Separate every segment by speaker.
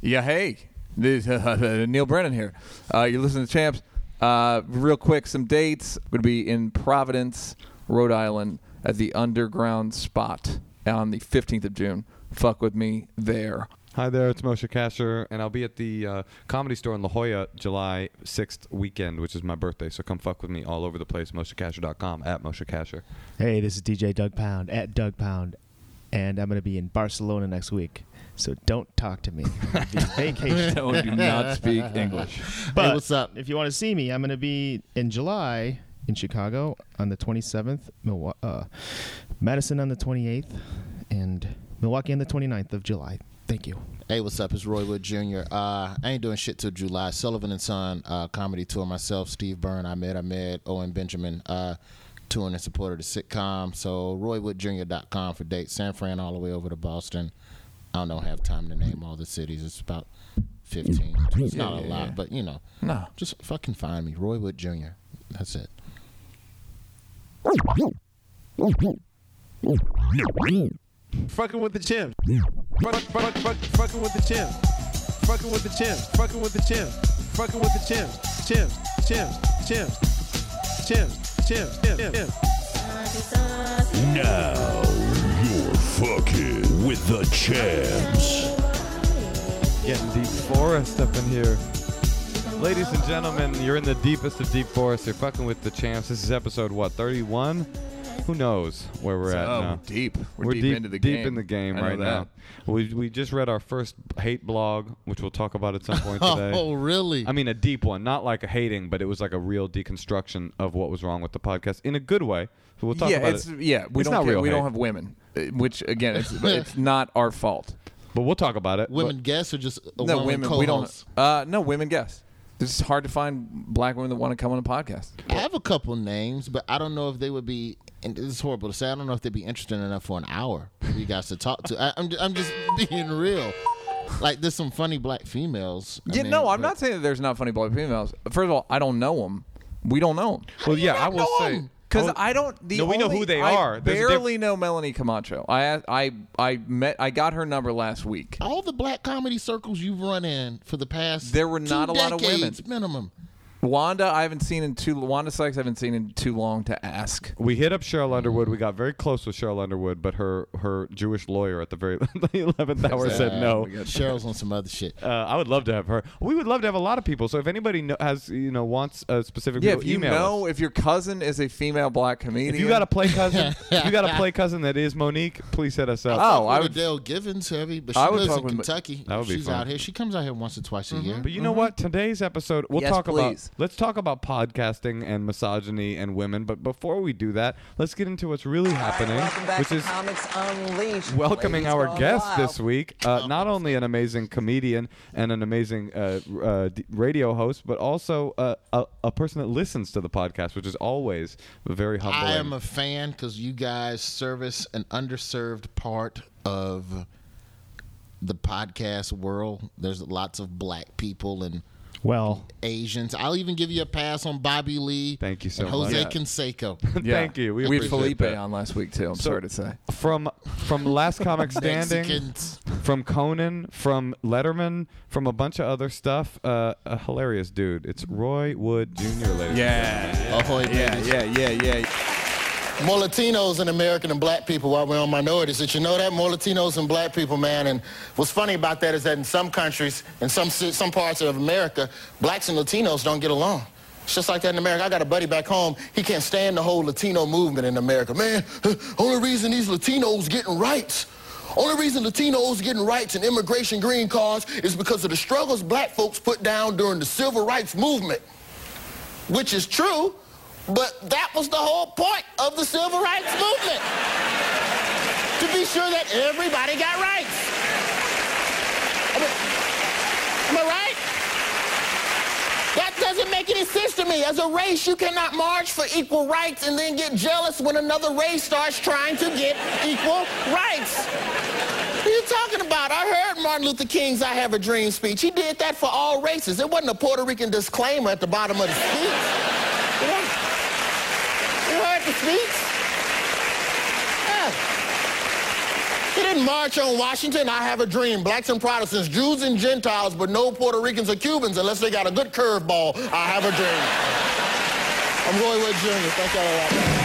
Speaker 1: Yeah, hey, this, Neil Brennan here. Uh, you're listening to Champs. Uh, real quick, some dates. Going to be in Providence, Rhode Island, at the Underground Spot on the 15th of June. Fuck with me there.
Speaker 2: Hi there, it's Moshe Kasher, and I'll be at the uh, Comedy Store in La Jolla July 6th weekend, which is my birthday. So come fuck with me all over the place, moshekasher.com, at Moshe Kasher.
Speaker 3: Hey, this is DJ Doug Pound at Doug Pound, and I'm going to be in Barcelona next week. So don't talk to me. I'm on vacation.
Speaker 1: No, do not speak English.
Speaker 3: But
Speaker 4: Hey, what's up?
Speaker 3: If you want to see me, I'm going to be in July in Chicago on the 27th, Milwa- uh, Madison on the 28th, and Milwaukee on the 29th of July. Thank you.
Speaker 4: Hey, what's up? It's Roy Wood Jr. Uh, I ain't doing shit till July. Sullivan and Son uh, comedy tour. Myself, Steve Byrne, Ahmed Ahmed, Owen Benjamin, uh, touring in support of the sitcom. So RoyWoodJr.com for dates. San Fran all the way over to Boston. I don't have time to name all the cities. It's about 15. It's not a lot, but you know.
Speaker 1: No.
Speaker 4: Just fucking find me. Roy Wood Jr. That's it.
Speaker 5: Fucking with the chimp. Fuck, fuck, fuck, fucking with the chimp. Fucking with the chimp. Fucking with the chimp. Fucking with the chimp. Chimps. Chimps. Chimps. Chimps. Chimps. Chimps. Chimps.
Speaker 6: Now you're fucking with the champs.
Speaker 2: Getting deep forest up in here. Ladies and gentlemen, you're in the deepest of deep forest. You're fucking with the champs. This is episode, what, 31? Who knows where we're at
Speaker 1: oh,
Speaker 2: now?
Speaker 1: deep. We're,
Speaker 2: We're
Speaker 1: deep, into the game.
Speaker 2: in the game
Speaker 1: I know
Speaker 2: right now.
Speaker 1: that.
Speaker 2: We, we just read our first hate blog, which we'll talk about at some point today.
Speaker 4: Oh, really?
Speaker 2: I mean, a deep one, not like a hating, but it was like a real deconstruction of what was wrong with the podcast in a good way. So we'll talk
Speaker 1: yeah,
Speaker 2: about
Speaker 1: it's
Speaker 2: it.
Speaker 1: yeah. We
Speaker 2: It's
Speaker 1: don't
Speaker 2: not
Speaker 1: care.
Speaker 2: real
Speaker 1: we
Speaker 2: hate.
Speaker 1: don't have women, uh, which again, it's it's not our fault.
Speaker 2: But we'll talk about it.
Speaker 4: women guests or just a
Speaker 1: no
Speaker 4: woman
Speaker 1: women. We
Speaker 4: co-host?
Speaker 1: don't. Uh, no women. Guess it's hard to find black women that want to come on a podcast.
Speaker 4: I have a couple names, but I don't know if they would be. And this is horrible to say. I don't know if they'd be interesting enough for an hour for you guys to talk to. I, I'm ju- I'm just being real. Like there's some funny black females. I
Speaker 1: yeah,
Speaker 4: mean,
Speaker 1: no, I'm
Speaker 4: but-
Speaker 1: not saying that there's not funny black females. First of all, I don't know them. We don't know them.
Speaker 2: Well, yeah, I will say. oh,
Speaker 1: Because
Speaker 2: will-
Speaker 1: I don't. The
Speaker 2: No, we know
Speaker 1: only-
Speaker 2: who they
Speaker 1: I
Speaker 2: are. There's a diff-
Speaker 1: barely know Melanie Camacho. I I I met. I got her number last week.
Speaker 4: All the black comedy circles you've run in for the past
Speaker 1: There were
Speaker 4: two
Speaker 1: not a lot of
Speaker 4: decades
Speaker 1: women.
Speaker 4: minimum.
Speaker 1: Wanda, I haven't seen in too. Wanda Sykes, I haven't seen in too long to ask.
Speaker 2: We hit up Cheryl Underwood. We got very close with Cheryl Underwood, but her her Jewish lawyer at the very eleventh hour said no.
Speaker 4: Uh, Cheryl's on some other shit.
Speaker 2: Uh, I would love to have her. We would love to have a lot of people. So if anybody kno- has you know wants a specific
Speaker 1: Yeah,
Speaker 2: people,
Speaker 1: if you
Speaker 2: email
Speaker 1: know,
Speaker 2: us.
Speaker 1: if your cousin is a female black comedian,
Speaker 2: If you got a play cousin, if you got a play cousin that is Monique, please hit us
Speaker 7: Uh,
Speaker 2: up.
Speaker 1: Oh, I
Speaker 4: I
Speaker 1: would.
Speaker 4: Adele Givens, heavy, but she
Speaker 1: I would
Speaker 4: lives
Speaker 1: fuck
Speaker 4: in
Speaker 1: with-
Speaker 4: Kentucky.
Speaker 2: That would be
Speaker 4: She's
Speaker 2: fun.
Speaker 4: out here. She comes out here once or twice
Speaker 1: Mm-hmm.
Speaker 4: a year.
Speaker 2: But
Speaker 7: mm-hmm.
Speaker 2: you know what? Today's episode, we'll
Speaker 1: Yes,
Speaker 2: talk
Speaker 1: please.
Speaker 2: about. Let's talk about podcasting and misogyny and women. But before we do that, let's get into what's really happening,
Speaker 7: Welcome back
Speaker 2: which
Speaker 7: to
Speaker 2: is
Speaker 7: Comics Unleashed.
Speaker 2: welcoming
Speaker 7: Ladies
Speaker 2: our
Speaker 7: gone
Speaker 2: guest
Speaker 7: wild.
Speaker 2: this week. Uh, not only an amazing comedian and an amazing uh, r- uh, d- radio host, but also uh, a, a person that listens to the podcast, which is always very humbling.
Speaker 4: I am a fan because you guys service an underserved part of the podcast world. There's lots of black people and
Speaker 3: Well,
Speaker 4: Asians. I'll even give you a pass on Bobby Lee.
Speaker 2: Thank you so
Speaker 4: and Jose
Speaker 2: much.
Speaker 4: Canseco.
Speaker 1: yeah.
Speaker 2: Thank you. We,
Speaker 1: we had
Speaker 2: appreciate
Speaker 1: Felipe
Speaker 2: that.
Speaker 1: on last week too. I'm sorry to say.
Speaker 2: From from last comic standing.
Speaker 4: Mexicans.
Speaker 2: from Conan, from Letterman, from a bunch of other stuff. Uh, a hilarious dude. It's Roy Wood Jr. Ladies.
Speaker 1: Yeah.
Speaker 4: Ahoy,
Speaker 1: Yeah.
Speaker 4: babies.
Speaker 1: Yeah. Yeah. Yeah.
Speaker 4: More Latinos and American and black people while we're on minorities. Did you know that? More Latinos and black people, man. And what's funny about that is that in some countries, in some, ci- some parts of America, blacks and Latinos don't get along. It's just like that in America. I got a buddy back home. He can't stand the whole Latino movement in America. Man, only reason these Latinos getting rights, only reason Latinos getting rights and immigration green cards is because of the struggles black folks put down during the civil rights movement which is true, but that was the whole point of the civil rights movement. to be sure that everybody got rights. Am I- am I right? That doesn't make any sense to me. As a race, you cannot march for equal rights and then get jealous when another race starts trying to get equal rights. What are you talking about? I heard Martin Luther King's I Have a Dream speech. He did that for all races. It wasn't a Puerto Rican disclaimer at the bottom of the speech. You, know? you heard the speech? Yeah.
Speaker 8: They didn't march on Washington. I have a dream. Blacks and Protestants, Jews and Gentiles, but no Puerto Ricans or Cubans unless they got a good curveball. I have a dream. I'm Roy Wood Jr. Thank y'all a lot.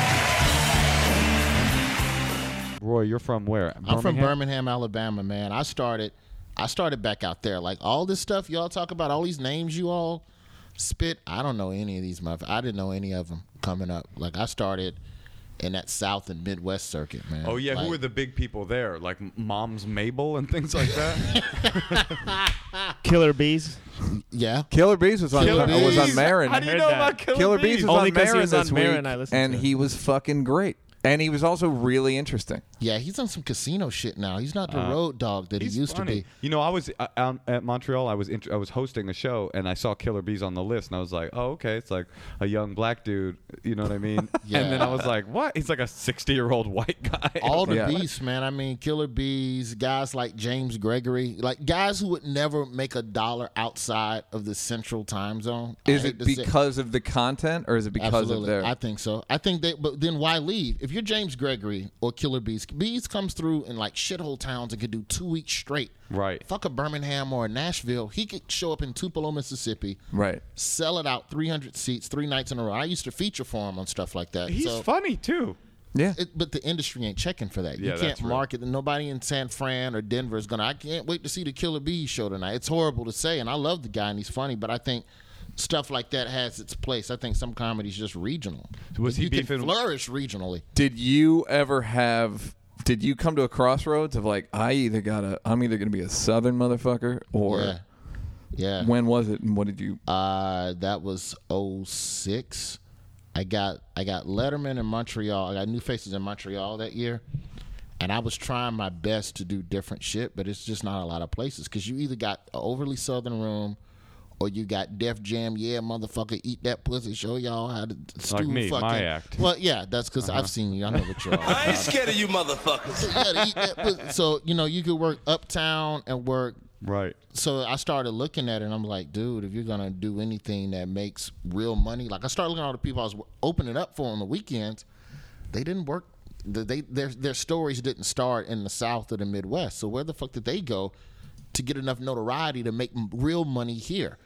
Speaker 2: Roy, you're from where?
Speaker 4: I'm from Birmingham, Alabama, man. I started I started back out there. Like all this stuff y'all talk about, all these names you all spit, I don't know any of these motherfuckers. I didn't know any of them coming up. Like I started in that South and Midwest circuit, man.
Speaker 2: Oh yeah,
Speaker 4: Like,
Speaker 2: who were the big people there? Like M- Mom's Mabel and things like that.
Speaker 3: Killer Bees.
Speaker 4: Yeah.
Speaker 1: Killer Bees was on.
Speaker 4: Killer
Speaker 1: I was on
Speaker 4: Bees?
Speaker 1: Marin.
Speaker 2: How do you
Speaker 3: heard
Speaker 2: know
Speaker 3: that.
Speaker 2: about Killer,
Speaker 1: Killer Bees
Speaker 2: Bees?
Speaker 1: was
Speaker 3: Only
Speaker 1: on
Speaker 3: 'cause he
Speaker 1: Marin
Speaker 3: was on
Speaker 1: this
Speaker 3: Marin
Speaker 1: week,
Speaker 3: and I listened
Speaker 1: and
Speaker 3: to it.
Speaker 1: he was fucking great. And he was also really interesting.
Speaker 4: Yeah, he's on some casino shit now. He's not the
Speaker 1: Uh,
Speaker 4: road dog that he
Speaker 2: He's
Speaker 4: used
Speaker 2: funny.
Speaker 4: to be.
Speaker 2: You know, I was uh, um, at Montreal. I was int- I was hosting a show, and I saw Killer Bees on the list, and I was like, "Oh, okay, it's like a young black dude." You know what I mean?
Speaker 4: Yeah.
Speaker 2: And then I was like, "What? He's like a sixty-year-old white guy."
Speaker 4: All the
Speaker 1: Yeah.
Speaker 4: beasts, man. I mean, Killer Bees, guys like James Gregory, like guys who would never make a dollar outside of the central time zone. I
Speaker 1: Is
Speaker 4: hate
Speaker 1: it
Speaker 4: to say-
Speaker 1: because of the content, or is it because
Speaker 4: Absolutely.
Speaker 1: of their?
Speaker 4: I think so. I think they but then why leave? If you're James Gregory or Killer Bees, Bees comes through in like shithole towns and could do two weeks straight.
Speaker 2: Right.
Speaker 4: Fuck a Birmingham or a Nashville. He could show up in Tupelo, Mississippi.
Speaker 1: Right.
Speaker 4: Sell it out 300 seats, three nights in a row. I used to feature for him on stuff like that.
Speaker 2: He's
Speaker 4: so,
Speaker 2: funny too.
Speaker 1: yeah.
Speaker 4: it, but the industry ain't checking for that.
Speaker 2: Yeah,
Speaker 4: you
Speaker 2: that's
Speaker 4: can't
Speaker 2: real.
Speaker 4: market. and Nobody in San Fran or Denver is gonna. I can't wait to see the Killer Bees show tonight. It's horrible to say, and I love the guy and he's funny, but I think stuff like that has its place. I think some comedy's just regional.
Speaker 2: Was
Speaker 4: But
Speaker 2: he
Speaker 4: you can
Speaker 2: beefing-
Speaker 4: flourish regionally?
Speaker 1: did you ever have? Did you come to a crossroads of like, I either gotta, I'm either gonna be a southern motherfucker, or
Speaker 4: yeah, yeah.
Speaker 1: when was it, and what did you?
Speaker 4: Uh, that was 06. I got I got Letterman in Montreal. I got New Faces in Montreal that year, and I was trying my best to do different shit, but it's just not a lot of places because you either got an overly Southern room. Or you got Def Jam, yeah, motherfucker, eat that pussy, show y'all how to stew
Speaker 2: me, my
Speaker 4: fucking.
Speaker 2: act. Uh-huh.
Speaker 4: Well, yeah, that's because I've seen you. I know what you're all about.
Speaker 9: I ain't scared of you motherfuckers.
Speaker 4: You gotta eat that pussy. So you know you could work uptown and work
Speaker 2: Right.
Speaker 4: so I started looking at it and I'm like, dude, if you're gonna do anything that makes real money, like I started looking at all the people I was w- opening up for on the weekends, they didn't work. the- They their their stories didn't start in the South or the Midwest. So where the fuck did they go to get enough notoriety to make m- real money here?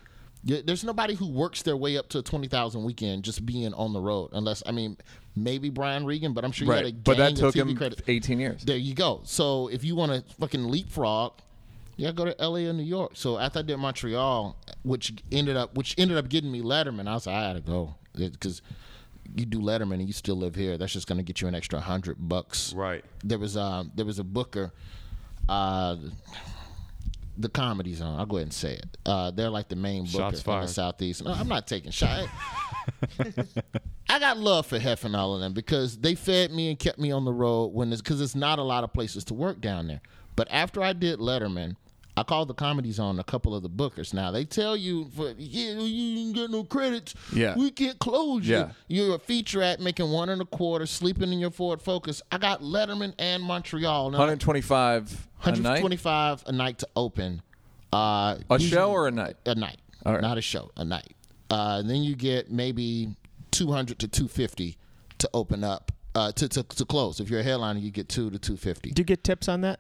Speaker 4: Y- There's nobody who works their way up to a twenty thousand weekend just being on the road, unless I mean maybe Brian Regan, but I'm sure he had a gang
Speaker 1: but that
Speaker 4: of
Speaker 1: took
Speaker 4: TV
Speaker 1: him
Speaker 4: credits.
Speaker 1: 18 years.
Speaker 4: There you go. So if you want to fucking leapfrog, yeah, go to LA or New York. So after I did Montreal, which ended up which ended up getting me Letterman, I was like, I gotta go because you do Letterman and you still live here. That's just gonna get you an extra hundred bucks.
Speaker 2: Right.
Speaker 4: There was um there was a booker, uh, the comedy zone. I'll go ahead and say it. Uh, they're like the main booker
Speaker 2: Shots
Speaker 4: in the
Speaker 2: fired.
Speaker 4: southeast. No, I'm not taking shot. I got love for Hef and all of them because they fed me and kept me on the road when it's because it's not a lot of places to work down there. But after I did Letterman, I called the comedy zone a couple of the bookers. Now they tell you for yeah, you didn't get no credits.
Speaker 1: Yeah.
Speaker 4: We can't close you.
Speaker 1: Yeah.
Speaker 4: You're a feature at making one and a quarter, sleeping in your Ford Focus. I got Letterman and Montreal. Now,
Speaker 1: 125 a night,
Speaker 4: 125 a night to open. Uh,
Speaker 1: a
Speaker 4: usually-
Speaker 1: show or a night.
Speaker 4: a night,
Speaker 1: All right.
Speaker 4: not a show, a night. Uh, then you get maybe 200 to 250 to open up. Uh, to, to, to close. If you're a headliner, you get two to two fifty.
Speaker 3: Do you get tips on that?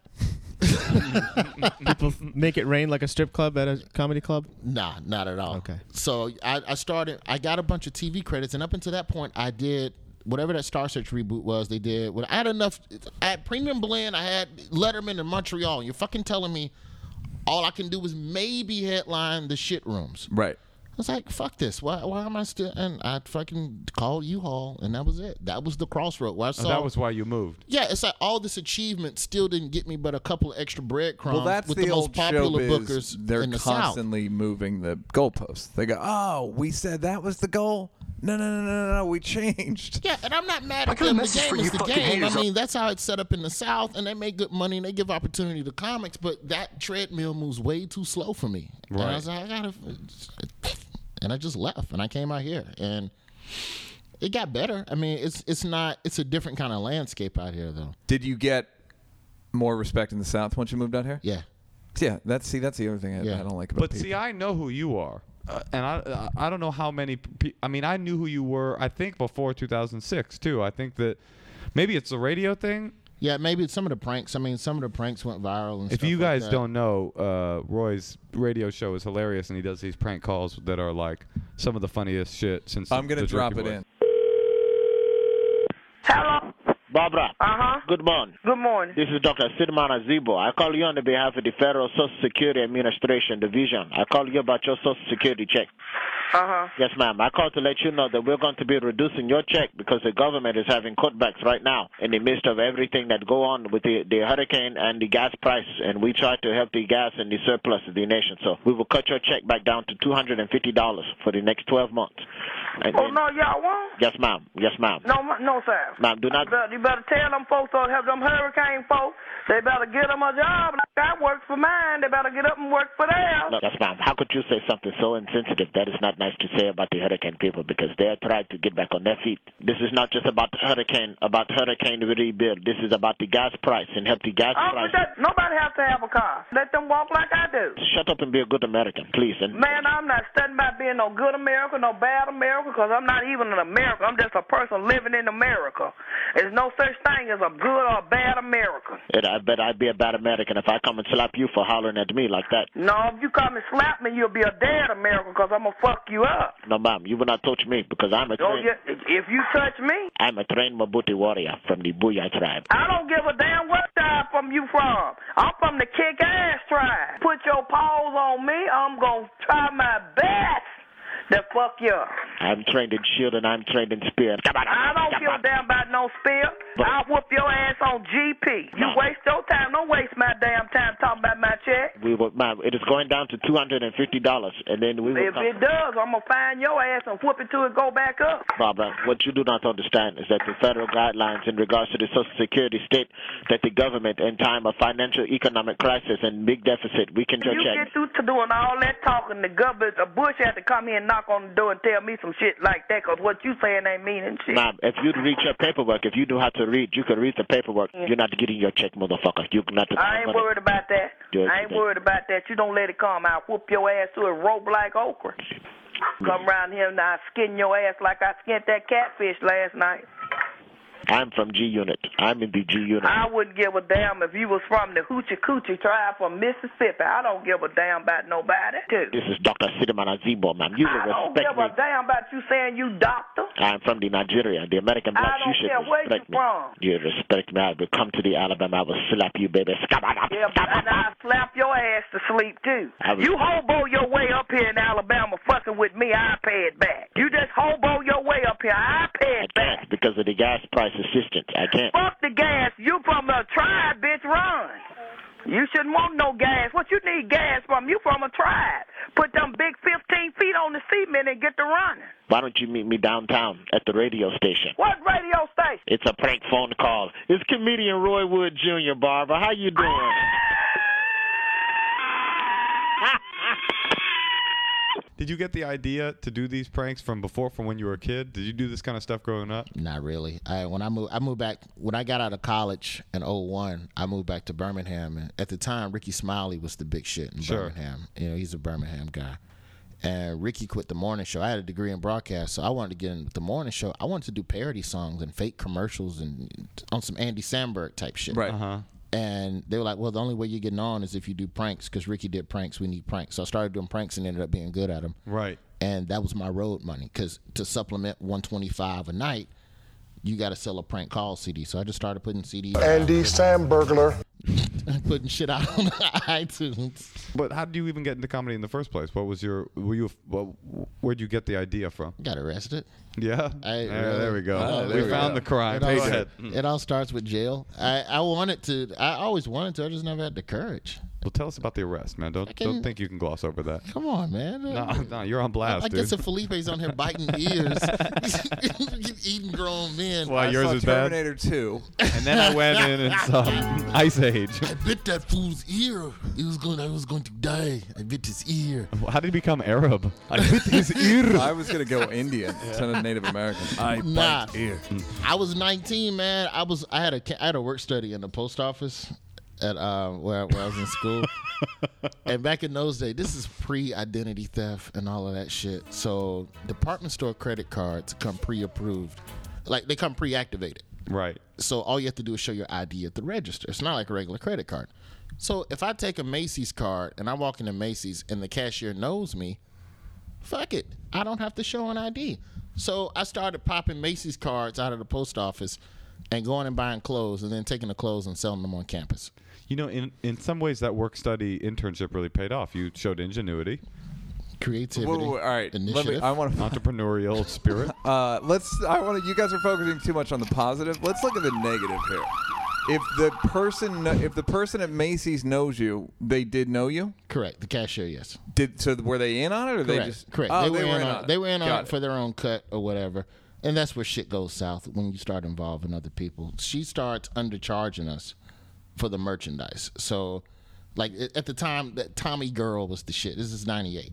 Speaker 3: People make it rain like a strip club at a comedy club.
Speaker 4: Nah, not at all.
Speaker 3: Okay.
Speaker 4: So I, I started. I got a bunch of TV credits, and up until that point, I did whatever that Star Search reboot was. They did. When I had enough, I had Premium Blend. I had Letterman in Montreal. You're fucking telling me all I can do is maybe headline the shit rooms.
Speaker 1: Right.
Speaker 4: I was like, fuck this. Why, why am I still? And I fucking called U Haul, and that was it. That was the crossroad where I saw.
Speaker 2: that was why you moved.
Speaker 4: yeah, it's like all this achievement still didn't get me but a couple of extra breadcrumbs
Speaker 1: Well, that's
Speaker 4: Um, with
Speaker 1: the,
Speaker 4: the, most
Speaker 1: old
Speaker 4: popular
Speaker 1: showbiz.
Speaker 4: bookers
Speaker 1: They're
Speaker 4: in the South.
Speaker 1: constantly moving the goalposts. They go, "Oh, we said that was the goal. No, no, no, no, no, no. We changed."
Speaker 4: Yeah, and I'm not mad at
Speaker 9: got a
Speaker 4: them. The
Speaker 9: message for
Speaker 4: game
Speaker 9: you
Speaker 4: is the
Speaker 9: fucking
Speaker 4: game. I
Speaker 9: haters.
Speaker 4: mean, that's how it's set up in the South, and they make good money and they give opportunity to comics. But that treadmill moves way too slow for me. And I
Speaker 2: Right.
Speaker 4: was like, I gotta, and I just left, and I came out here, and it got better. I mean, it's it's not it's a different kind of landscape out here, though.
Speaker 1: Did you get more respect in the South once you moved out here?
Speaker 4: Yeah,
Speaker 1: Yeah. That's see, that's the other thing I,
Speaker 4: Yeah.
Speaker 1: I don't like about
Speaker 2: But
Speaker 1: people.
Speaker 2: see, I know who you are, uh, and I I I don't know how many. Pe- I mean, I knew who you were. I think before 2006 too. I think that maybe it's the radio thing.
Speaker 7: Yeah, maybe some of the pranks. I mean, some of the pranks went viral. And
Speaker 2: If
Speaker 7: stuff
Speaker 2: you
Speaker 7: like
Speaker 2: guys
Speaker 7: that.
Speaker 2: don't know, uh, Roy's radio show is hilarious, and he does these prank calls that are like some of the funniest shit since.
Speaker 1: I'm gonna
Speaker 2: the Jerky
Speaker 1: drop it
Speaker 2: Boys.
Speaker 1: in.
Speaker 10: Hello.
Speaker 4: Barbara,
Speaker 10: Uh huh.
Speaker 4: good morning.
Speaker 10: Good morning.
Speaker 4: This is Dr. Sidmana Zibo. I call you on the behalf of the Federal Social Security Administration Division. I call you about your Social Security check.
Speaker 10: Uh huh.
Speaker 4: Yes, ma'am. I called to let you know that we're going to be reducing your check because the government is having cutbacks right now in the midst of everything that go on with the, the hurricane and the gas price. And we try to help the gas and the surplus of the nation. So we will cut your check back down to $250 for the next 12 months. And
Speaker 10: Oh
Speaker 4: then-
Speaker 10: no, y'all won't.
Speaker 4: Yes, ma'am. Yes, ma'am.
Speaker 10: No, ma- no, sir.
Speaker 4: Ma'am, do not-
Speaker 10: You better, you better tell them folks or have them hurricane folks. They better get them a job. Like I work for mine. They better get up and work for theirs.
Speaker 4: Look, yes, ma'am. How could you say something so insensitive? That is not nice to say about the hurricane people because they are trying to get back on their feet. This is not just about the hurricane, about hurricane rebuild. This is about the gas price and help the gas
Speaker 10: Oh,
Speaker 4: price.
Speaker 10: but that, nobody has to have a car. Let them walk like I do.
Speaker 4: Shut up and be a good American, please. And
Speaker 10: Man, I'm not studying about being no good America, no bad America, 'cause I'm not even an American. I'm just a person living in America. There's no such thing as a good or a bad American.
Speaker 4: and I bet I'd be a bad American if I come and slap you for hollering at me like that.
Speaker 10: No, if you come and slap me, you'll be a dead American, 'cause I'm going to fuck you up.
Speaker 4: No, ma'am, you will not touch me because I'm a
Speaker 10: Oh,
Speaker 4: trained,
Speaker 10: yeah, if you touch me,
Speaker 4: I'm a trained Mabuti warrior from the Buya tribe.
Speaker 10: I don't give a damn what tribe from you from. I'm from the kick ass tribe. Put your paws on me, I'm going to try my best to fuck you up.
Speaker 4: I'm trained in shield and I'm trained in spear. Come on,
Speaker 10: I don't
Speaker 4: come
Speaker 10: give a
Speaker 4: on.
Speaker 10: damn about no spear. I'll whoop your ass on GP. You
Speaker 4: No.
Speaker 10: waste your time. Don't waste my damn time talking about my check.
Speaker 4: We will, ma'am. It is going down to two hundred and fifty dollars, and then we will.
Speaker 10: If
Speaker 4: come.
Speaker 10: it does, I'm going to find your ass and whoop it till it go back up.
Speaker 4: Barbara, what you do not understand is that the federal guidelines in regards to the Social Security state that the government, in time of financial economic crisis and big deficit, weakened your
Speaker 10: you
Speaker 4: check.
Speaker 10: get through to doing all that talking, the government, the Bush had to come here and knock on the door and tell me some shit like that, 'cause what you saying ain't meaning shit.
Speaker 4: Ma'am, if you'd read your paperwork, if you knew how to read, you could read the paperwork. You're not getting your check, motherfucker. You're not.
Speaker 10: I ain't worried about that.
Speaker 4: Yeah,
Speaker 10: I ain't
Speaker 4: yeah.
Speaker 10: worried about that. You don't let it come. I'll whoop your ass to a rope like okra. Come around here and I skin your ass like I skinned that catfish last night.
Speaker 4: I'm from G Unit. I'm in the G Unit.
Speaker 10: I wouldn't give a damn if you was from the Hoochie Coochie tribe from Mississippi. I don't give a damn about nobody, too.
Speaker 4: This is Dr. Sidiman Azibo, ma'am. You
Speaker 10: I
Speaker 4: will
Speaker 10: don't give
Speaker 4: respect me.
Speaker 10: a damn about you saying you doctor.
Speaker 4: I'm from the Nigeria, the American
Speaker 10: I
Speaker 4: blacks.
Speaker 10: don't
Speaker 4: you should
Speaker 10: care where you
Speaker 4: respect me.
Speaker 10: from.
Speaker 4: You respect me. I will come to the Alabama. I will slap you, baby.
Speaker 10: Yeah, but and I slap your ass to sleep too.
Speaker 4: I was-
Speaker 10: You hobo your way up here in Alabama, fucking with me. I pay it back. You just hobo your way up here. I pay
Speaker 4: I
Speaker 10: it back.
Speaker 4: can't because of the gas price assistance. I can't.
Speaker 10: Fuck the gas. You from a tribe, bitch. Run. You shouldn't want no gas. What you need gas from? You from a tribe. Put them big 15 feet on the cement and get to running.
Speaker 4: Why don't you meet me downtown at the radio station?
Speaker 10: What radio station?
Speaker 4: It's a prank phone call. It's comedian Roy Wood Jr. Barbara. How you doing?
Speaker 2: Did you get the idea to do these pranks from before, from when you were a kid? Did you do this kind of stuff growing up?
Speaker 7: Not really. I when I moved, I moved back when I got out of college in 01, I moved back to Birmingham, and at the time, Ricky Smiley was the big shit in
Speaker 2: Sure.
Speaker 7: Birmingham. You know, he's a Birmingham guy, and Ricky quit the morning show. I had a degree in broadcast, so I wanted to get in with the morning show. I wanted to do parody songs and fake commercials and on some Andy Samberg type shit.
Speaker 1: Right.
Speaker 4: Uh-huh.
Speaker 7: And they were like, "Well, the only way you're getting on is if you do pranks, because Ricky did pranks. We need pranks." So I started doing pranks and ended up being good at them
Speaker 2: Right.
Speaker 7: and that was my road money because to supplement 125 a night you got to sell a prank call cd so i just started putting cds
Speaker 11: Andy Sambergler.
Speaker 7: and putting shit out on itunes
Speaker 2: But how did you even get into comedy in the first place? What was your? Were you? Well, where'd you get the idea from?
Speaker 7: got arrested
Speaker 2: Yeah.
Speaker 7: I-
Speaker 2: Yeah, there we go.
Speaker 1: Oh,
Speaker 2: we
Speaker 1: there we
Speaker 2: found
Speaker 1: go.
Speaker 2: the crime.
Speaker 7: it all,
Speaker 2: Go ahead.
Speaker 7: it all starts with jail I, I wanted to i always wanted to i just never had the courage
Speaker 2: Well, tell us about the arrest, man. Don't don't
Speaker 7: can-
Speaker 2: think you can gloss over that.
Speaker 7: come on man
Speaker 2: No, no, you're on blast,
Speaker 7: I
Speaker 2: dude.
Speaker 7: guess if Felipe's on here biting ears, eating grown men,
Speaker 2: Wow,
Speaker 1: I
Speaker 2: yours
Speaker 1: saw
Speaker 2: is bad.
Speaker 1: Terminator 2.
Speaker 2: and then I went in and saw Ice Age.
Speaker 7: I bit that fool's ear. It was going. I was going to die. I bit his ear.
Speaker 2: How did he become Arab? I bit his ear.
Speaker 1: I was gonna go Indian instead of Native American. I
Speaker 7: Nah. I was 19, man. I was I had a ca- I had a work study in the post office at uh, where, where I was in school. and back in those days, this is pre-identity theft and all of that shit. So department store credit cards come pre-approved, like they come pre-activated.
Speaker 2: Right.
Speaker 7: So all you have to do is show your ID at the register. It's not like a regular credit card. So if I take a Macy's card and I walk into Macy's and the cashier knows me, fuck it. I don't have to show an ID. So I started popping Macy's cards out of the post office and going and buying clothes and then taking the clothes and selling them on campus.
Speaker 2: You know, in in some ways, that work study internship really paid off. You showed ingenuity,
Speaker 7: Creativity.
Speaker 1: Whoa, whoa, whoa, all right. Let me,
Speaker 7: Initiative.
Speaker 1: I want to.
Speaker 2: entrepreneurial spirit.
Speaker 1: Uh, let's. I want to. You guys are focusing too much on the positive. Let's look at the negative here. If the person, if the person at Macy's knows you, they did know you.
Speaker 7: Correct. The cashier, yes.
Speaker 1: Did so? Were they in on it, or they
Speaker 7: Correct.
Speaker 1: just
Speaker 7: Correct.
Speaker 1: Oh,
Speaker 7: they, were in on,
Speaker 1: it.
Speaker 7: they were in on
Speaker 1: Got
Speaker 7: it for their own cut or whatever. And that's where shit goes south when you start involving other people. She starts undercharging us for the merchandise. So, like a- at the time, that Tommy Girl was the shit. This is '98.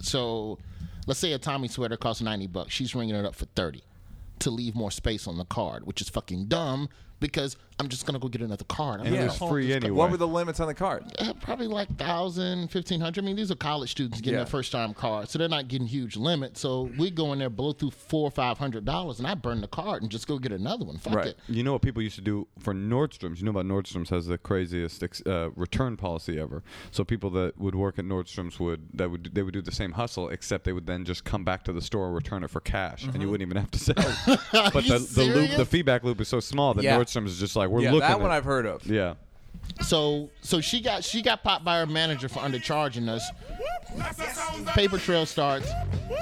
Speaker 7: So, let's say a Tommy sweater costs 90 bucks. She's ringing it up for 30 to leave more space on the card, which is fucking dumb because I'm just gonna go get another card. I'm
Speaker 2: And
Speaker 7: gonna
Speaker 2: it
Speaker 7: go
Speaker 2: was
Speaker 7: home,
Speaker 2: free
Speaker 7: just
Speaker 2: anyway.
Speaker 1: What were the limits on the card?
Speaker 7: uh, probably like 1,000, 1,500. I mean, these are college students getting
Speaker 1: Yeah.
Speaker 7: their first time card, so they're not getting huge limits. So we go in there, blow through four or five hundred dollars, and I burn the card and just go get another one. Fuck
Speaker 1: Right.
Speaker 7: it.
Speaker 2: You know what people used to do for Nordstrom's? You know about Nordstrom's has the craziest ex- uh, return policy ever. So people that would work at Nordstrom's would that would they would do the same hustle, except they would then just come back to the store and return it for cash, and you wouldn't even have to sell. but
Speaker 7: you
Speaker 2: the, the loop,
Speaker 7: serious?
Speaker 2: the feedback loop is so small that
Speaker 1: Yeah.
Speaker 2: Nordstrom's is just like we're
Speaker 1: yeah,
Speaker 2: looking.
Speaker 1: that one
Speaker 2: at-
Speaker 1: I've heard of.
Speaker 2: Yeah.
Speaker 7: So so she got she got popped by her manager for undercharging us. Paper trail starts.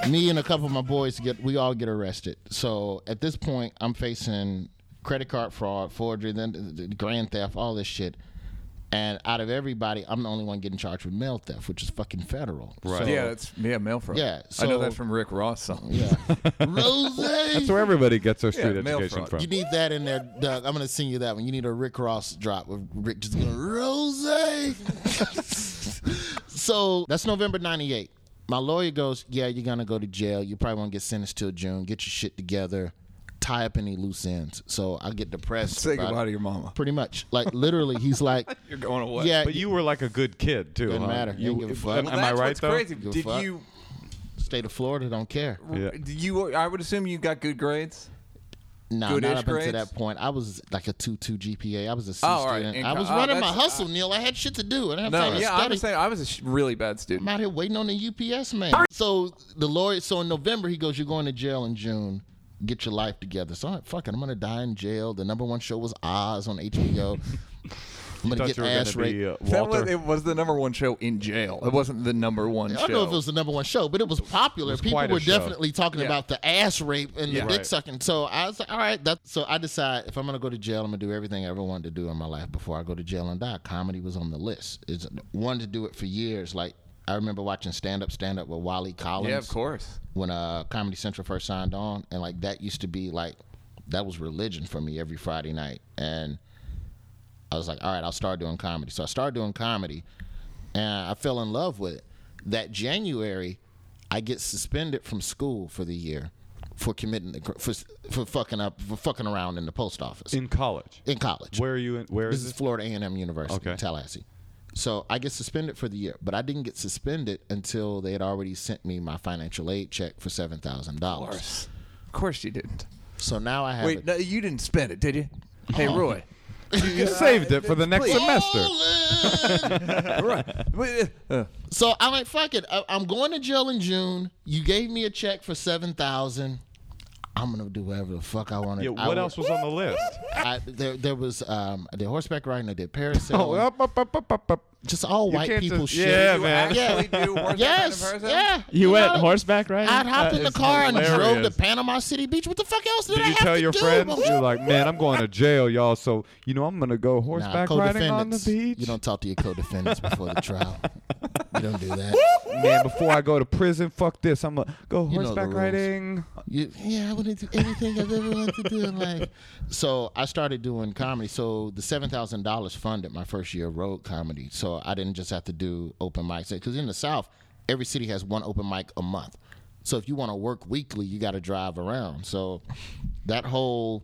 Speaker 7: Me and a couple of my boys get we all get arrested. So at this point, I'm facing credit card fraud, forgery, then the- the grand theft, all this shit. And out of everybody, I'm the only one getting charged with mail theft, which is fucking federal. Right.
Speaker 1: Yeah, that's yeah, mail fraud.
Speaker 7: Yeah,
Speaker 1: I know
Speaker 7: so-
Speaker 1: that from Rick Ross song.
Speaker 7: yeah. Rose.
Speaker 2: That's where everybody gets their street
Speaker 1: Yeah, mail
Speaker 2: education
Speaker 1: fraud.
Speaker 2: from.
Speaker 7: You need that in there, Doug. I'm gonna sing you that one. You need a Rick Ross drop with Rick just going Rose. so that's November '98. My lawyer goes, "Yeah, you're gonna go to jail. You probably won't get sentenced till June. Get your shit together, tie up any loose ends." So I get depressed.
Speaker 1: Say
Speaker 7: about
Speaker 1: goodbye
Speaker 7: it.
Speaker 1: to your mama.
Speaker 7: Pretty much, like literally, he's like,
Speaker 1: You're going away.
Speaker 7: "Yeah,
Speaker 2: but you were like a good kid too.
Speaker 7: Doesn't
Speaker 2: huh?
Speaker 7: matter.
Speaker 2: You-
Speaker 7: Ain't give a fuck.
Speaker 2: Am,
Speaker 1: Well,
Speaker 2: am I
Speaker 1: that's
Speaker 2: right
Speaker 1: what's
Speaker 2: though?
Speaker 1: crazy.
Speaker 7: a
Speaker 1: Did
Speaker 7: fuck.
Speaker 1: you?
Speaker 7: state of Florida don't care."
Speaker 2: Yeah.
Speaker 1: Did you? I would assume you got good grades.
Speaker 7: No,
Speaker 1: Good-ish
Speaker 7: not up
Speaker 1: grades?
Speaker 7: until that point. I was like a two two GPA. I was a C
Speaker 1: Oh, all right.
Speaker 7: student.
Speaker 1: In
Speaker 7: I
Speaker 1: co-
Speaker 7: was
Speaker 1: oh,
Speaker 7: running my
Speaker 1: that's-
Speaker 7: hustle, Neil. I had shit to do. I didn't have
Speaker 1: No,
Speaker 7: time to
Speaker 1: yeah,
Speaker 7: study.
Speaker 1: I'm saying I was a sh- really bad
Speaker 7: I'm
Speaker 1: student.
Speaker 7: out here waiting on the UPS man. So the lawyer. So in November he goes, "You're going to jail in June. Get your life together." So I'm fucking. I'm gonna die in jail. The number one show was Oz on HBO. I'm gonna
Speaker 2: Thought
Speaker 7: get
Speaker 2: you were gonna
Speaker 7: ass raped.
Speaker 2: be, uh,
Speaker 1: That was,
Speaker 2: Walter.
Speaker 1: it was the number one show in jail. It wasn't the number one
Speaker 7: I
Speaker 1: show.
Speaker 7: don't know if it was the number one show, but it was popular.
Speaker 2: was
Speaker 7: People
Speaker 2: quite a
Speaker 7: were
Speaker 2: show.
Speaker 7: definitely talking about the ass rape and
Speaker 1: Yeah.
Speaker 7: the dick
Speaker 2: Right.
Speaker 7: sucking. So I was like, all right. That, so I decide if I'm going to go to jail, I'm going to do everything I ever wanted to do in my life before I go to jail and die. Comedy was on the list. It's, wanted to do it for years. Like, I remember watching Stand Up, Stand Up with Wally Collins
Speaker 1: yeah, of course.
Speaker 7: when uh, Comedy Central first signed on, and like that used to be like that was religion for me every Friday night, and I was like, all right, I'll start doing comedy. So I started doing comedy, and I fell in love with it. That January, I get suspended from school for the year for committing the, cr- for for fucking up for fucking around in the post office in,
Speaker 2: in college.
Speaker 7: college.
Speaker 2: Where are you? In, where
Speaker 7: This
Speaker 2: is
Speaker 7: is
Speaker 2: this?
Speaker 7: Florida A&M University,
Speaker 2: Okay.
Speaker 7: Tallahassee. So I get suspended for the year, but I didn't get suspended until they had already sent me my financial aid check for seven thousand dollars.
Speaker 1: Of course you didn't.
Speaker 7: So now I have.
Speaker 1: Wait,
Speaker 7: a-
Speaker 1: no, you didn't spend it, did you? Hey, Roy.
Speaker 2: You saved it for the next
Speaker 1: Please.
Speaker 2: semester.
Speaker 7: Rolling.
Speaker 1: Wait, uh,
Speaker 7: so I'm like, fuck it. I, I'm going to jail in June. You gave me a check for seven thousand. I'm gonna do whatever the fuck I want to.
Speaker 2: Yeah, what else was on the list?
Speaker 7: I, there, there was um, I did horseback riding. I did parasailing.
Speaker 2: Oh, up, up, up, up, up, up.
Speaker 7: just all white
Speaker 2: can't
Speaker 7: people
Speaker 2: just-
Speaker 7: shit.
Speaker 2: yeah,
Speaker 1: you
Speaker 2: man.
Speaker 1: actually do work
Speaker 7: Yes.
Speaker 1: in person?
Speaker 7: Yeah.
Speaker 3: You went
Speaker 7: know,
Speaker 3: horseback riding?
Speaker 7: I'd hopped in the
Speaker 2: is
Speaker 7: car and drove
Speaker 2: hilarious.
Speaker 7: to Panama City Beach. What the fuck else did,
Speaker 2: Did
Speaker 7: I
Speaker 2: you
Speaker 7: have
Speaker 2: tell
Speaker 7: to
Speaker 2: your
Speaker 7: do?
Speaker 2: friends? You're like, man, I'm going to jail, y'all. So you know, I'm gonna go
Speaker 7: Nah,
Speaker 2: horseback riding on the
Speaker 7: co-defendants.
Speaker 2: beach.
Speaker 7: You don't talk to your co-defendants before the trial. You don't do that.
Speaker 2: man, before I go to prison, fuck this. I'm gonna go
Speaker 7: know the
Speaker 2: horseback
Speaker 7: rules.
Speaker 2: riding.
Speaker 7: You, yeah, I wouldn't do anything I've ever wanted to do in life. So I started doing comedy. So the seven thousand dollars funded my first year of road comedy. So I didn't just have to do open mics because in the South, every city has one open mic a month. So if you want to work weekly, you got to drive around. So that whole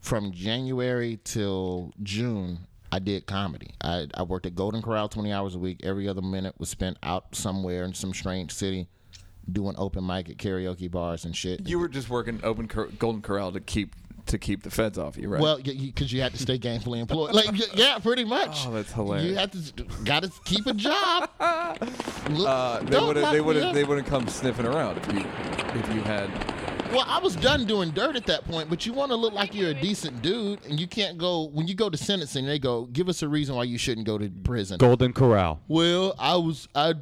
Speaker 7: from January till June, I did comedy. I, I worked at Golden Corral 20 hours a week. Every other minute was spent out somewhere in some strange city doing open mic at karaoke bars and shit.
Speaker 1: You were just working open cor- Golden Corral to keep to keep the feds off you, right?
Speaker 7: Well, because you had to stay gainfully employed. Like, y- yeah, pretty much.
Speaker 1: Oh, that's hilarious.
Speaker 7: You have to, got to keep a job. Look,
Speaker 1: uh, they
Speaker 7: don't
Speaker 1: would
Speaker 7: lock
Speaker 1: they
Speaker 7: me
Speaker 1: would
Speaker 7: up.
Speaker 1: they wouldn't come sniffing around if you if you had
Speaker 7: Well, I was done doing dirt at that point, but you want to look like you're a decent dude, and you can't go when you go to sentencing. They go, give us a reason why you shouldn't go to prison.
Speaker 2: Golden Corral.
Speaker 7: Well, I was I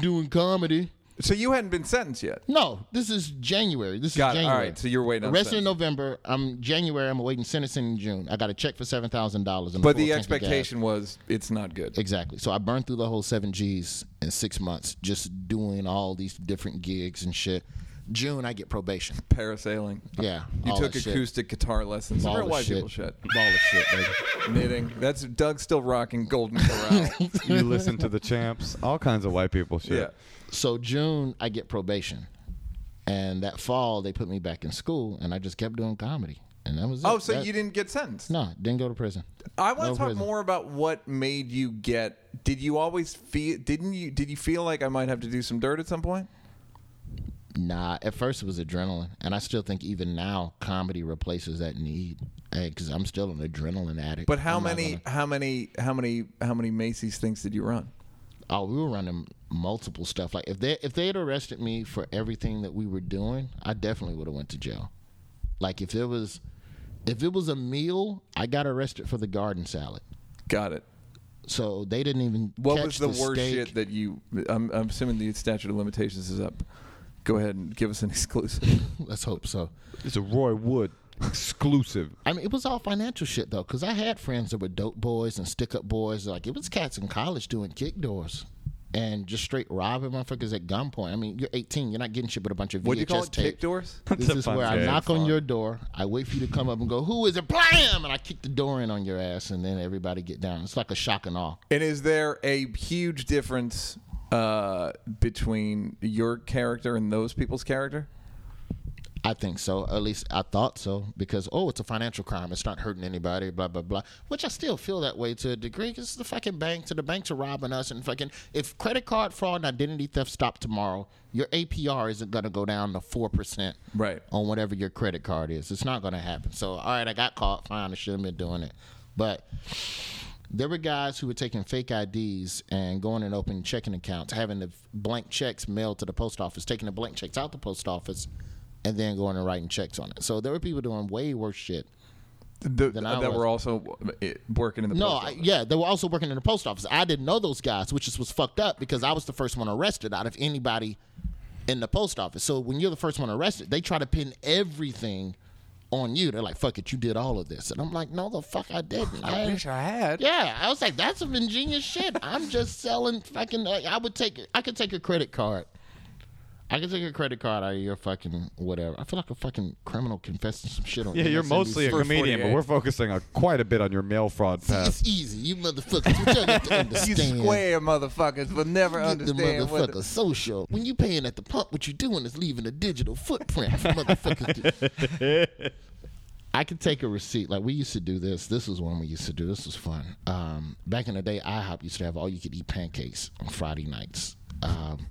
Speaker 7: doing comedy.
Speaker 1: So you hadn't been sentenced yet.
Speaker 7: No, this is January. This
Speaker 1: Got
Speaker 7: is
Speaker 1: it. All
Speaker 7: January.
Speaker 1: right, so you're waiting on
Speaker 7: Arrested in
Speaker 1: sentence.
Speaker 7: November. I'm January. I'm awaiting sentencing in June. I got a check for seven thousand dollars.
Speaker 1: But the expectation was it's not good.
Speaker 7: Exactly. So I burned through the whole seven G's in six months, just doing all these different gigs and shit. June, I get probation.
Speaker 1: Parasailing.
Speaker 7: Yeah,
Speaker 1: You
Speaker 7: all
Speaker 1: took
Speaker 7: that shit.
Speaker 1: acoustic guitar lessons. Some
Speaker 7: Ball
Speaker 1: real
Speaker 7: of
Speaker 1: white
Speaker 7: shit.
Speaker 1: people shit.
Speaker 7: Ball of shit, baby.
Speaker 1: Knitting. That's Doug's still rocking Golden Corral.
Speaker 2: You listen to the champs. All kinds of white people shit.
Speaker 1: yeah.
Speaker 7: So June, I get probation, and that fall they put me back in school, and I just kept doing comedy, and that was it.
Speaker 1: Oh, so
Speaker 7: That-
Speaker 1: you didn't get sentenced?
Speaker 7: No, didn't go to prison.
Speaker 1: I want to talk
Speaker 7: prison.
Speaker 1: more about what made you get. Did you always feel? Didn't you? Did you feel like I might have to do some dirt at some point?
Speaker 7: Nah, at first it was adrenaline, and I still think even now comedy replaces that need, because I'm still an adrenaline addict.
Speaker 1: But how
Speaker 7: I'm not
Speaker 1: many?
Speaker 7: gonna-
Speaker 1: How many? How many? How many Macy's things did you run?
Speaker 7: oh, we were running multiple stuff. Like if they if they had arrested me for everything that we were doing, I definitely would have went to jail. Like if it was, if it was a meal, I got arrested for the garden salad.
Speaker 1: Got it.
Speaker 7: So they didn't even.
Speaker 1: What
Speaker 7: catch
Speaker 1: was the, worst
Speaker 7: steak.
Speaker 1: shit that you? I'm, I'm assuming the statute of limitations is up. Go ahead and give us an exclusive.
Speaker 7: Let's hope so.
Speaker 2: It's a Roy Wood exclusive.
Speaker 7: I mean, it was all financial shit though, because I had friends that were dope boys and stick up boys. Like it was cats in college doing kick doors and just straight robbing motherfuckers at gunpoint. I mean, you're 18, you're not getting shit but a bunch of VHS
Speaker 1: What do you call it?
Speaker 7: tape.
Speaker 1: Kick doors?
Speaker 7: This
Speaker 2: That's
Speaker 7: is
Speaker 2: a fun
Speaker 7: where I
Speaker 2: game.
Speaker 7: knock on your door. I wait for you to come up and go, "Who is it?" Blam, and I kick the door in on your ass, and then everybody get down. It's like a shock and awe.
Speaker 1: And is there a huge difference uh, between your character and those people's character?
Speaker 7: I think so. At least I thought so because oh, it's a financial crime. It's not hurting anybody. Blah blah blah. Which I still feel that way to a degree. Cause the fucking bank, to the banks are robbing us and fucking. If credit card fraud and identity theft stop tomorrow, your APR isn't gonna go down to four percent.
Speaker 1: Right.
Speaker 7: On whatever your credit card is, it's not gonna happen. So all right, I got caught. Fine, I shouldn't have been doing it. But there were guys who were taking fake IDs and going and opening checking accounts, having the blank checks mailed to the post office, taking the blank checks out the post office, and then going and writing checks on it. So there were people doing way worse shit.
Speaker 1: The,
Speaker 7: Than I
Speaker 1: that
Speaker 7: was.
Speaker 1: were also uh, working in the
Speaker 7: No,
Speaker 1: post
Speaker 7: I,
Speaker 1: office.
Speaker 7: yeah, they were also working in the post office. I didn't know those guys, which is was fucked up because I was the first one arrested out of anybody in the post office. So when you're the first one arrested, they try to pin everything on you. They're like, "Fuck it, you did all of this," and I'm like, "No, the fuck, I didn't." I,
Speaker 1: I had.
Speaker 7: Yeah, I was like, that's some ingenious shit. I'm just selling fucking. Like, I would take. I could take a credit card. I could take a credit card out of your fucking whatever. I feel like a fucking criminal confessing some shit on.
Speaker 2: Yeah, you're
Speaker 7: MSNBC.
Speaker 2: mostly a
Speaker 1: First
Speaker 2: comedian, but
Speaker 1: 48.
Speaker 2: we're focusing on quite a bit on your mail fraud past.
Speaker 7: It's easy, you motherfuckers. You're trying to
Speaker 1: You
Speaker 7: understand.
Speaker 1: square motherfuckers will never
Speaker 7: Get the
Speaker 1: understand what.
Speaker 7: motherfucker social. When you paying at the pump, what you doing is leaving a digital footprint for motherfuckers. to- I could take a receipt. Like we used to do this. This was one we used to do. This was fun. Um, back in the day, IHOP used to have all you could eat pancakes on Friday nights. Um,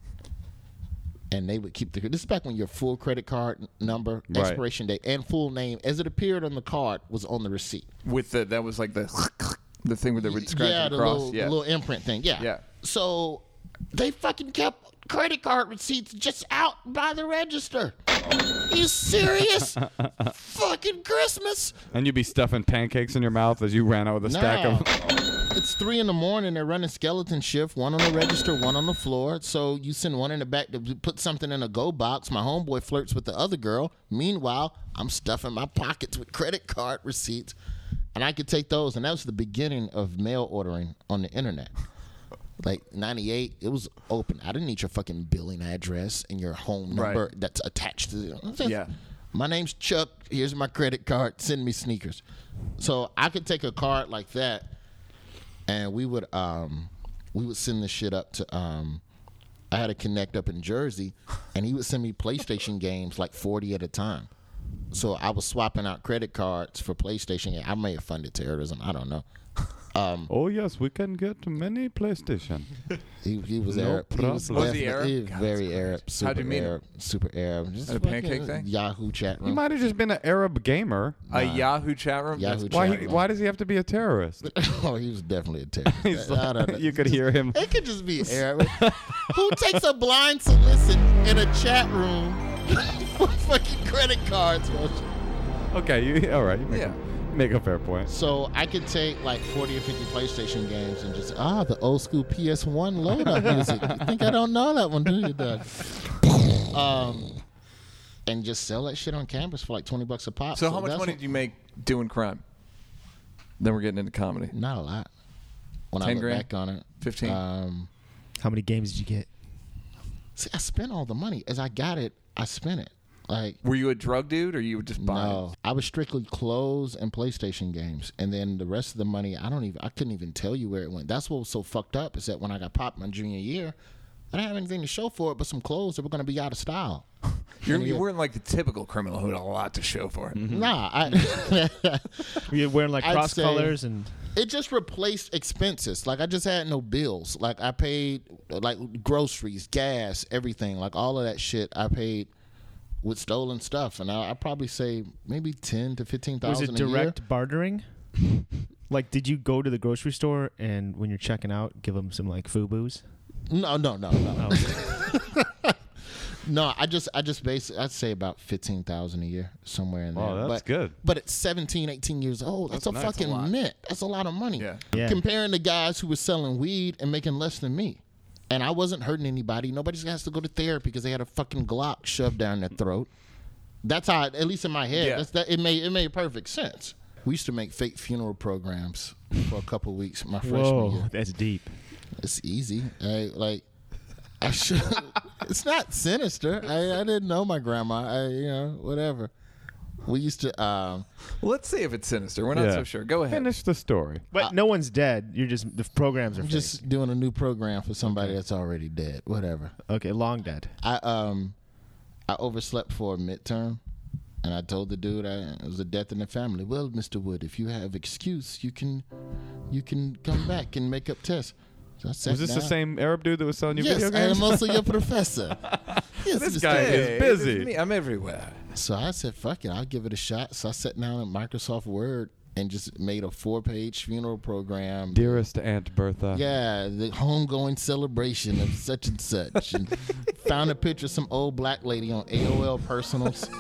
Speaker 7: and they would keep the. This is back when your full credit card n- number,
Speaker 2: Right.
Speaker 7: expiration date, and full name, as it appeared on the card, was on the receipt.
Speaker 1: with the that was like the the thing where they would scratch
Speaker 7: yeah,
Speaker 1: it
Speaker 7: the
Speaker 1: across.
Speaker 7: little,
Speaker 1: yeah,
Speaker 7: the little imprint thing. Yeah.
Speaker 1: Yeah.
Speaker 7: So they fucking kept credit card receipts just out by the register. you serious? fucking Christmas.
Speaker 2: And you'd be stuffing pancakes in your mouth as you ran out with a stack
Speaker 7: No.
Speaker 2: of them.
Speaker 7: It's three in the morning. They're running skeleton shift, one on the register, one on the floor. So you send one in the back to put something in a go box. My homeboy flirts with the other girl. Meanwhile, I'm stuffing my pockets with credit card receipts, and I could take those. And that was the beginning of mail ordering on the internet. Like '98, it was open. I didn't need your fucking billing address and your home
Speaker 1: Right.
Speaker 7: number that's attached to it. Just,
Speaker 1: Yeah.
Speaker 7: my name's Chuck. Here's my credit card. Send me sneakers. So I could take a card like that, and we would um, we would send this shit up to um, I had a connect up in Jersey, and he would send me PlayStation games like forty at a time. So I was swapping out credit cards for PlayStation. I may have funded terrorism. I don't know. Um,
Speaker 2: Oh yes, we can get many PlayStation.
Speaker 7: he, he was
Speaker 2: No
Speaker 7: Arab. He was,
Speaker 2: problem. Was
Speaker 1: he
Speaker 7: definitely-
Speaker 1: Arab?
Speaker 7: He was very Arab. Super
Speaker 1: How'd you meet him?
Speaker 7: Arab. Super Arab. Just
Speaker 1: At a
Speaker 7: fucking
Speaker 1: pancake thing?
Speaker 7: Yahoo chat
Speaker 2: He
Speaker 7: room.
Speaker 2: might have just been an Arab gamer.
Speaker 1: A Yahoo chat room.
Speaker 7: Yahoo
Speaker 2: Why?
Speaker 7: chat
Speaker 2: He,
Speaker 7: room.
Speaker 2: why does he have to be a terrorist?
Speaker 7: oh, he was definitely a terrorist.
Speaker 2: He's
Speaker 7: I don't know.
Speaker 2: like, you could hear him.
Speaker 7: It could just be Arab. Who takes a blind to listen in a chat room for fucking credit cards? bro?
Speaker 2: Okay, you, all right. You make,
Speaker 1: Yeah.
Speaker 2: a, make a fair point.
Speaker 7: So I could take like 40 or 50 PlayStation games and just, ah, the old school PS1 load up music. You think I don't know that one, do you, Doug? um, and just sell that shit on campus for like 20 bucks a pop.
Speaker 1: So how much
Speaker 7: that's
Speaker 1: money
Speaker 7: what-
Speaker 1: did you make doing crime? Then we're getting into comedy.
Speaker 7: Not a lot. When I
Speaker 1: 10
Speaker 7: look
Speaker 1: grand?
Speaker 7: back on it,
Speaker 1: 15?
Speaker 7: Um,
Speaker 3: How many games did you get?
Speaker 7: see, I spent all the money. As I got it, I spent it. Like,
Speaker 1: Were you a drug dude or you were just buying?
Speaker 7: No, I was strictly clothes and PlayStation games, and then the rest of the money, I don't even, I couldn't even tell you where it went. That's what was so fucked up is that when I got popped my junior year, I didn't have anything to show for it but some clothes that were gonna be out of style.
Speaker 1: You're, you weren't like the typical criminal who had a lot to show for it.
Speaker 2: Mm-hmm.
Speaker 7: Nah, I,
Speaker 3: Were you wearing like
Speaker 7: I'd
Speaker 3: cross
Speaker 7: say-
Speaker 3: colors and
Speaker 7: it just replaced expenses. Like I just had no bills. Like I paid like groceries, gas, everything, like all of that shit. I paid with stolen stuff, and I, I probably say maybe ten to fifteen
Speaker 3: was
Speaker 7: thousand.
Speaker 3: it
Speaker 7: a year.
Speaker 3: direct bartering? like, did you go to the grocery store and when you're checking out, give them some like FUBUs?
Speaker 7: No, no, no, no.
Speaker 2: Oh.
Speaker 7: no, I just, I just basically, I'd say about fifteen thousand a year, somewhere in there.
Speaker 2: Wow, that's
Speaker 7: but,
Speaker 2: good.
Speaker 7: But at 17, 18 years old, that's, a
Speaker 2: nice.
Speaker 7: fucking
Speaker 1: That's a lot.
Speaker 7: mint. That's a lot of money.
Speaker 1: Yeah.
Speaker 3: Yeah.
Speaker 7: Comparing the guys who were selling weed and making less than me. And I wasn't hurting anybody. Nobody has to go to therapy because they had a fucking Glock shoved down their throat. That's how, at least in my head,
Speaker 1: Yeah.
Speaker 7: that's, that it made it made perfect sense. We used to make fake funeral programs for a couple weeks my freshman year.
Speaker 3: Oh, that's deep.
Speaker 7: It's easy. I like. I should. it's not sinister. I, I didn't know my grandma. I you know whatever. We used to. Um,
Speaker 1: Well, let's see if it's sinister. We're not
Speaker 2: Yeah.
Speaker 1: so sure. Go ahead.
Speaker 2: Finish the story.
Speaker 3: But no one's dead. You're just the programs are just
Speaker 7: just doing a new program for somebody that's already dead. Whatever.
Speaker 3: okay, long dead.
Speaker 7: I um, I overslept for a midterm, and I told the dude I, it was a death in the family. Well, Mister Wood, if you have excuse, you can, you can come back and make up tests. So I sat
Speaker 2: Was this the
Speaker 7: down.
Speaker 2: same Arab dude that was selling you
Speaker 7: Yes,
Speaker 2: video
Speaker 7: I am
Speaker 2: games?
Speaker 7: also your professor. Yes,
Speaker 2: This
Speaker 7: Mr.
Speaker 2: guy
Speaker 7: Wood.
Speaker 2: is
Speaker 1: it's
Speaker 2: busy.
Speaker 1: me. I'm everywhere.
Speaker 7: So I said, fuck it, I'll give it a shot. So I sat down in Microsoft Word and just made a four page funeral program.
Speaker 2: Dearest Aunt Bertha.
Speaker 7: Yeah, the homegoing celebration of such and such. And found a picture of some old black lady on AOL Personals.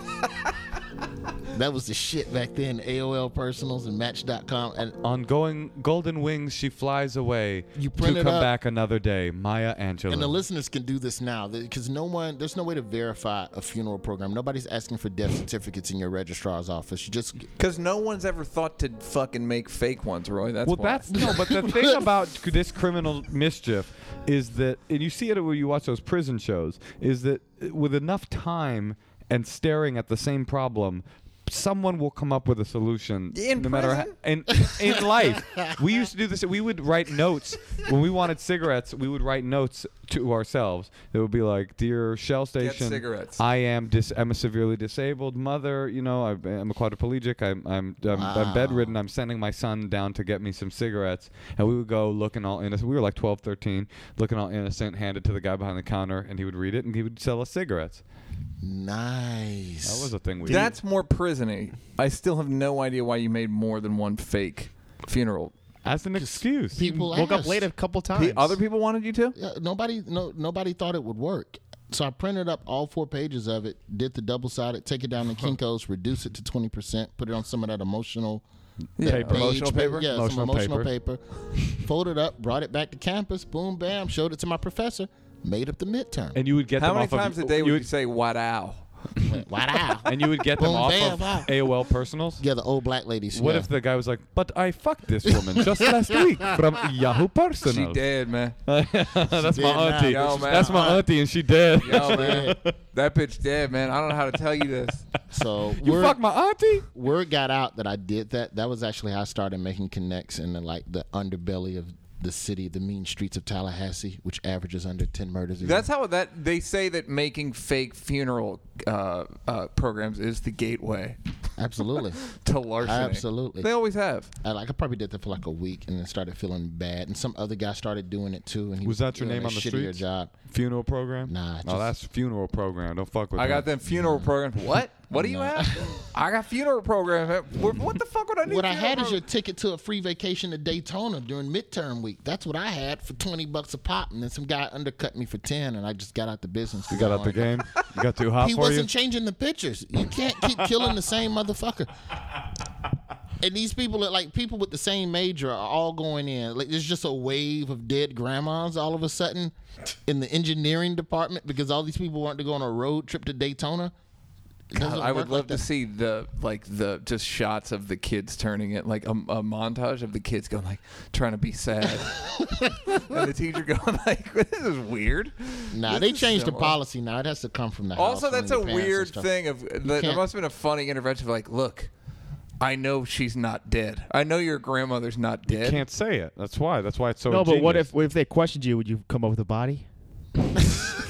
Speaker 7: that was the shit back then, AOL Personals and Match.com. And
Speaker 2: On going golden wings, she flies away
Speaker 7: You
Speaker 2: to
Speaker 7: print it
Speaker 2: come
Speaker 7: up.
Speaker 2: back another day. Maya Angelou.
Speaker 7: And the listeners can do this now because no one, there's no way to verify a funeral program. Nobody's asking for death certificates in your registrar's office. You just
Speaker 1: Because no one's ever thought to fucking make fake ones, Roy. That's
Speaker 2: well,
Speaker 1: why.
Speaker 2: that's no. But the thing about c- this criminal mischief is that, and you see it when you watch those prison shows, is that uh, with enough time and staring at the same problem. Someone will come up with a solution,
Speaker 1: In
Speaker 2: no matter how,
Speaker 1: prison?
Speaker 2: in in life. We used to do this. We would write notes when we wanted cigarettes. We would write notes to ourselves. It would be like, "Dear Shell Station,
Speaker 1: cigarettes."
Speaker 2: I am dis- I'm a severely disabled mother. You know, I'm, I'm a quadriplegic. I'm I'm, I'm, I'm
Speaker 7: Wow.
Speaker 2: bedridden. I'm sending my son down to get me some cigarettes. And we would go looking all innocent. We were like 12, 13, looking all innocent, handed to the guy behind the counter, and he would read it and he would sell us cigarettes.
Speaker 7: Nice.
Speaker 2: That was a thing we
Speaker 1: That's more prisony. I still have no idea why you made more than one fake funeral.
Speaker 2: as an excuse.
Speaker 7: people
Speaker 3: Woke up
Speaker 7: asked.
Speaker 3: late a couple times.
Speaker 1: Pe- Other people wanted you to?
Speaker 7: Yeah, nobody, no, nobody thought it would work. So I printed up all four pages of it, did the double sided, take it down to Kinkos, reduce it to twenty percent, put it on some of that emotional
Speaker 1: Yeah.
Speaker 2: Paper.
Speaker 7: page,
Speaker 2: Emotional paper?
Speaker 7: yeah,
Speaker 2: Emotional
Speaker 7: some emotional paper. Folded up, brought it back to campus, boom, bam, showed it to my professor, made up the midterm.
Speaker 2: and you would get
Speaker 1: How
Speaker 2: them
Speaker 1: many
Speaker 2: off of-
Speaker 1: times a day would
Speaker 2: you
Speaker 1: you say, wow?
Speaker 7: wow.
Speaker 2: and you would get them
Speaker 7: Boom,
Speaker 2: off
Speaker 7: bam,
Speaker 2: of
Speaker 7: wow.
Speaker 2: AOL personals.
Speaker 7: yeah, the old black ladies.
Speaker 2: What
Speaker 7: yeah.
Speaker 2: if the guy was like, "But I fucked this woman just last week from Yahoo
Speaker 1: She
Speaker 2: Personal"?
Speaker 1: dead, man.
Speaker 2: That's
Speaker 7: She
Speaker 2: my
Speaker 7: did not.
Speaker 2: auntie.
Speaker 1: Yo, man.
Speaker 2: That's my auntie, and she dead.
Speaker 1: Yo, Oh, man. that bitch dead, man. I don't know how to tell you this.
Speaker 7: so
Speaker 2: You
Speaker 7: word,
Speaker 2: fuck my auntie?
Speaker 7: word got out that I did that. That was actually how I started making connects in the, like the underbelly of the city, the mean streets of Tallahassee, which averages under ten murders. A year.
Speaker 1: That's how that they say that making fake funeral uh, uh, programs is the gateway
Speaker 7: Absolutely.
Speaker 1: to larceny.
Speaker 7: Absolutely.
Speaker 1: They always have.
Speaker 7: I, like I probably did that for like a week, and then started feeling bad. And some other guy started doing it too, and he
Speaker 2: Was that your
Speaker 7: doing
Speaker 2: name
Speaker 7: a
Speaker 2: on the
Speaker 7: shittier
Speaker 2: streets?
Speaker 7: job.
Speaker 2: Funeral program?
Speaker 7: Nah,
Speaker 2: no,
Speaker 7: just-
Speaker 2: that's funeral program. Don't fuck with.
Speaker 1: I
Speaker 2: that.
Speaker 1: got them funeral programs. What? What do you have? I got funeral programs. What what the fuck would I need?
Speaker 7: What I
Speaker 1: funeral
Speaker 7: had is
Speaker 1: programs?
Speaker 7: your ticket to a free vacation to Daytona during midterm week. That's what I had for twenty bucks a pop, and then some guy undercut me for ten, and I just got out the business.
Speaker 2: You got out the game. You got too hot
Speaker 7: He
Speaker 2: for
Speaker 7: wasn't
Speaker 2: you.
Speaker 7: changing the pictures. You can't keep killing the same motherfucker. And these people are like people with the same major are all going in. Like there's just a wave of dead grandmas all of a sudden in the engineering department because all these people want to go on a road trip to Daytona. It doesn't
Speaker 1: I would
Speaker 7: work like
Speaker 1: love to
Speaker 7: that.
Speaker 1: see the like the just shots of the kids turning it like a, a montage of the kids going like trying to be sad, and the teacher going like this is weird.
Speaker 7: Nah,
Speaker 1: This
Speaker 7: they
Speaker 1: is
Speaker 7: changed the
Speaker 1: similar.
Speaker 7: policy now. It has to come from the
Speaker 1: Also,
Speaker 7: house and
Speaker 1: that's
Speaker 7: the
Speaker 1: a
Speaker 7: parents and
Speaker 1: weird
Speaker 7: stuff.
Speaker 1: thing of there
Speaker 7: can't-
Speaker 1: must have been a funny intervention of like look, I know she's not dead. I know your grandmother's not dead.
Speaker 2: Can't say it. That's why. That's why it's so.
Speaker 3: No, but what
Speaker 2: ingenious.
Speaker 3: if if they questioned you? Would you come up with a body?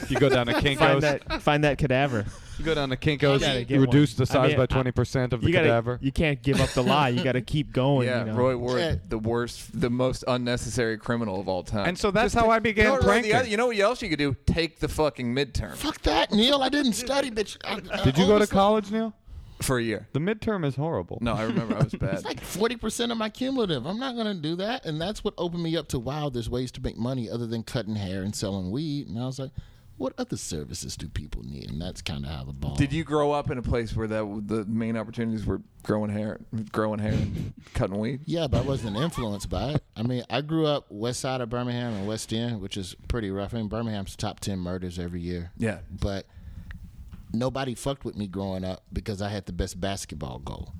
Speaker 2: you go down to
Speaker 3: Find
Speaker 2: Kinkos?
Speaker 3: that find that cadaver.
Speaker 2: You go down to
Speaker 7: gotta
Speaker 2: Kinkos.
Speaker 7: get
Speaker 2: You reduce
Speaker 3: one.
Speaker 2: the
Speaker 3: I
Speaker 2: size
Speaker 3: mean,
Speaker 2: by
Speaker 3: I-
Speaker 2: twenty percent of the
Speaker 3: you gotta
Speaker 2: cadaver.
Speaker 3: you can't give up the lie. You got to keep going.
Speaker 1: Yeah,
Speaker 3: you know?
Speaker 1: Roy Ward,
Speaker 7: Yeah.
Speaker 1: the worst, the most unnecessary criminal of all time.
Speaker 2: And so that's how I
Speaker 1: you know,
Speaker 2: began
Speaker 1: what, Roy, the
Speaker 2: pranking.
Speaker 1: other- you know what else you could do? Take the fucking midterm
Speaker 7: Fuck that, Neil. I didn't study, bitch. I- I
Speaker 2: Did you go to
Speaker 7: overslept.
Speaker 2: college, Neil?
Speaker 1: for a year.
Speaker 2: The midterm is horrible.
Speaker 1: No, I remember I was bad.
Speaker 7: It's like forty percent of my cumulative. I'm not gonna do that, and that's what opened me up to wow. There's ways to make money other than cutting hair and selling weed. And I was like, what other services do people need? And that's kind of how the ball.
Speaker 1: Did you grow up in a place where that the main opportunities were growing hair, growing hair, and cutting weed?
Speaker 7: Yeah, but I wasn't influenced by it. I mean, I grew up west side of Birmingham and West End, which is pretty rough. I mean, Birmingham's top ten murders every year.
Speaker 1: Yeah.
Speaker 7: but nobody fucked with me growing up because I had the best basketball goal.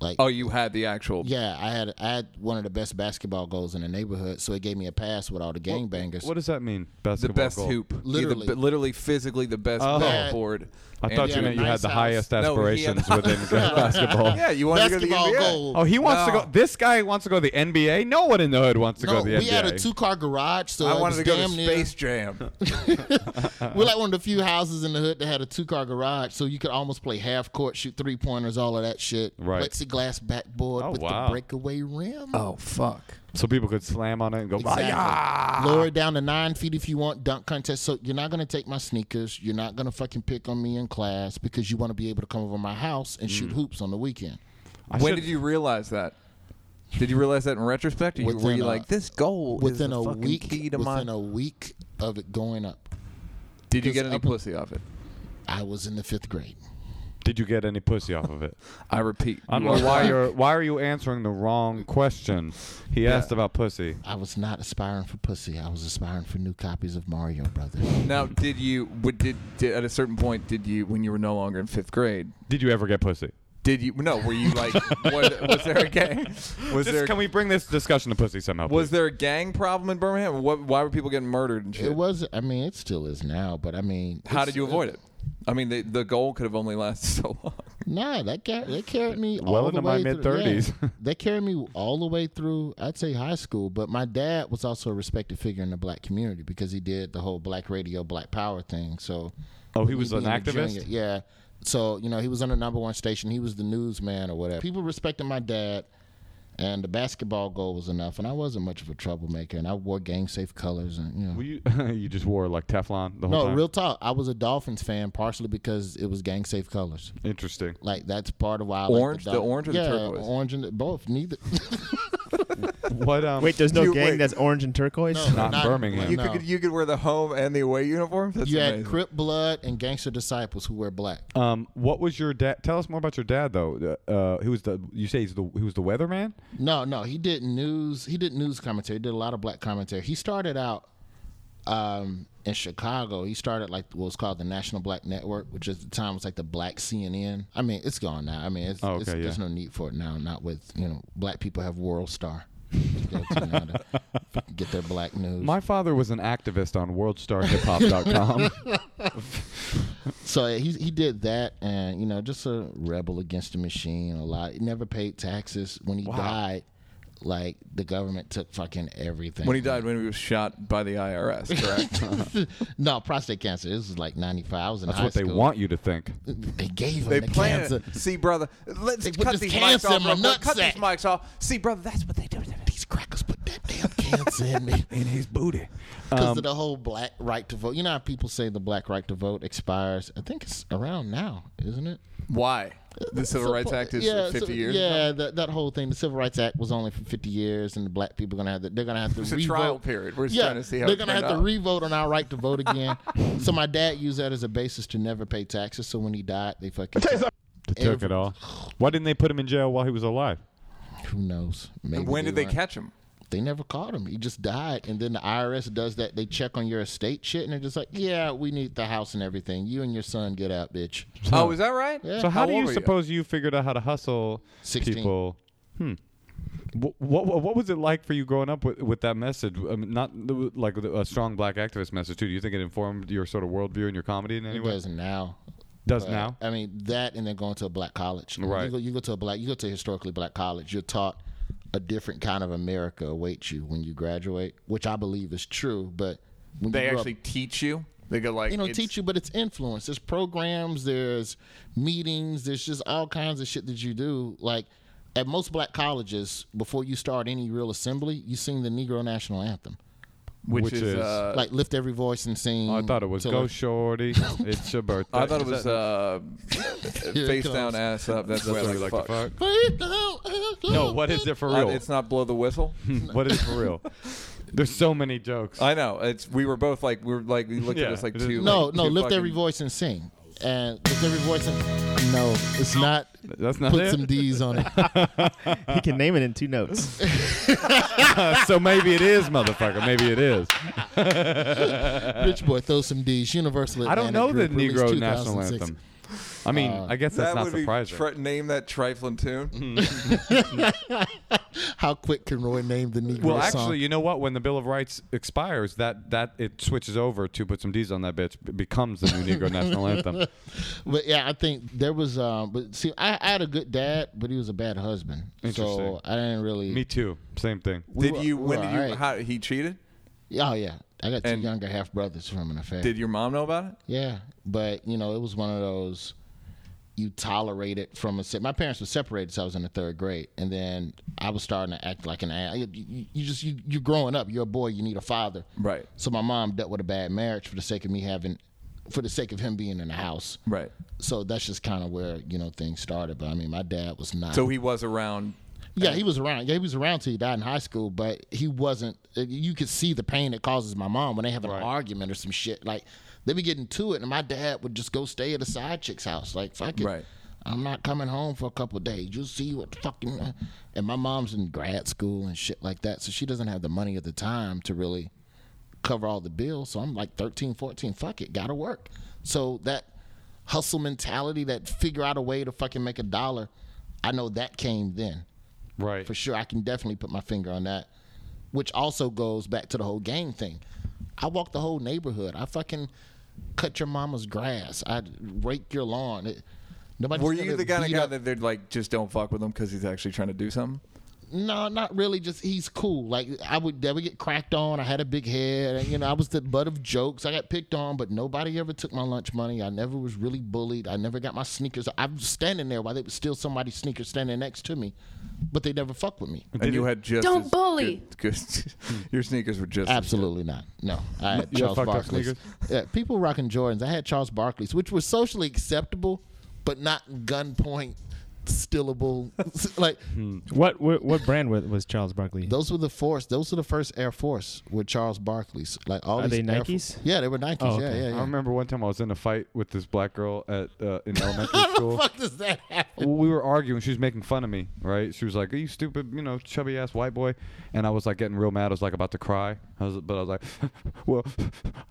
Speaker 7: Like,
Speaker 1: Oh, you had the actual.
Speaker 7: yeah, I had I had one of the best basketball goals in the neighborhood, so it gave me a pass with all the gangbangers.
Speaker 2: What does that mean?
Speaker 1: The
Speaker 2: Basketball
Speaker 1: best
Speaker 2: goal.
Speaker 1: hoop, You're the
Speaker 7: Literally.
Speaker 1: b- literally, physically the best
Speaker 2: Oh.
Speaker 1: ball board.
Speaker 2: I
Speaker 1: And-
Speaker 2: thought you
Speaker 7: Yeah,
Speaker 2: meant you
Speaker 7: nice
Speaker 2: had the
Speaker 7: house.
Speaker 2: highest
Speaker 1: No, he had-
Speaker 2: aspirations within basketball.
Speaker 1: Yeah, you wanted to go to the
Speaker 7: basketball
Speaker 1: NBA.
Speaker 7: goal.
Speaker 2: Oh, he wants to
Speaker 1: No.
Speaker 2: go. This guy wants to go to the NBA. No one in the hood wants to go
Speaker 7: no,
Speaker 2: to the NBA.
Speaker 7: we had a two-car garage, so
Speaker 1: I
Speaker 7: it
Speaker 1: wanted to
Speaker 7: was
Speaker 1: go to
Speaker 7: damn near-
Speaker 1: Space Jam.
Speaker 7: We're like one of the few houses in the hood that had a two-car garage, so you could almost play half court, shoot three pointers, all of that shit.
Speaker 2: Right.
Speaker 7: Plexiglass backboard
Speaker 2: Oh,
Speaker 7: with
Speaker 2: wow.
Speaker 7: the breakaway rim.
Speaker 1: oh fuck!
Speaker 2: so people could slam on it and go.
Speaker 7: Exactly.
Speaker 2: "Ah, yeah."
Speaker 7: Lower it down to nine feet if you want dunk contest. So you're not gonna take my sneakers. You're not gonna fucking pick on me in class because you want to be able to come over my house and
Speaker 2: Mm.
Speaker 7: shoot hoops on the weekend.
Speaker 1: when
Speaker 2: should-
Speaker 1: did you realize that? Did you realize that in retrospect? Or you, were
Speaker 7: Within
Speaker 1: you
Speaker 7: a-
Speaker 1: like this goal
Speaker 7: Within
Speaker 1: is
Speaker 7: a
Speaker 1: the fucking
Speaker 7: week,
Speaker 1: key to
Speaker 7: within
Speaker 1: mine?
Speaker 7: a week of it going up,
Speaker 1: Did you
Speaker 7: because
Speaker 1: get any
Speaker 7: up-
Speaker 1: pussy off it?
Speaker 7: I was in the fifth grade.
Speaker 2: Did you get any pussy off of it?
Speaker 1: I repeat,
Speaker 2: I don't
Speaker 1: you are
Speaker 2: know why you're. Why are you answering the wrong question? He asked about pussy.
Speaker 7: I was not aspiring for pussy. I was aspiring for new copies of Mario Brothers.
Speaker 1: Now, did you? would- Did, did at a certain point? Did you when you were no longer in fifth grade?
Speaker 2: Did you ever get pussy?
Speaker 1: Did you? No, were you like? was, was there a gang? Was
Speaker 2: This-
Speaker 1: there?
Speaker 2: can we bring this discussion to pussy somehow?
Speaker 1: was
Speaker 2: please?
Speaker 1: there a gang problem in Birmingham? What, why were people getting murdered and shit?
Speaker 7: It was. I mean, it still is now. But I mean,
Speaker 1: How
Speaker 7: it's-
Speaker 1: did you avoid it? I mean, the, the goal could have only lasted so long.
Speaker 7: Nah, that car- they carried me
Speaker 2: Well
Speaker 7: all
Speaker 2: into
Speaker 7: the
Speaker 2: my
Speaker 7: way through-
Speaker 2: mid-thirties.
Speaker 7: yeah. they carried me all the way through. I'd say high school. But my dad was also a respected figure in the black community because he did the whole black radio, black power thing. So,
Speaker 2: Oh, he
Speaker 7: with
Speaker 2: was
Speaker 7: me
Speaker 2: an
Speaker 7: being a
Speaker 2: activist?
Speaker 7: junior- yeah. So you know, he was on the number one station. He was the newsman or whatever. People respected my dad. And the basketball goal was enough, and I wasn't much of a troublemaker, and I wore gang-safe colors, and you know.
Speaker 2: Were you, you just wore like Teflon the whole
Speaker 7: No,
Speaker 2: time.
Speaker 7: real talk. I was a Dolphins fan partially because it was gang safe colors.
Speaker 2: Interesting.
Speaker 7: Like that's part of why I
Speaker 1: Orange?
Speaker 7: like
Speaker 1: The orange or the
Speaker 7: yeah,
Speaker 1: turquoise?
Speaker 7: orange and the, both. Neither.
Speaker 2: What? Um,
Speaker 3: Wait, there's no
Speaker 1: You-
Speaker 3: gang
Speaker 1: wait.
Speaker 3: that's orange and turquoise.
Speaker 2: not, in Birmingham.
Speaker 1: You
Speaker 7: No.
Speaker 1: could you could wear the home and the away uniforms. That's
Speaker 7: you had
Speaker 1: amazing.
Speaker 7: Crip Blood and Gangster Disciples who wear black.
Speaker 2: Um, what was your dad? Tell us more about your dad, though. Uh, uh, he was the you say he's the he was the weatherman.
Speaker 7: No, no, he did news. He did news commentary. He did a lot of black commentary. He started out um, in Chicago. He started like what was called the National Black Network, which at the time was like the Black CNN. I mean, it's gone now. I mean, it's,
Speaker 2: Oh,
Speaker 7: it's
Speaker 2: okay, yeah.
Speaker 7: there's no need for it now. Not with you know, black people have World Star. to go to now to Get their black news.
Speaker 2: My father was an activist on WorldStarHipHop.com.
Speaker 7: So he he did that, and you know, just a rebel against the machine. A lot. He never paid taxes when he died. like the government took fucking everything.
Speaker 1: When he died, when he was shot by the IRS, correct?
Speaker 7: no, prostate cancer. This was like 95. I was in
Speaker 2: That's
Speaker 7: high
Speaker 2: what they
Speaker 7: school.
Speaker 2: want you to think.
Speaker 7: They gave him
Speaker 1: They
Speaker 7: the
Speaker 1: planned
Speaker 7: cancer.
Speaker 1: it. See, brother, let's
Speaker 7: They put
Speaker 1: cut
Speaker 7: this
Speaker 1: these mics
Speaker 7: cancer in
Speaker 1: off.
Speaker 7: my
Speaker 1: real quick. Cut
Speaker 7: nutsack.
Speaker 1: these mics off. See, brother, that's what they do. to me.
Speaker 7: These crackers put that damn cancer in me.
Speaker 2: In Um, his booty.
Speaker 7: Because of the whole black right to vote. You know how people say the black right to vote expires? I think it's around now, isn't it?
Speaker 1: Why? The Civil
Speaker 7: So-
Speaker 1: Rights Act is
Speaker 7: Uh, yeah,
Speaker 1: 50
Speaker 7: so-
Speaker 1: years.
Speaker 7: Yeah, that, that whole thing. The Civil Rights Act was only for 50 years, and the black people gonna have to, they're gonna have to
Speaker 1: It's a
Speaker 7: revote.
Speaker 1: trial period. We're just
Speaker 7: yeah,
Speaker 1: trying to see how
Speaker 7: they're
Speaker 1: it
Speaker 7: gonna
Speaker 1: turned
Speaker 7: have to
Speaker 1: out.
Speaker 7: revote on our right to vote again. so my dad used that as a basis to never pay taxes. So when he died, they fucking
Speaker 2: They took it all. Why didn't they put him in jail while he was alive?
Speaker 7: who knows? Maybe
Speaker 1: And when did they
Speaker 7: weren't.
Speaker 1: catch him?
Speaker 7: They never caught him. He just died, and then the IRS does that. They check on your estate shit, and they're just like, "Yeah, we need the house and everything. You and your son get out, bitch."
Speaker 1: Oh, is that right?
Speaker 7: Yeah.
Speaker 2: So how, do
Speaker 1: old
Speaker 2: you
Speaker 1: were
Speaker 2: suppose you figured out how to hustle
Speaker 7: 16.
Speaker 2: people? Hmm. What, what what was it like for you growing up with, with that message? I mean, not the, like the- a strong black activist message too. Do you think it informed your sort of worldview and your comedy in any
Speaker 7: It
Speaker 2: way?
Speaker 7: does now.
Speaker 2: Does
Speaker 7: But,
Speaker 2: now?
Speaker 7: I mean that, and then going to a black college.
Speaker 2: Right.
Speaker 7: You go, you go to a black. You go to a historically black college. You're taught a different kind of America awaits you when you graduate, which I believe is true. But when
Speaker 1: They
Speaker 7: you grow
Speaker 1: actually
Speaker 7: up,
Speaker 1: teach you. They go like
Speaker 7: they don't
Speaker 1: it's-
Speaker 7: teach you, but it's influence. There's programs, there's meetings, there's just all kinds of shit that you do. Like at most black colleges, before you start any real assembly, you sing the Negro National Anthem.
Speaker 1: which,
Speaker 2: which
Speaker 1: is.
Speaker 2: is-
Speaker 1: uh,
Speaker 7: Like lift every voice and sing.
Speaker 2: Oh, I thought it was
Speaker 7: till
Speaker 2: go shorty. it's your birthday.
Speaker 1: I thought it
Speaker 2: Is
Speaker 1: was
Speaker 2: that-
Speaker 1: uh,
Speaker 7: Here it
Speaker 1: face
Speaker 7: comes.
Speaker 1: down, ass up. That's the way I
Speaker 2: what
Speaker 1: like,
Speaker 2: we
Speaker 1: to
Speaker 2: like to
Speaker 1: fuck.
Speaker 2: fuck. No, what is it for
Speaker 1: Uh,
Speaker 2: real?
Speaker 1: it's not blow the whistle.
Speaker 2: what is it for real? There's so many jokes.
Speaker 1: I know. It's we were both like we were like we looked at
Speaker 2: Yeah,
Speaker 1: us like
Speaker 2: it is-
Speaker 1: two.
Speaker 7: No,
Speaker 1: like,
Speaker 7: no,
Speaker 1: two
Speaker 7: lift
Speaker 1: fucking-
Speaker 7: every voice and sing. And lift every voice and no, it's not.
Speaker 2: That's not
Speaker 7: Put
Speaker 2: it.
Speaker 7: some D's on it.
Speaker 3: He can name it in two notes.
Speaker 2: so maybe it is, motherfucker. Maybe it is.
Speaker 7: Rich boy, throw some D's. Universal.
Speaker 2: I don't
Speaker 7: Atlantic
Speaker 2: know the
Speaker 7: Group, released
Speaker 2: Negro national
Speaker 7: 2006.
Speaker 2: anthem. I mean, I guess that's
Speaker 1: That
Speaker 2: not
Speaker 1: would be
Speaker 2: surprising. Mm-hmm.
Speaker 1: tri- name that trifling tune.
Speaker 7: How quick can Roy name the Negro
Speaker 2: Well,
Speaker 7: song?
Speaker 2: actually, you know what? When the Bill of Rights expires, that that it switches over to put some D's on that bitch it becomes the new Negro national anthem.
Speaker 7: But yeah, I think there was. Um, but see, I, I had a good dad, but he was a bad husband.
Speaker 2: Interesting.
Speaker 7: So I didn't really.
Speaker 2: Me too. Same thing.
Speaker 1: Did
Speaker 7: were-
Speaker 1: you?
Speaker 7: we
Speaker 1: When
Speaker 7: were
Speaker 1: did you?
Speaker 7: alright.
Speaker 1: How he cheated?
Speaker 7: Oh yeah, I got two
Speaker 1: And-
Speaker 7: younger half brothers from an affair.
Speaker 1: Did your mom know about it?
Speaker 7: Yeah, but you know, it was one of those you tolerate it from a. se- My parents were separated, so I was in the third grade, and then I was starting to act like an ass. You, you- you just you, you're growing up. You're a boy. You need a father.
Speaker 1: Right.
Speaker 7: So my mom dealt with a bad marriage for the sake of me having, for the sake of him being in the house.
Speaker 1: Right.
Speaker 7: So that's just kind of where you know things started. But I mean, my dad was not.
Speaker 1: So he was around.
Speaker 7: Yeah, he was around. Yeah, he was around till he died in high school, but he wasn't. uh, You could see the pain it causes my mom when they have an argument or some shit. Like they be getting to it, and my dad would just go stay at a side chick's house. Like fuck it,
Speaker 1: Right.
Speaker 7: I'm not coming home for a couple of days. You'll see what the fucking. And my mom's in grad school and shit like that, so she doesn't have the money at the time to really cover all the bills. So I'm like 13, 14. Fuck it, gotta work. So that hustle mentality, that figure out a way to fucking make a dollar, I know that came then
Speaker 2: Right.
Speaker 7: for sure. I can definitely put my finger on that, which also goes back to the whole gang thing. I walked the whole neighborhood. I fucking cut your mama's grass. I rake your lawn. It, nobody's
Speaker 1: Were you
Speaker 7: gonna
Speaker 1: the kind of
Speaker 7: beat
Speaker 1: guy
Speaker 7: up-
Speaker 1: that they're like just don't fuck with him because he's actually trying to do something?
Speaker 7: No, not really. Just he's cool. Like I would never get cracked on. I had a big head. And, you know, I was the butt of jokes. I got picked on, but nobody ever took my lunch money. I never was really bullied. I never got my sneakers. I was standing there while they was still somebody's sneakers standing next to me, but they never fucked with me.
Speaker 1: and you had just
Speaker 11: Don't
Speaker 1: as
Speaker 11: bully.
Speaker 1: Good, good-
Speaker 2: Hmm.
Speaker 1: your sneakers were just as
Speaker 7: Absolutely not. No, I had Charles
Speaker 2: fucked up
Speaker 7: Barkley's. Yeah, people rocking Jordans. I had Charles Barkley's, which were socially acceptable, but not gunpoint stillable. like
Speaker 2: Hmm.
Speaker 3: what, what what brand wa- was Charles Barkley?
Speaker 7: those were the force. Those were the first Air Force with Charles Barkley's. Like all
Speaker 3: Are
Speaker 7: these
Speaker 3: they
Speaker 7: Air Fo-
Speaker 3: Nikes?
Speaker 7: yeah, they were Nikes.
Speaker 3: Oh,
Speaker 7: Yeah,
Speaker 3: okay.
Speaker 7: yeah,
Speaker 2: I
Speaker 7: yeah.
Speaker 2: remember one time I was in a fight with this black girl at uh, in elementary school.
Speaker 7: Fuck does that happen?
Speaker 2: Well, we were arguing. She was making fun of me, right? She was like, "Are you stupid? You know, chubby ass white boy." And I was like getting real mad. I was like about to cry. I was, but I was like, "Well,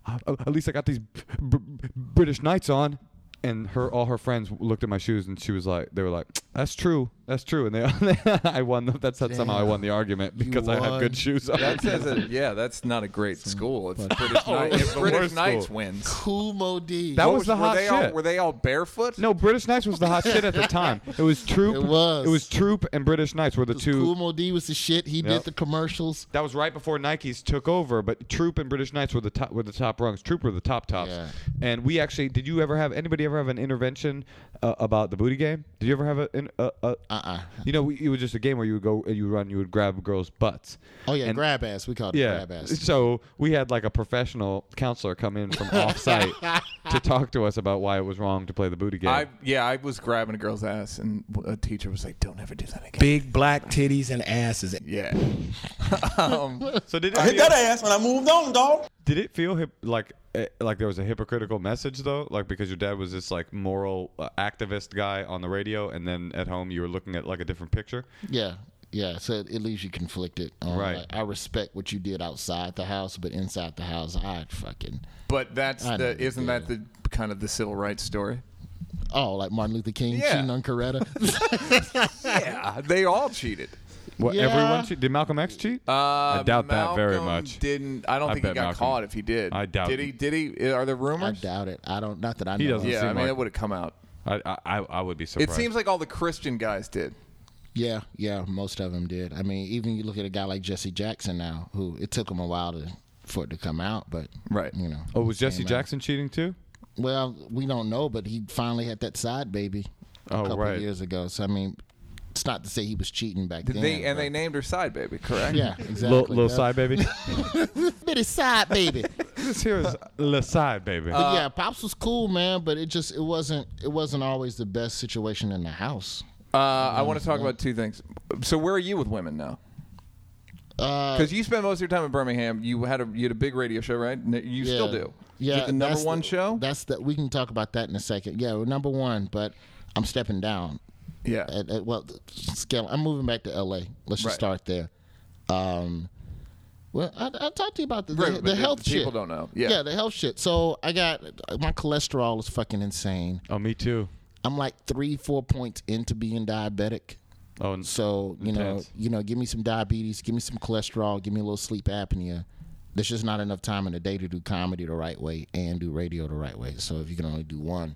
Speaker 2: at least I got these b- b- British knights on." And her, all her friends looked at my shoes, and she was like, "They were like, That's true. That's true. And they, I won. the- That's not somehow I won the argument because I have
Speaker 7: won.
Speaker 2: good shoes on.
Speaker 1: That says it. Yeah, that's not a great school. If British, Knight,
Speaker 2: Oh, it's
Speaker 1: if
Speaker 2: the
Speaker 1: British
Speaker 2: worst
Speaker 1: Knights
Speaker 2: school.
Speaker 1: wins,
Speaker 7: Kumo D.
Speaker 2: That
Speaker 1: What
Speaker 2: was the
Speaker 1: were
Speaker 2: hot
Speaker 1: they
Speaker 2: shit.
Speaker 1: All, were they all barefoot?
Speaker 2: no, British Knights was the hot shit at the time. It was Troop.
Speaker 7: It was.
Speaker 2: It was Troop and British Knights were the two.
Speaker 7: Kumo D was the shit. He
Speaker 2: Yep.
Speaker 7: did the commercials.
Speaker 2: That was right before Nikes took over, but Troop and British Knights were the top were the top rungs. Troop were the top tops.
Speaker 7: Yeah.
Speaker 2: And we actually did you ever have anybody ever have an intervention uh, about the booty game? Did you ever have a an- a, a
Speaker 7: Uh-uh.
Speaker 2: You know, it was just a game where you would go and you would run, you would grab girls' butts.
Speaker 7: Oh yeah,
Speaker 2: And-
Speaker 7: grab ass. We called it
Speaker 2: Yeah.
Speaker 7: grab ass.
Speaker 2: So we had like a professional counselor come in from off site to talk to us about why it was wrong to play the booty game.
Speaker 1: I yeah, I was grabbing a girl's ass, and a teacher was like, "Don't ever do that again."
Speaker 11: Big black titties and asses.
Speaker 1: Yeah. um,
Speaker 2: so did it
Speaker 12: I hit that ass and I moved on, dog.
Speaker 2: Did it feel hip- like eh, like there was a hypocritical message though? Like because your dad was this like moral uh, activist guy on the radio, and then at home you were looking at like a different picture.
Speaker 7: Yeah, yeah. So it, it leaves you conflicted. Um,
Speaker 2: Right.
Speaker 7: like, I respect what you did outside the house, but inside the house, I'd fucking
Speaker 1: but that's
Speaker 7: I
Speaker 1: the
Speaker 7: know,
Speaker 1: isn't that the kind of the civil rights story?
Speaker 7: oh, like Martin Luther King
Speaker 1: Yeah.
Speaker 7: cheating on Coretta.
Speaker 1: Yeah, they all cheated.
Speaker 2: What
Speaker 7: Yeah.
Speaker 2: everyone che- did Malcolm X cheat?
Speaker 1: Uh,
Speaker 2: I doubt that very
Speaker 1: Malcolm
Speaker 2: much.
Speaker 1: Didn't I don't
Speaker 2: I
Speaker 1: think he
Speaker 2: bet
Speaker 1: got
Speaker 2: Malcolm-
Speaker 1: caught if he did.
Speaker 2: I doubt
Speaker 1: Did
Speaker 2: it.
Speaker 1: he? Did he? Are there
Speaker 7: I
Speaker 1: rumors?
Speaker 7: doubt it. I don't. Not that I know.
Speaker 2: He doesn't
Speaker 7: of.
Speaker 1: yeah, I
Speaker 2: seem
Speaker 1: mean
Speaker 2: like-
Speaker 1: that would have come out.
Speaker 2: I, I I I would be
Speaker 1: It
Speaker 2: surprised.
Speaker 1: seems like all the Christian guys did.
Speaker 7: Yeah, yeah. Most of them did. I mean, even you look at a guy like Jesse Jackson now, who it took him a while to for it to come out, but
Speaker 1: Right.
Speaker 7: you know.
Speaker 2: Oh, was Jesse
Speaker 7: Amen.
Speaker 2: Jackson cheating too?
Speaker 7: Well, we don't know, but he finally had that side baby a
Speaker 2: Oh,
Speaker 7: couple
Speaker 2: right.
Speaker 7: of years ago. So I mean, it's not to say he was cheating back
Speaker 1: Did
Speaker 7: then.
Speaker 1: they and they
Speaker 7: but-
Speaker 1: named her side baby, correct?
Speaker 7: yeah, exactly.
Speaker 2: Little, little
Speaker 7: Yeah.
Speaker 2: side baby.
Speaker 7: bitty side baby.
Speaker 2: this here is little side baby.
Speaker 1: Uh,
Speaker 7: But yeah, pops was cool, man. But it just it wasn't it wasn't always the best situation in the house.
Speaker 1: Uh, I want to talk about two things. So where are you with women now?
Speaker 2: Uh,
Speaker 1: Because you spend most of your time in Birmingham. You had a you had a big radio show, right? N- You still do.
Speaker 7: Yeah,
Speaker 1: Is it the number
Speaker 7: that's
Speaker 1: one show.
Speaker 7: That's that. We can talk about that in a second. Yeah, we're number one, but I'm stepping down.
Speaker 1: yeah.
Speaker 7: At, at, well, the scale. I'm moving back to L.A. Let's just
Speaker 1: Right.
Speaker 7: start there. Um, well, I, I talked to you about the the,
Speaker 1: Right, but
Speaker 7: the
Speaker 1: the-
Speaker 7: health
Speaker 1: the
Speaker 7: shit.
Speaker 1: people don't know. Yeah.
Speaker 7: yeah, the health shit. So I got my cholesterol is fucking insane.
Speaker 2: Oh, me too.
Speaker 7: I'm like three, four points into being diabetic.
Speaker 2: Oh, and
Speaker 7: So you know,
Speaker 2: Intense.
Speaker 7: you know, give me some diabetes, give me some cholesterol, give me a little sleep apnea. There's just not enough time in the day to do comedy the right way and do radio the right way. So if you can only do one,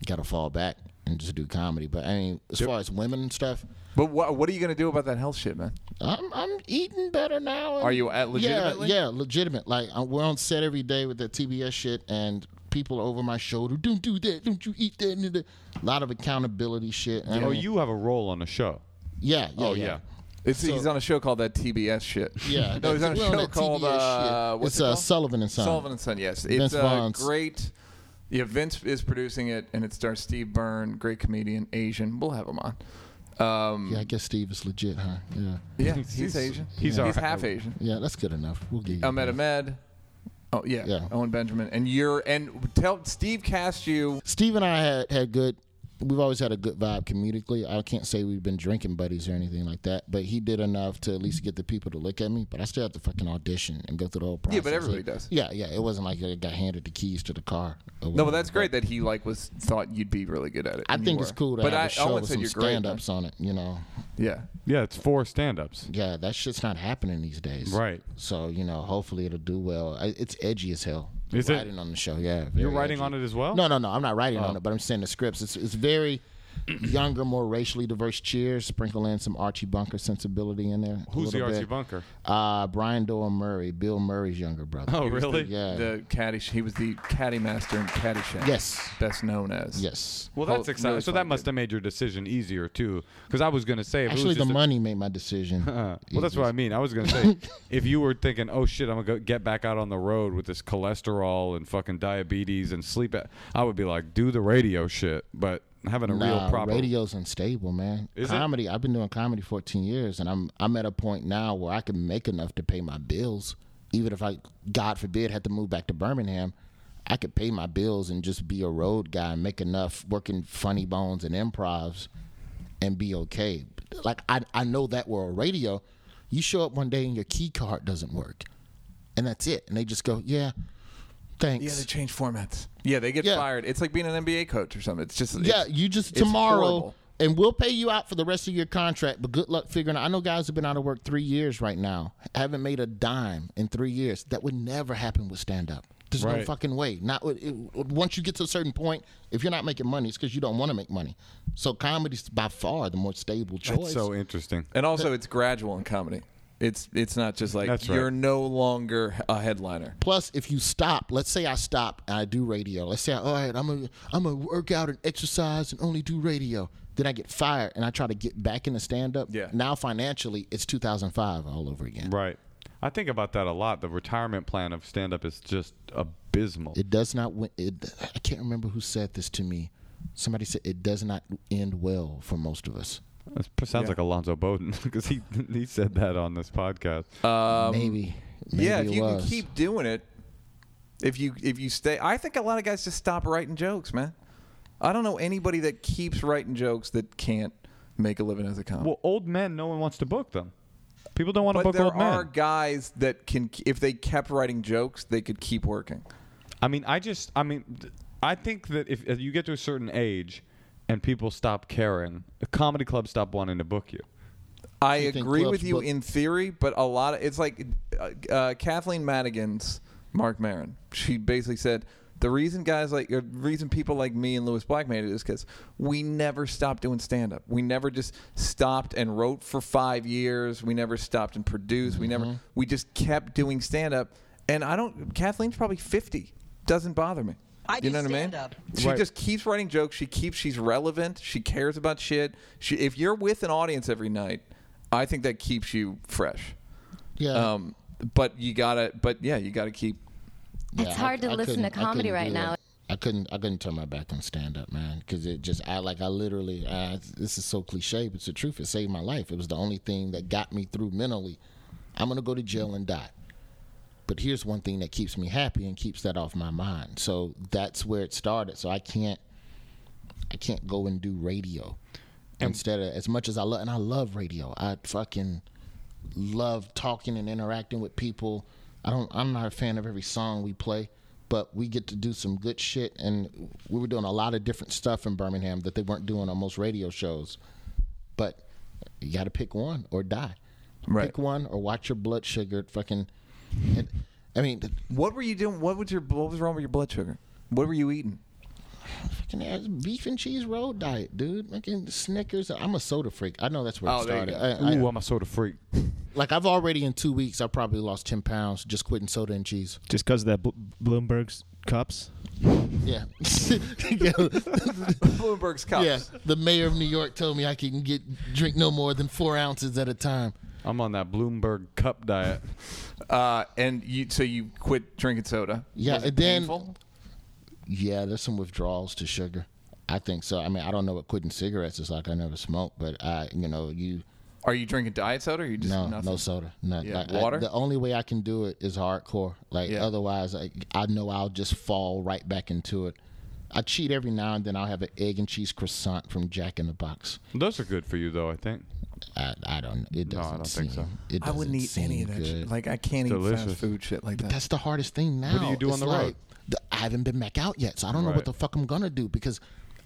Speaker 7: you gotta fall back and just do comedy. But I mean, as far as women and stuff,
Speaker 1: but what what are you gonna do about that health shit, man?
Speaker 7: I'm I'm eating better now. and-
Speaker 1: Are you at legitimately?
Speaker 7: Yeah, yeah, legitimate. Like I, we're on set every day with that TBS shit, and people are over my shoulder. Don't do that. Don't you eat that. A lot of accountability shit. and I
Speaker 2: oh,
Speaker 7: mean-
Speaker 2: you have a role on a show.
Speaker 7: Yeah. yeah
Speaker 2: Oh,
Speaker 7: yeah.
Speaker 2: yeah.
Speaker 1: It's, he's on a show called that TBS shit.
Speaker 7: Yeah,
Speaker 1: no, he's on a
Speaker 7: we're on
Speaker 1: show
Speaker 7: that
Speaker 1: called
Speaker 7: TBS
Speaker 1: uh,
Speaker 7: shit.
Speaker 1: what's
Speaker 7: It's,
Speaker 1: it
Speaker 7: uh,
Speaker 1: called?
Speaker 7: Sullivan and Son.
Speaker 1: Sullivan and Son. Yes, it's
Speaker 7: Vince
Speaker 1: uh,
Speaker 7: Vaughn's.
Speaker 1: great. Yeah, Vince is producing it, and it stars Steve Byrne, great comedian, Asian. We'll have him on. Um,
Speaker 7: Yeah, I guess Steve is legit, huh? Yeah.
Speaker 1: yeah, he's, Asian.
Speaker 2: he's all
Speaker 1: he's
Speaker 2: right.
Speaker 1: half Asian.
Speaker 7: Yeah, that's good enough. We'll give you.
Speaker 1: Ahmed Ahmed. Oh yeah.
Speaker 7: Yeah.
Speaker 1: Owen Benjamin, and you're and tell Steve cast you.
Speaker 7: Steve and I had, had good. We've always had a good vibe comedically. I can't say we've been drinking buddies or anything like that, but he did enough to at least get the people to look at me. But I still have to fucking audition and go through the whole process.
Speaker 1: Yeah, but everybody does.
Speaker 7: Yeah, yeah. It wasn't like I got handed the keys to the car. or
Speaker 1: No,
Speaker 7: whatever.
Speaker 1: but that's great that he like was thought you'd be really good at it.
Speaker 7: I
Speaker 1: and you
Speaker 7: think it's
Speaker 1: were.
Speaker 7: cool to
Speaker 1: but
Speaker 7: have
Speaker 1: I,
Speaker 7: a show
Speaker 1: Owen
Speaker 7: with
Speaker 1: said
Speaker 7: some
Speaker 1: you're great, man.
Speaker 7: stand-ups on it. You know,
Speaker 1: Yeah.
Speaker 2: Yeah, it's four stand-ups.
Speaker 7: yeah, that shit's not happening these days.
Speaker 2: Right.
Speaker 7: So you know, hopefully it'll do well. I- It's edgy as hell.
Speaker 2: Is it?
Speaker 7: writing on the show? Yeah.
Speaker 2: You're
Speaker 7: very
Speaker 2: writing
Speaker 7: edgy.
Speaker 2: on it as well. Oh.
Speaker 7: No, no, no. I'm not writing on it, but I'm saying the scripts. It's it's very younger, more racially diverse cheers. Sprinkle in some Archie Bunker sensibility in there. a
Speaker 2: Who's the
Speaker 7: little
Speaker 2: Archie
Speaker 7: bit.
Speaker 2: Bunker?
Speaker 7: Uh, Brian Doyle Murray, Bill Murray's younger brother.
Speaker 2: Oh, really?
Speaker 7: yeah.
Speaker 1: The caddy. He was the caddy master in Caddyshack.
Speaker 7: Yes.
Speaker 1: Best known as.
Speaker 7: yes.
Speaker 2: Well,
Speaker 1: Oh,
Speaker 2: that's exciting.
Speaker 1: really
Speaker 2: so
Speaker 1: funny,
Speaker 2: that must
Speaker 1: dude.
Speaker 2: have made your decision easier too, because I was gonna say if it
Speaker 7: Actually,
Speaker 2: was
Speaker 7: the
Speaker 2: just a-
Speaker 7: money made my decision.
Speaker 2: Uh, well, that's what I mean. I was gonna say if you were thinking, "Oh shit, I'm gonna go get back out on the road with this cholesterol and fucking diabetes and sleep," at, I would be like, "Do the radio shit," but having a real
Speaker 7: Nah,
Speaker 2: proper
Speaker 7: radio's unstable, man.
Speaker 2: Is it?
Speaker 7: comedy. I've been doing comedy 14 years, and I'm I'm at a point now where I can make enough to pay my bills. Even if I, God forbid, had to move back to Birmingham, I could pay my bills and just be a road guy and make enough working funny bones and improvs, and be okay. Like I I know that world radio. You show up one day and your key card doesn't work, and that's it. And they just go, yeah, thanks.
Speaker 1: Yeah, they change formats. Yeah, they get
Speaker 7: Yeah.
Speaker 1: fired. It's like being an NBA coach or something. It's just
Speaker 7: Yeah,
Speaker 1: it's-
Speaker 7: you just
Speaker 1: it's
Speaker 7: tomorrow
Speaker 1: horrible.
Speaker 7: and we'll pay you out for the rest of your contract. But good luck figuring. out. I know guys have been out of work three years right now, haven't made a dime in three years. That would never happen with stand up. There's no
Speaker 2: Right.
Speaker 7: fucking way. Not with- it, once you get to a certain point, if you're not making money, it's because you don't want to make money. So comedy's by far the more stable choice.
Speaker 2: That's so interesting.
Speaker 1: And also, it's gradual in comedy. It's it's not just like
Speaker 2: That's right.
Speaker 1: you're no longer a headliner.
Speaker 7: Plus, if you stop, let's say I stop and I do radio. Let's say, all right, I'm gonna I'm gonna work out and exercise and only do radio. Then I get fired and I try to get back into stand up.
Speaker 1: Yeah.
Speaker 7: Now financially, it's 2005 all over again.
Speaker 2: Right. I think about that a lot. The retirement plan of stand up is just abysmal.
Speaker 7: It does not. win- It, I can't remember who said this to me. Somebody said it does not end well for most of us.
Speaker 2: That sounds
Speaker 1: Yeah.
Speaker 2: like Alonzo Bowden because he he said that on this podcast.
Speaker 7: maybe, maybe.
Speaker 1: Um, yeah,
Speaker 7: it
Speaker 1: if you
Speaker 7: was.
Speaker 1: can keep doing it, if you if you stay, I think a lot of guys just stop writing jokes, man. I don't know anybody that keeps writing jokes that can't make a living as a comic.
Speaker 2: well, old men, no one wants to book them. People don't want to
Speaker 1: but
Speaker 2: book
Speaker 1: there
Speaker 2: old
Speaker 1: are
Speaker 2: men.
Speaker 1: guys that can, if they kept writing jokes, they could keep working.
Speaker 2: I mean, I just, I mean, th- I think that if, if you get to a certain age and people stop caring, the comedy clubs stop wanting to book you.
Speaker 1: I
Speaker 7: You think
Speaker 1: agree
Speaker 7: clubs
Speaker 1: with you
Speaker 7: book-
Speaker 1: in theory, but a lot of it's like uh, uh, Kathleen Madigan's Mark Maron. She basically said the reason guys like the reason people like me and Lewis Black made it is because we never stopped doing stand up. We never just stopped and wrote for five years. We never stopped and produced. We never
Speaker 7: Mm-hmm.
Speaker 1: we just kept doing stand up. And I don't. Kathleen's probably fifty. Doesn't bother me.
Speaker 9: I
Speaker 1: you
Speaker 9: do
Speaker 1: know what I mean?
Speaker 9: stand-up.
Speaker 1: She
Speaker 2: Right.
Speaker 1: just keeps writing jokes. She keeps she's relevant. She cares about shit. She, if you're with an audience every night, I think that keeps you fresh.
Speaker 7: Yeah.
Speaker 1: Um, but you gotta. But yeah, you gotta keep.
Speaker 7: Yeah,
Speaker 13: It's
Speaker 7: I-
Speaker 13: hard to
Speaker 7: I
Speaker 13: listen to
Speaker 7: couldn't- I
Speaker 13: comedy
Speaker 7: couldn't
Speaker 13: right
Speaker 7: do it.
Speaker 13: now.
Speaker 7: I couldn't. I couldn't turn my back on stand up, man, because it just. I like. I literally. I, this is so cliche, but it's the truth. It saved my life. It was the only thing that got me through mentally. I'm gonna go to jail and die. But here's one thing that keeps me happy and keeps that off my mind. So that's where it started. So I can't. I can't go and do radio. Instead of as much as I love, and I love radio. I fucking love talking and interacting with people. I don't. I'm not a fan of every song we play, but we get to do some good shit. And we were doing a lot of different stuff in Birmingham that they weren't doing on most radio shows. But you got to pick one or die.
Speaker 1: Right.
Speaker 7: Pick one or watch your blood sugar fucking. And, I mean, the
Speaker 1: What were you doing? What was your? What was wrong with your blood sugar? What were you eating?
Speaker 7: fucking ass- beef and cheese road diet, dude. Fucking Snickers. I'm a soda freak. I know that's where
Speaker 1: Oh,
Speaker 7: it
Speaker 1: there you
Speaker 7: started.
Speaker 2: Ooh, um,
Speaker 7: I- I-
Speaker 2: I'm a soda freak.
Speaker 7: like I've already in two weeks, I probably lost ten pounds just quitting soda and cheese.
Speaker 3: Just because of that Bl- Bloomberg's cups.
Speaker 7: Yeah. yeah.
Speaker 1: Bloomberg's cups.
Speaker 7: Yeah, the mayor of New York told me I can get drink no more than four ounces at a time.
Speaker 2: I'm on that Bloomberg cup diet.
Speaker 1: Uh, and you. So you quit drinking soda.
Speaker 7: Yeah,
Speaker 1: Was it
Speaker 7: and then
Speaker 1: painful?
Speaker 7: yeah, there's some withdrawals to sugar. I think so. I mean, I don't know what quitting cigarettes is like. I never smoked, but I, you know, you
Speaker 1: Are you drinking diet soda? Or you just
Speaker 7: no,
Speaker 1: nothing?
Speaker 7: no soda, no
Speaker 1: Yeah,
Speaker 7: like, I-
Speaker 1: water?
Speaker 7: the only way I can do it is hardcore. Like
Speaker 1: Yeah.
Speaker 7: otherwise, like, I know I'll just fall right back into it. I cheat every now and then. I'll have an egg and cheese croissant from Jack in the Box.
Speaker 2: Those are good for you, though, I think.
Speaker 7: I, I don't. know. It
Speaker 2: No, I
Speaker 7: doesn't
Speaker 2: don't
Speaker 7: seem.
Speaker 2: think so.
Speaker 7: It
Speaker 1: I
Speaker 7: doesn't
Speaker 1: wouldn't eat any of
Speaker 7: seem
Speaker 1: that.
Speaker 7: good.
Speaker 1: Shit. Like I can't eat
Speaker 2: Delicious.
Speaker 1: fast food shit like that.
Speaker 7: That's the hardest thing now.
Speaker 2: do you do on
Speaker 7: It's
Speaker 2: the road?
Speaker 7: like, th- I haven't been back out yet, so I don't know
Speaker 2: Right.
Speaker 7: what the fuck I'm gonna do because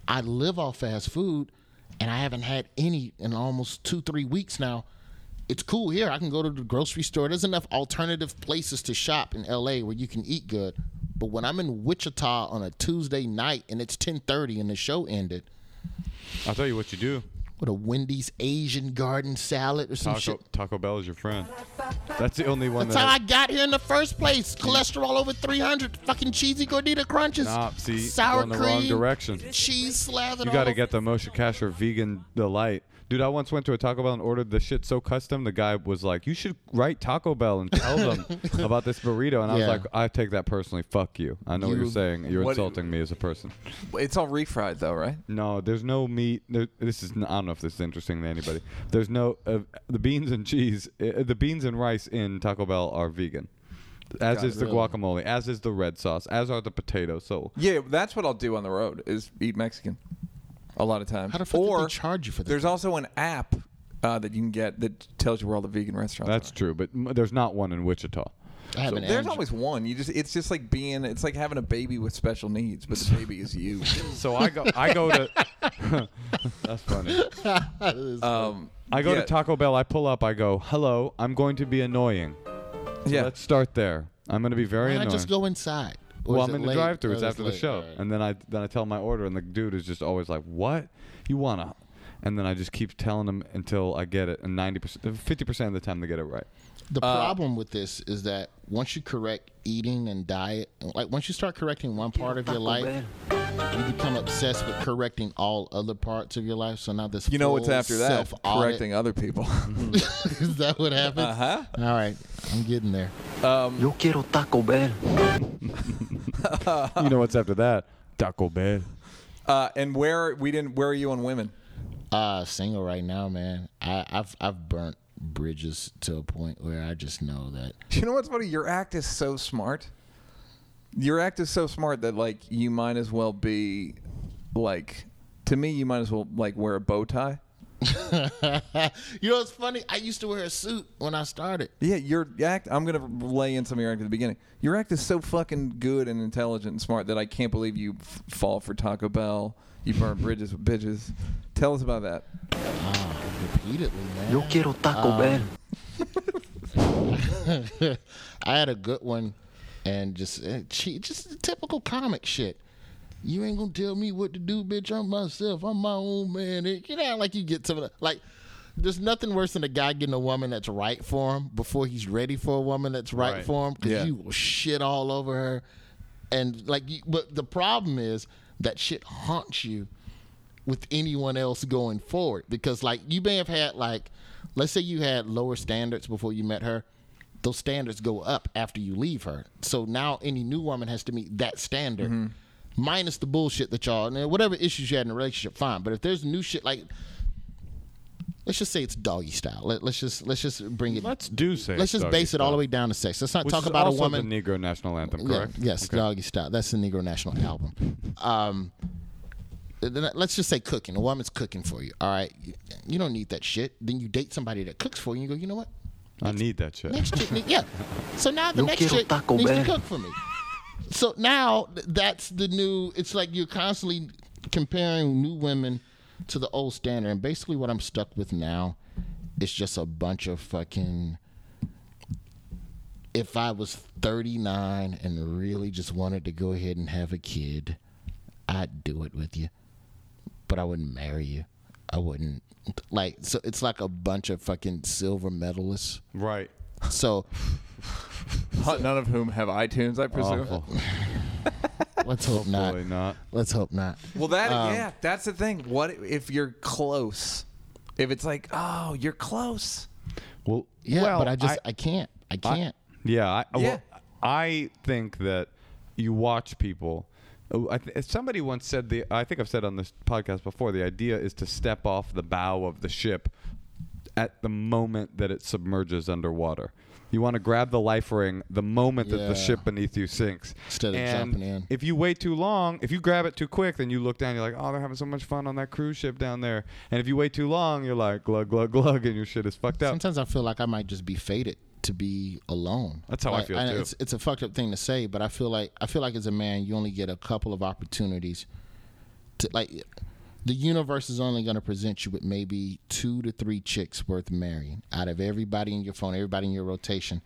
Speaker 7: I live off fast food, and I haven't had any in almost two three weeks now. It's cool here. I can go to the grocery store. There's enough alternative places to shop in LA where you can eat good. But when I'm in Wichita on a Tuesday night and it's 10:30 and the show ended,
Speaker 2: I'll tell you what you do.
Speaker 7: with a Wendy's Asian Garden salad or some
Speaker 2: Taco,
Speaker 7: shit.
Speaker 2: Taco Bell is your friend. That's the only one
Speaker 7: That's how I
Speaker 2: that.
Speaker 7: got here in the first place. Cholesterol over 300. Fucking cheesy gordita crunches.
Speaker 2: Nah, see,
Speaker 7: sour
Speaker 2: going the
Speaker 7: cream.
Speaker 2: wrong direction.
Speaker 7: Cheese slathered.
Speaker 2: You got to
Speaker 7: all
Speaker 2: get the Moshe Kasher vegan delight. Dude, I once went to a Taco Bell and ordered the shit so custom. The guy was like, "You should write Taco Bell and tell them about this burrito." And I was
Speaker 7: Yeah.
Speaker 2: like, "I take that personally. Fuck you. I know what you're
Speaker 7: You-
Speaker 2: saying. You're
Speaker 1: what-
Speaker 2: insulting me as a person."
Speaker 1: It's all refried though, right?
Speaker 2: No, there's no meat. There, this is n- I don't know if this is interesting to anybody. There's no uh, the beans and cheese. Uh, the beans and rice in Taco Bell are vegan, as is the guacamole, as is the red sauce, as are the potatoes. So
Speaker 1: Yeah, that's what I'll do on the road is eat Mexican a lot of times.
Speaker 7: How the fuck did they
Speaker 1: or
Speaker 7: charge you for that?
Speaker 1: There's also an app uh, that you can get that tells you where all the vegan restaurants
Speaker 2: that's
Speaker 1: are.
Speaker 2: true, but m- there's not one in Wichita.
Speaker 7: I have
Speaker 1: So
Speaker 7: an
Speaker 1: there's
Speaker 7: edge.
Speaker 1: always one. You just it's just like being it's like having a baby with special needs, but the baby is you.
Speaker 2: So I go I go to That's funny.
Speaker 1: Um,
Speaker 2: I go
Speaker 1: yeah,
Speaker 2: to Taco Bell, I pull up, I go, "Hello, I'm going to be annoying." So
Speaker 1: Yeah.
Speaker 2: Let's start there. I'm going to be very
Speaker 7: Why not
Speaker 2: annoying.
Speaker 7: just go inside? Or
Speaker 2: well,
Speaker 7: is
Speaker 2: I'm
Speaker 7: it
Speaker 2: in the
Speaker 7: late?
Speaker 2: drive-through. It's
Speaker 7: Oh,
Speaker 2: after the
Speaker 7: late.
Speaker 2: show,
Speaker 7: All right.
Speaker 2: and then I then I tell my order, and the dude is just always like, "What? You wanna?" And then I just keep telling him until I get it, and ninety percent, fifty percent of the time they get it right.
Speaker 7: The
Speaker 2: uh,
Speaker 7: problem with this is that once you correct eating and diet, like once you start correcting one part of your life, you become obsessed with correcting all other parts of your life. So now this
Speaker 1: You know what's
Speaker 7: full
Speaker 1: after that?
Speaker 7: self-audit- Mm-hmm.
Speaker 1: Correcting other people.
Speaker 7: is that what happens?
Speaker 1: Uh-huh.
Speaker 7: All right, I'm getting there.
Speaker 9: Yo quiero Taco Bell.
Speaker 2: you know what's after that? Taco Bell.
Speaker 1: Uh, and where we didn't where are you on women?
Speaker 7: Uh, single right now, man. I, I've I've burnt bridges to a point where I just know that
Speaker 1: You know what's funny? Your act is so smart. Your act is so smart that like you might as well be like to me you might as well like wear a bow tie.
Speaker 7: you know, it's funny. I used to wear a suit when I started.
Speaker 1: Yeah, your act. I'm gonna lay in some of your act at the beginning. Your act is so fucking good and intelligent and smart that I can't believe you f- fall for Taco Bell. You burn bridges with bitches. Tell us about that.
Speaker 7: repeatedly, man.
Speaker 9: Yo quiero Taco Bell.
Speaker 7: I had a good one, and just eh, she just typical comic shit. You ain't gonna tell me what to do, bitch. I'm myself. I'm my own man. Eh, You know, like you get some of the like. There's nothing worse than a guy getting a woman that's right for him before he's ready for a woman that's right,
Speaker 2: Right.
Speaker 7: for him because
Speaker 1: Yeah.
Speaker 7: you will shit all over her, and like. You, but the problem is that shit haunts you with anyone else going forward because like you may have had like let's say you had lower standards before you met her those standards go up after you leave her so now any new woman has to meet that standard
Speaker 2: Mm-hmm.
Speaker 7: minus the bullshit that y'all and whatever issues you had in the relationship fine but if there's new shit like let's just say it's doggy style Let, let's just let's just bring it
Speaker 2: Let's do say.
Speaker 7: let's just base it all the way down to sex let's not
Speaker 2: Which
Speaker 7: talk
Speaker 2: is
Speaker 7: about a
Speaker 2: also
Speaker 7: woman
Speaker 2: The Negro national anthem,
Speaker 7: yeah,
Speaker 2: correct?
Speaker 7: yes, Doggy Style. That's the Negro National album. Um, th- th- let's just say cooking. A woman's cooking for you. All right, you, you don't need that shit. Then you date somebody that cooks for you. and You go, you know what?
Speaker 2: I need that shit.
Speaker 7: Next chick, need, yeah. So now the
Speaker 9: Yo
Speaker 7: next
Speaker 9: quiero
Speaker 7: chick
Speaker 9: Taco
Speaker 7: needs to
Speaker 9: Bell.
Speaker 7: cook for me. So now th- that's the new. It's like you're constantly comparing new women to the old standard, and basically what I'm stuck with now is just a bunch of fucking if I was 39 and really just wanted to go ahead and have a kid, I'd do it with you. But I wouldn't marry you. I wouldn't. Like, so it's like a bunch of fucking silver medalists.
Speaker 2: Right.
Speaker 7: So,
Speaker 1: None of whom have iTunes, I presume.
Speaker 2: Awful.
Speaker 7: let's hope not.
Speaker 2: Probably not.
Speaker 7: Let's hope not.
Speaker 1: Well, that yeah, that's the thing. What if you're close? If it's like, oh, you're close.
Speaker 2: Well,
Speaker 7: Yeah,
Speaker 2: well,
Speaker 7: but I just, I, can't. I can't.
Speaker 2: Yeah, I,
Speaker 1: Yeah.
Speaker 2: well, I think that you watch people. oh, I th- somebody once said the. I think I've said on this podcast before. The idea is to step off the bow of the ship at the moment that it submerges underwater. You want to grab the life ring the moment that
Speaker 7: Yeah.
Speaker 2: the ship beneath you sinks.
Speaker 7: Instead of
Speaker 2: And
Speaker 7: jumping in.
Speaker 2: If you wait too long, if you grab it too quick, then you look down. You're like, oh, they're having so much fun on that cruise ship down there. And if you wait too long, you're like, glug glug glug, and your shit is fucked up.
Speaker 7: Sometimes I feel like I might just be fated to be alone.
Speaker 2: That's how I
Speaker 7: Like,
Speaker 2: feel, too.
Speaker 7: It's, it's a fucked up thing to say, but I feel like I feel like as a man, you only get a couple of opportunities. To, like, the universe is only going to present you with maybe two to three chicks worth marrying out of everybody in your phone, everybody in your rotation,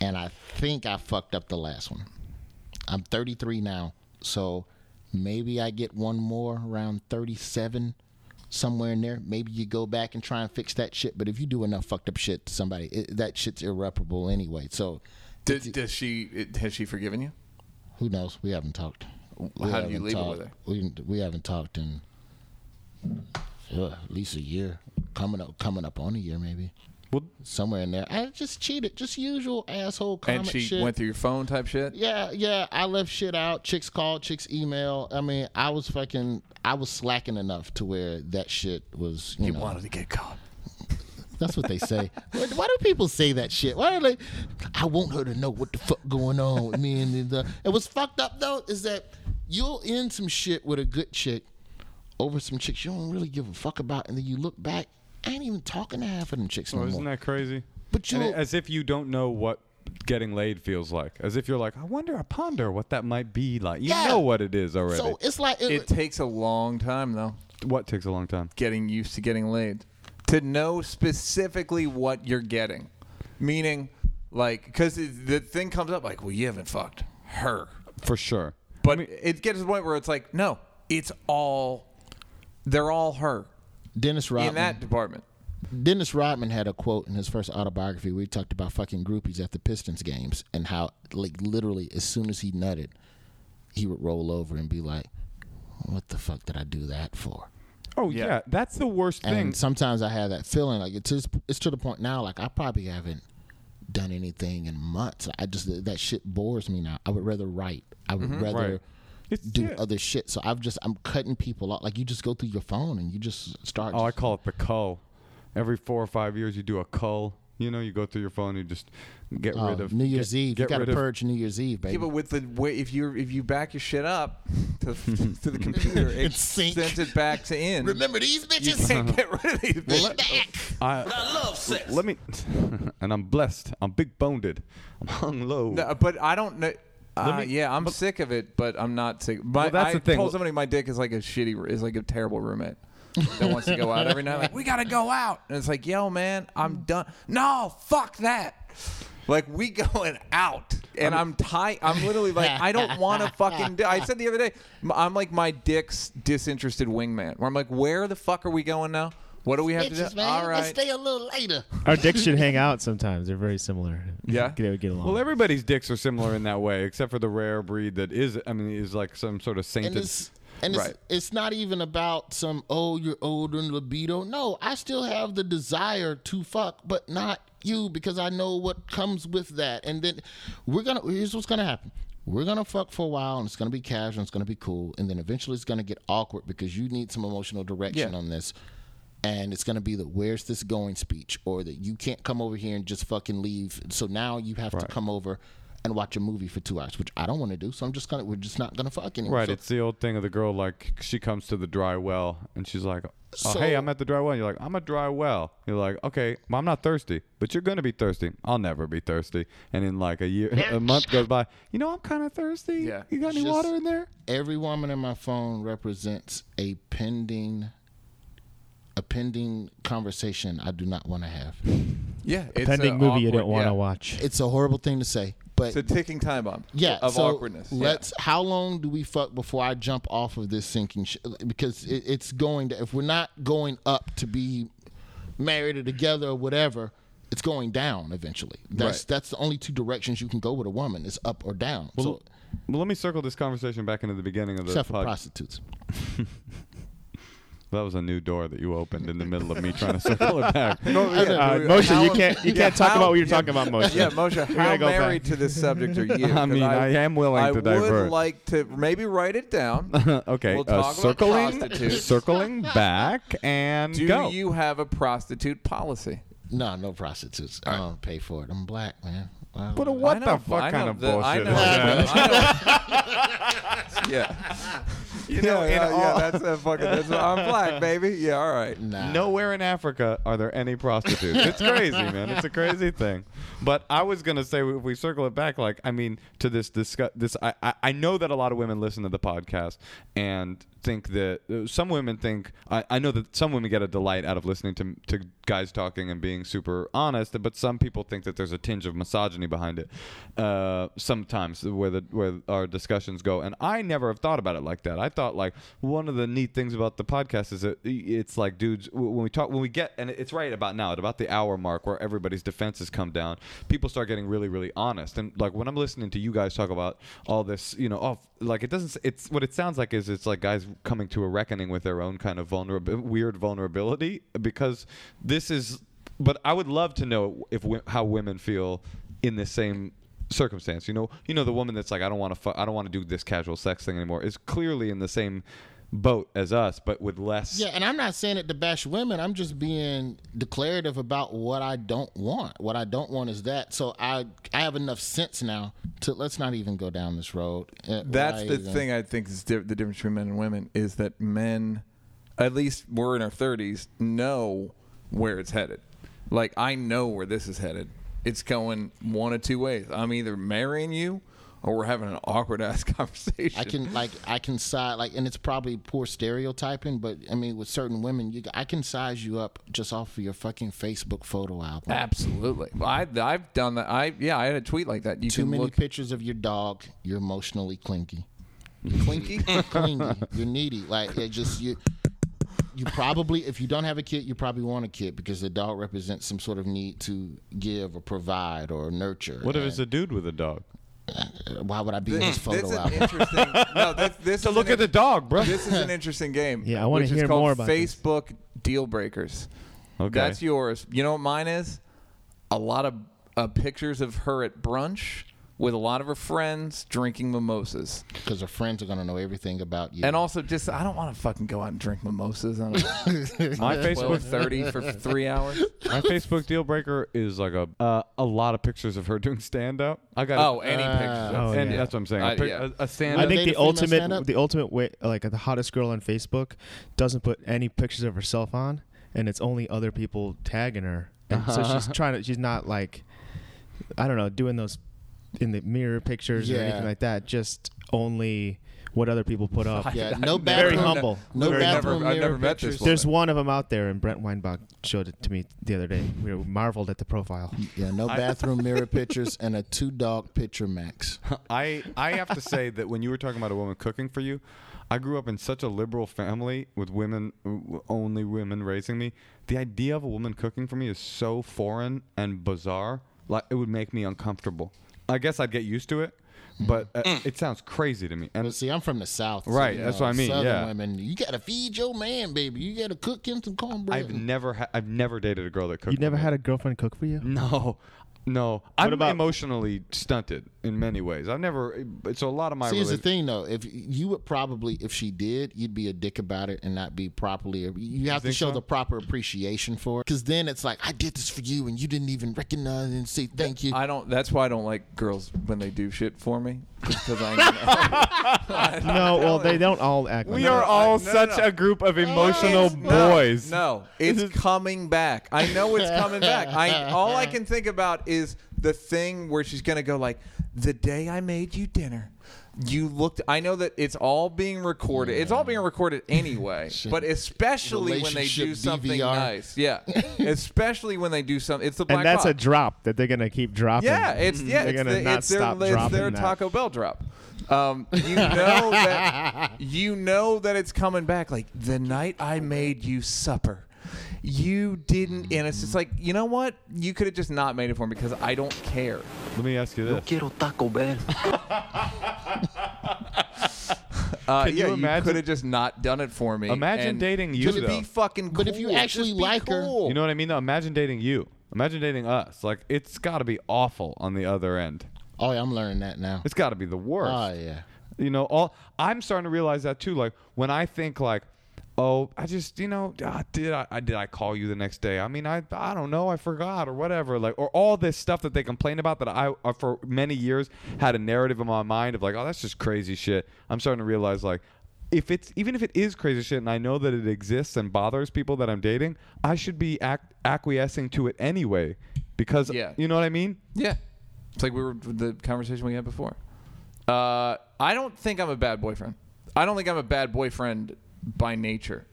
Speaker 7: and I think I fucked up the last one. I'm 33 now, so maybe I get one more around 37, somewhere in there. Maybe you go back and try and fix that shit. But if you do enough fucked up shit to somebody, it, that shit's irreparable anyway. So
Speaker 1: Does, does she it- has she forgiven you?
Speaker 7: who knows? We haven't talked. We
Speaker 1: How do you
Speaker 7: haven't
Speaker 1: leave it
Speaker 7: talked.
Speaker 1: with her?
Speaker 7: We, we haven't talked in uh, at least a year, coming up coming up on a year maybe.
Speaker 2: Well-
Speaker 7: somewhere in there. I just cheated, just usual asshole comic
Speaker 1: And she
Speaker 7: shit.
Speaker 1: went through your phone type shit.
Speaker 7: Yeah, yeah. I left shit out. Chicks called, chicks email. I mean, I was fucking, I was slacking enough to where that shit was. You, know,
Speaker 1: Wanted to get caught.
Speaker 7: that's what they say. why, why do people say that shit? Why are they? I want her to know what the fuck going on with me and the. It was fucked up though. Is that you'll end some shit with a good chick over some chicks you don't really give a fuck about, and then you look back. I ain't even talking to half of them chicks no
Speaker 2: Oh, isn't
Speaker 7: more.
Speaker 2: that crazy?
Speaker 7: But
Speaker 2: And
Speaker 7: you-
Speaker 2: it- as if you don't know what getting laid feels like. As if you're like, I wonder, I ponder what that might be like. You
Speaker 7: Yeah.
Speaker 2: know what it is already.
Speaker 7: So it's like
Speaker 1: It, takes a long time though.
Speaker 2: what takes a long time?
Speaker 1: Getting used to getting laid, to know specifically what you're getting, meaning like because the thing comes up like, well, you haven't fucked her,
Speaker 2: For sure.
Speaker 1: but it gets to the point where it's like, no, it's all, they're all her
Speaker 7: Dennis Rodman.
Speaker 1: in that department.
Speaker 7: Dennis Rodman had a quote in his first autobiography where he talked about fucking groupies at the Pistons games and how, like, literally, as soon as he nutted, he would roll over and be like, "What the fuck did I do that for?"
Speaker 2: Oh yeah, that's the worst
Speaker 7: And
Speaker 2: thing.
Speaker 7: sometimes I have that feeling, like it's just, it's to the point now, like I probably haven't done anything in months. I just that shit bores me now. I would rather write. I would rather.
Speaker 2: Mm-hmm, Right. It's-
Speaker 7: Do
Speaker 2: yeah.
Speaker 7: other shit. So I've just I'm cutting people off. Like you just go through your phone and you just start.
Speaker 2: Oh, I
Speaker 7: just-
Speaker 2: call it the cull. Every four or five years, you do a cull. You know, you go through your phone, you just get
Speaker 7: Oh,
Speaker 2: rid of
Speaker 7: New Year's
Speaker 2: get-
Speaker 7: Eve.
Speaker 2: Get
Speaker 7: you got
Speaker 2: rid
Speaker 7: to
Speaker 2: of-
Speaker 7: purge New Year's Eve, baby.
Speaker 1: Yeah, but with the way if you if you back your shit up to, to the computer, it
Speaker 7: It's sync.
Speaker 1: sends it back to in.
Speaker 7: Remember these
Speaker 1: you
Speaker 7: bitches?
Speaker 1: can't get rid of these. bitches.
Speaker 2: I, love sex. Let me, and I'm blessed. I'm big boned. I'm hung low.
Speaker 1: No, but I don't know. Uh,
Speaker 2: me-
Speaker 1: yeah, I'm sick of it, but I'm not sick. My,
Speaker 2: Well, that's
Speaker 1: I
Speaker 2: the thing.
Speaker 1: told somebody my dick is like a shitty, is like a terrible roommate that wants to go out every night. Like we gotta go out, and it's like, yo, man, I'm done. No, fuck that. Like we going out, and I'm tight. I'm literally like, I don't want to fucking. Do- I said the other day, m- I'm like my dick's disinterested wingman. Where I'm like, where the fuck are we going now? What do we have to
Speaker 7: Bitches,
Speaker 1: do?
Speaker 7: man.
Speaker 1: All
Speaker 7: Let's
Speaker 1: right.
Speaker 7: stay a little later.
Speaker 3: Our dicks should hang out sometimes. They're very similar.
Speaker 1: Yeah?
Speaker 3: They would get along.
Speaker 2: Well, everybody's dicks are similar in that way, except for the rare breed that is. I mean, is like some sort of
Speaker 7: And
Speaker 2: sainted.
Speaker 7: it's and it's,
Speaker 1: Right.
Speaker 7: it's not even about some oh you're older and libido. No, I still have the desire to fuck, but not you because I know what comes with that. And then we're gonna here's what's gonna happen. We're gonna fuck for a while and it's gonna be casual, and it's gonna be cool, and then eventually it's gonna get awkward because you need some emotional direction
Speaker 1: Yeah.
Speaker 7: on this. And it's gonna be the where's this going speech, or that you can't come over here and just fucking leave. So now you have to come over and watch a movie for two hours, which I don't want to do. So I'm just gonna we're just not gonna fuck anymore.
Speaker 2: Right,
Speaker 7: So-
Speaker 2: it's the old thing of the girl like she comes to the dry well and she's like, "Oh,
Speaker 7: So-
Speaker 2: hey, I'm at the dry well." And you're like, "I'm a dry well." You're like, "Okay, well, I'm not thirsty, but you're gonna be thirsty. I'll never be thirsty." And in like a year, a month goes by. You know, I'm kind of thirsty.
Speaker 1: Yeah.
Speaker 2: You got any
Speaker 7: Just-
Speaker 2: water in there?
Speaker 7: every woman in my phone represents a pending a pending conversation I do not want to have.
Speaker 1: Yeah, it's
Speaker 3: Pending
Speaker 1: a
Speaker 3: movie you
Speaker 1: awkward-
Speaker 3: don't want to
Speaker 1: yeah.
Speaker 3: watch.
Speaker 7: It's a horrible thing to say, but
Speaker 1: It's a ticking time bomb.
Speaker 7: yeah,
Speaker 1: of
Speaker 7: so
Speaker 1: awkwardness. Yeah.
Speaker 7: Let's. How long do we fuck before I jump off of this sinking ship? Because it, it's going to. If we're not going up to be married or together or whatever, it's going down eventually. That's
Speaker 1: Right.
Speaker 7: that's the only two directions you can go with a woman is up or down.
Speaker 2: Well,
Speaker 7: so
Speaker 2: well, let me circle this conversation back into the beginning of the
Speaker 7: except for
Speaker 2: pod-
Speaker 7: prostitutes.
Speaker 2: That was a new door that you opened in the middle of me trying to circle it back. No,
Speaker 1: Yeah,
Speaker 3: Uh,
Speaker 1: we-
Speaker 3: Moshe, you
Speaker 1: how-
Speaker 3: can't you
Speaker 1: yeah,
Speaker 3: can't talk
Speaker 1: how-
Speaker 3: about what you're
Speaker 1: yeah,
Speaker 3: talking about, Moshe.
Speaker 1: Yeah, Moshe,
Speaker 3: We're gonna
Speaker 1: how
Speaker 3: go back.
Speaker 1: married to this subject are you?
Speaker 2: I
Speaker 1: 'Cause
Speaker 2: mean, I am willing to
Speaker 1: I would
Speaker 2: divert.
Speaker 1: like to maybe write it down.
Speaker 2: okay,
Speaker 1: We'll talk
Speaker 2: uh,
Speaker 1: about
Speaker 2: circling,
Speaker 1: prostitutes.
Speaker 2: circling back and
Speaker 1: Do
Speaker 2: go.
Speaker 1: you have a prostitute policy?
Speaker 7: No, no prostitutes. I don't pay for it. I'm black, man. Wow.
Speaker 2: but what the fuck
Speaker 1: I
Speaker 2: kind
Speaker 1: know
Speaker 2: of
Speaker 1: the- I
Speaker 2: bullshit
Speaker 1: know-
Speaker 2: is that?
Speaker 1: I know- yeah. You know, yeah,
Speaker 2: in
Speaker 1: yeah,
Speaker 2: all-
Speaker 1: yeah, that's a fucking. That's I'm black, baby. Yeah, all right.
Speaker 7: Nah.
Speaker 2: Nowhere in Africa are there any prostitutes. It's crazy, man. It's a crazy thing. But I was gonna say, if we circle it back, like I mean, to this discuss this, I, I I know that a lot of women listen to the podcast and think that uh, some women think I, I know that some women get a delight out of listening to to guys talking and being super honest, but some people think that there's a tinge of misogyny behind it. Uh, sometimes where the where our discussions go, and I never have thought about it like that. I thought like one of the neat things about the podcast is that it's like dudes w- when we talk when we get and it's right about now at about the hour mark where everybody's defenses come down, people start getting really really honest. And like when I'm listening to you guys talk about all this, you know, oh, like it doesn't. s- It's what it sounds like is it's like guys coming to a reckoning with their own kind of vulnerable weird vulnerability because this is. But I would love to know if wo- how women feel in this same circumstance. You know, you know the woman that's like, I don't want to, fu- I don't want to do this casual sex thing anymore. Is clearly in the same boat as us, but with less.
Speaker 7: Yeah, and I'm not saying it to bash women. I'm just being declarative about what I don't want. What I don't want is that. So I I have enough sense now to let's not even go down this road. Uh,
Speaker 1: That's
Speaker 7: why
Speaker 1: the
Speaker 7: even-
Speaker 1: thing I think is di- the difference between men and women is that men, at least we're in our 30s, know where it's headed. Like I know where this is headed. it's going one of two ways. I'm either marrying you or we're having an awkward ass conversation.
Speaker 7: I can like I can size like, and it's probably poor stereotyping, but I mean with certain women, you I can size you up just off of your fucking Facebook photo album.
Speaker 1: Absolutely. I I've done that. I yeah, I had a tweet like that. You
Speaker 7: Too
Speaker 1: can
Speaker 7: many
Speaker 1: look
Speaker 7: pictures of your dog. You're emotionally clinky. Clinky, clingy. You're needy. Like it just you. You probably, if you don't have a kid, you probably want a kid because the dog represents some sort of need to give or provide or nurture.
Speaker 2: What if
Speaker 7: And
Speaker 2: it's a dude with a dog?
Speaker 7: why would I be in his
Speaker 1: This
Speaker 7: photo
Speaker 1: is
Speaker 7: album?
Speaker 1: interesting. No, this, this
Speaker 2: So
Speaker 1: is
Speaker 2: look
Speaker 1: an
Speaker 2: at the dog, bro.
Speaker 1: This is an interesting game.
Speaker 3: Yeah, I wanna
Speaker 1: which is
Speaker 3: hear
Speaker 1: called
Speaker 3: more about this.
Speaker 1: Facebook deal breakers.
Speaker 2: Okay.
Speaker 1: That's yours. You know what mine is? A lot of uh, pictures of her at brunch with a lot of her friends drinking mimosas.
Speaker 7: Because her friends are gonna know everything about you.
Speaker 1: And also just I don't want to fucking go out and drink mimosas on a-
Speaker 2: My
Speaker 1: on a
Speaker 2: Facebook-
Speaker 1: 30 for 3 hours.
Speaker 2: My Facebook deal breaker is like a uh, a lot of pictures of her doing stand up. I got uh,
Speaker 1: Oh, any pictures.
Speaker 3: oh,
Speaker 2: and
Speaker 3: yeah.
Speaker 2: that's what I'm saying. A
Speaker 1: I-
Speaker 2: pic-
Speaker 1: yeah.
Speaker 2: a, a stand
Speaker 3: I
Speaker 2: up.
Speaker 7: Are
Speaker 3: think the
Speaker 7: they the female
Speaker 3: ultimate,
Speaker 7: stand-up?
Speaker 3: the ultimate way, like the hottest girl on Facebook, doesn't put any pictures of herself on, and it's only other people tagging her, and so she's trying to, she's not like, I don't know, doing those in the mirror pictures or
Speaker 7: Yeah.
Speaker 3: anything like that. Just only what other people put up.
Speaker 7: yeah, no
Speaker 3: Very
Speaker 7: bathroom.
Speaker 3: humble.
Speaker 7: No
Speaker 1: Very
Speaker 7: bathroom
Speaker 1: never- I've
Speaker 7: mirror
Speaker 1: never met this
Speaker 7: pictures.
Speaker 1: woman.
Speaker 3: There's one of them out there, and Brent Weinbach showed it to me the other day. We were marveled at the profile.
Speaker 1: Mm,
Speaker 7: Yeah, no bathroom mirror pictures and a two dog picture max.
Speaker 2: uh, I I have to say that when you were talking about a woman cooking for you, I grew up in such a liberal family with women only women raising me. The idea of a woman cooking for me is so foreign and bizarre. Like it would make me uncomfortable. I guess I'd get used to it, but uh,
Speaker 1: Mm.
Speaker 2: it sounds crazy to me.
Speaker 7: But
Speaker 2: And
Speaker 7: see, I'm from the south. so,
Speaker 2: Right,
Speaker 7: you
Speaker 2: that's
Speaker 7: know,
Speaker 2: what I mean,
Speaker 7: Southern
Speaker 2: yeah.
Speaker 7: women, you gotta feed your man, baby. You gotta cook him some cornbread.
Speaker 2: I've never ha- I've never dated a girl that cooked.
Speaker 3: You never
Speaker 2: for me.
Speaker 3: had a girlfriend cook for
Speaker 1: Mm.
Speaker 3: you?
Speaker 2: No. No, I'm
Speaker 3: about-
Speaker 2: emotionally stunted in many ways. I've never. So a lot of my.
Speaker 7: See, here's the
Speaker 2: relation-
Speaker 7: thing though. If you would probably, if she did, you'd be a dick about it and not be properly. You have to
Speaker 2: think
Speaker 7: show
Speaker 2: so?
Speaker 7: the proper appreciation for it, because then it's like, I did this for you, and you didn't even recognize and say thank you.
Speaker 1: I don't that's why I don't like girls when they do shit for me because I know.
Speaker 3: No, well, they don't all act like
Speaker 2: We
Speaker 3: that.
Speaker 2: are all such a group of emotional boys.
Speaker 1: Oh, No, it's coming back. I know it's coming back. I all I can think about is the thing where she's gonna go like, "The day I made you dinner, you looked." I know that it's all being recorded. It's all being recorded anyway, but especially when they do
Speaker 7: Relationship
Speaker 1: something
Speaker 7: DVR.
Speaker 1: nice. Yeah, especially when they do something. It's the black
Speaker 3: and that's a
Speaker 1: Box.
Speaker 3: drop that they're gonna keep dropping.
Speaker 1: Yeah, it's
Speaker 2: Mm. mm-hmm.
Speaker 1: yeah,
Speaker 3: they're
Speaker 1: it's,
Speaker 3: gonna
Speaker 1: the,
Speaker 3: not
Speaker 1: it's their,
Speaker 3: stop
Speaker 1: it's
Speaker 3: dropping
Speaker 1: their
Speaker 3: that.
Speaker 1: Taco Bell drop. Um, you know that you know that it's coming back. Like the night I made you supper, you didn't, and it's
Speaker 2: Mm-hmm.
Speaker 1: just like you know what? You could have just not made it for me because I don't care.
Speaker 2: Let me ask you
Speaker 9: Yo
Speaker 2: this.
Speaker 9: quiero Taco Bell.
Speaker 1: Uh,
Speaker 2: Can
Speaker 1: yeah,
Speaker 2: you
Speaker 1: you,
Speaker 2: imagine-
Speaker 1: could have just not done it for me.
Speaker 2: Imagine
Speaker 1: and
Speaker 2: dating you,
Speaker 1: Just
Speaker 2: though.
Speaker 1: be fucking cool.
Speaker 7: But if you actually
Speaker 1: Just be
Speaker 7: like her-
Speaker 1: cool.
Speaker 2: You know what I mean? Though? Imagine dating you. Imagine dating us. Like it's got to be awful on the other end.
Speaker 7: oh, yeah, I'm learning that now.
Speaker 2: It's got to be the worst.
Speaker 7: Oh yeah.
Speaker 2: You know, all I'm starting to realize that too. Like when I think like, oh, I just you know, ah, did I, I did I call you the next day? I mean, I I don't know, I forgot or whatever. Like or all this stuff that they complain about that I uh, for many years had a narrative in my mind of like, oh, that's just crazy shit. I'm starting to realize like. If it's even if it is crazy shit, and I know that it exists and bothers people that I'm dating, I should be ac- acquiescing to it anyway, because
Speaker 1: Yeah.
Speaker 2: you know what I mean.
Speaker 1: Yeah. It's like we were the conversation we had before. Uh, I don't think I'm a bad boyfriend. I don't think I'm a bad boyfriend by nature.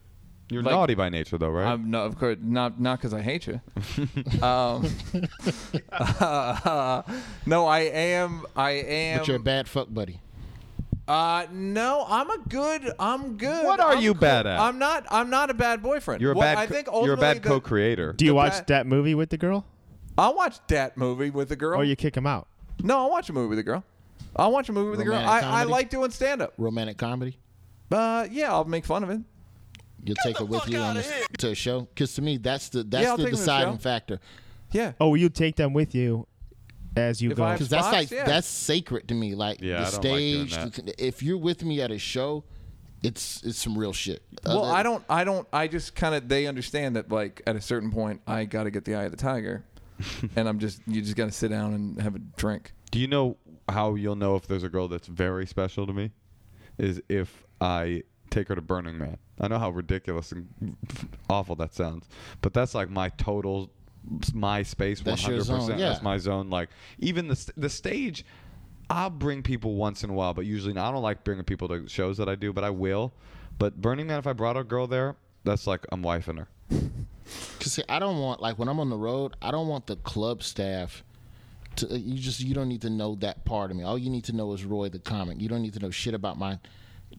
Speaker 2: You're
Speaker 1: Like-
Speaker 2: naughty by nature, though, right?
Speaker 1: I'm no, of course, not not because I hate you. um, no, I am. I am.
Speaker 7: But you're a bad fuck buddy.
Speaker 1: Uh, no, I'm a good. I'm good.
Speaker 2: What are
Speaker 1: I'm
Speaker 2: you bad at?
Speaker 1: I'm not. I'm not a bad boyfriend.
Speaker 2: You're a
Speaker 1: What
Speaker 2: bad.
Speaker 1: I
Speaker 2: co-
Speaker 1: think
Speaker 2: you're a
Speaker 1: ultimately
Speaker 2: bad
Speaker 1: the-
Speaker 2: co-creator.
Speaker 3: Do you
Speaker 1: The
Speaker 3: watch
Speaker 1: fact-
Speaker 3: that movie with the girl,
Speaker 1: I watched that movie with the girl.
Speaker 3: or you kick him out?
Speaker 1: no, I watch a movie with the girl. I watch a movie with the girl.
Speaker 7: Romantic
Speaker 1: I, I
Speaker 7: comedy?
Speaker 1: like doing stand up.
Speaker 7: Romantic comedy.
Speaker 1: Uh, yeah, I'll make fun of it.
Speaker 7: You'll take her with you on a, to a show. Because to me, that's the that's
Speaker 1: I'll
Speaker 7: the
Speaker 1: take 'em to a
Speaker 7: deciding
Speaker 1: show.
Speaker 7: factor.
Speaker 1: Yeah.
Speaker 3: Oh, you take them with you as you
Speaker 1: If
Speaker 3: go.
Speaker 1: I-
Speaker 7: Because that's
Speaker 1: Spots,
Speaker 7: like
Speaker 1: yeah.
Speaker 7: that's sacred to me. Like
Speaker 2: Yeah,
Speaker 7: the
Speaker 2: I don't like doing
Speaker 7: stage. the- if you're with me at a show, it's it's some real shit.
Speaker 1: Well,
Speaker 7: Other-
Speaker 1: I don't. I don't. I just kind of. They understand that, like, at a certain point, I got to get the eye of the tiger, and I'm just. You just got to sit down and have a drink.
Speaker 2: Do you know how you'll know if there's a girl that's very special to me? Is if I take her to Burning Man. I know how ridiculous and awful that sounds, but that's like my total s- my space
Speaker 7: That's
Speaker 2: 100%.
Speaker 7: your zone,
Speaker 2: That's
Speaker 7: yeah.
Speaker 2: my zone. Like, even the, st- the stage, I'll bring people once in a while, but usually I don't like bringing people to shows that I do, but I will. But Burning Man, if I brought a girl there, that's like I'm wifing her.
Speaker 7: Cause see, I don't want like when I'm on the road, I don't want the club staff. To, uh, you just you don't need to know that part of me. All you need to know is Roy the comic. You don't need to know shit about my.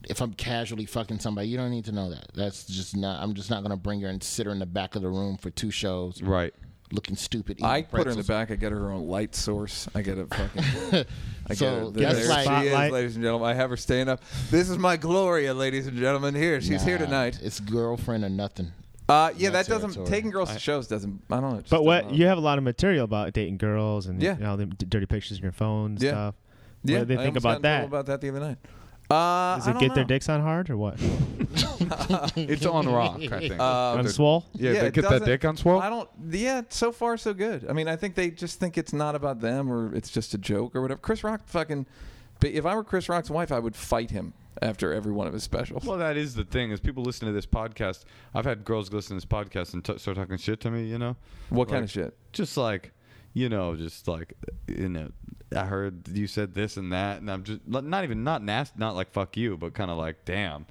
Speaker 7: If I'm casually fucking somebody, you don't need to know that. That's just not. I'm just not gonna bring her and sit her in the back of the room for two shows.
Speaker 2: Right.
Speaker 7: Looking stupid. eating
Speaker 1: I put her in the
Speaker 7: pretzels.
Speaker 1: back. I get her her own light source. I get a fucking. I
Speaker 7: So,
Speaker 1: get her.
Speaker 7: that's
Speaker 1: There
Speaker 7: like-
Speaker 1: she is,
Speaker 7: Spotlight.
Speaker 1: ladies and gentlemen. I have her staying up. This is my Gloria, ladies and gentlemen. Here she's here
Speaker 7: Nah,
Speaker 1: tonight.
Speaker 7: It's girlfriend or nothing.
Speaker 1: Uh, yeah,
Speaker 7: Not
Speaker 1: that doesn't
Speaker 7: territory.
Speaker 1: taking girls to shows doesn't. I don't know. it just
Speaker 3: But what
Speaker 1: doesn't-
Speaker 3: you have a lot of material about dating girls and
Speaker 1: Yeah.
Speaker 3: you know, the d- dirty pictures in your phone and
Speaker 1: Yeah.
Speaker 3: stuff.
Speaker 1: Yeah,
Speaker 3: what do they
Speaker 1: I
Speaker 3: think
Speaker 1: almost got
Speaker 3: about
Speaker 1: in trouble
Speaker 3: that?
Speaker 1: About that the other night. Uh,
Speaker 3: Does
Speaker 1: I
Speaker 3: it
Speaker 1: don't
Speaker 3: get their
Speaker 1: know.
Speaker 3: dicks on hard or what?
Speaker 2: It's on rock, I think.
Speaker 1: Uh,
Speaker 3: On swole?
Speaker 2: Yeah, they
Speaker 1: it
Speaker 2: get that
Speaker 1: doesn't-
Speaker 2: dick on swole.
Speaker 1: I don't. Yeah, so far so good. I mean, I think they just think it's not about them or it's just a joke or whatever. Chris Rock fucking. but If I were Chris Rock's wife, I would fight him after every one of his specials.
Speaker 2: Well, that is the thing. Is people listen to this podcast? I've had girls listen to this podcast and t- start talking shit to me. You know,
Speaker 1: What kind of
Speaker 2: Like,
Speaker 1: shit?
Speaker 2: Just like, you know, just like, you know, I heard you said this and that, and I'm just not not even not nasty, not like fuck you, but kind of like, damn.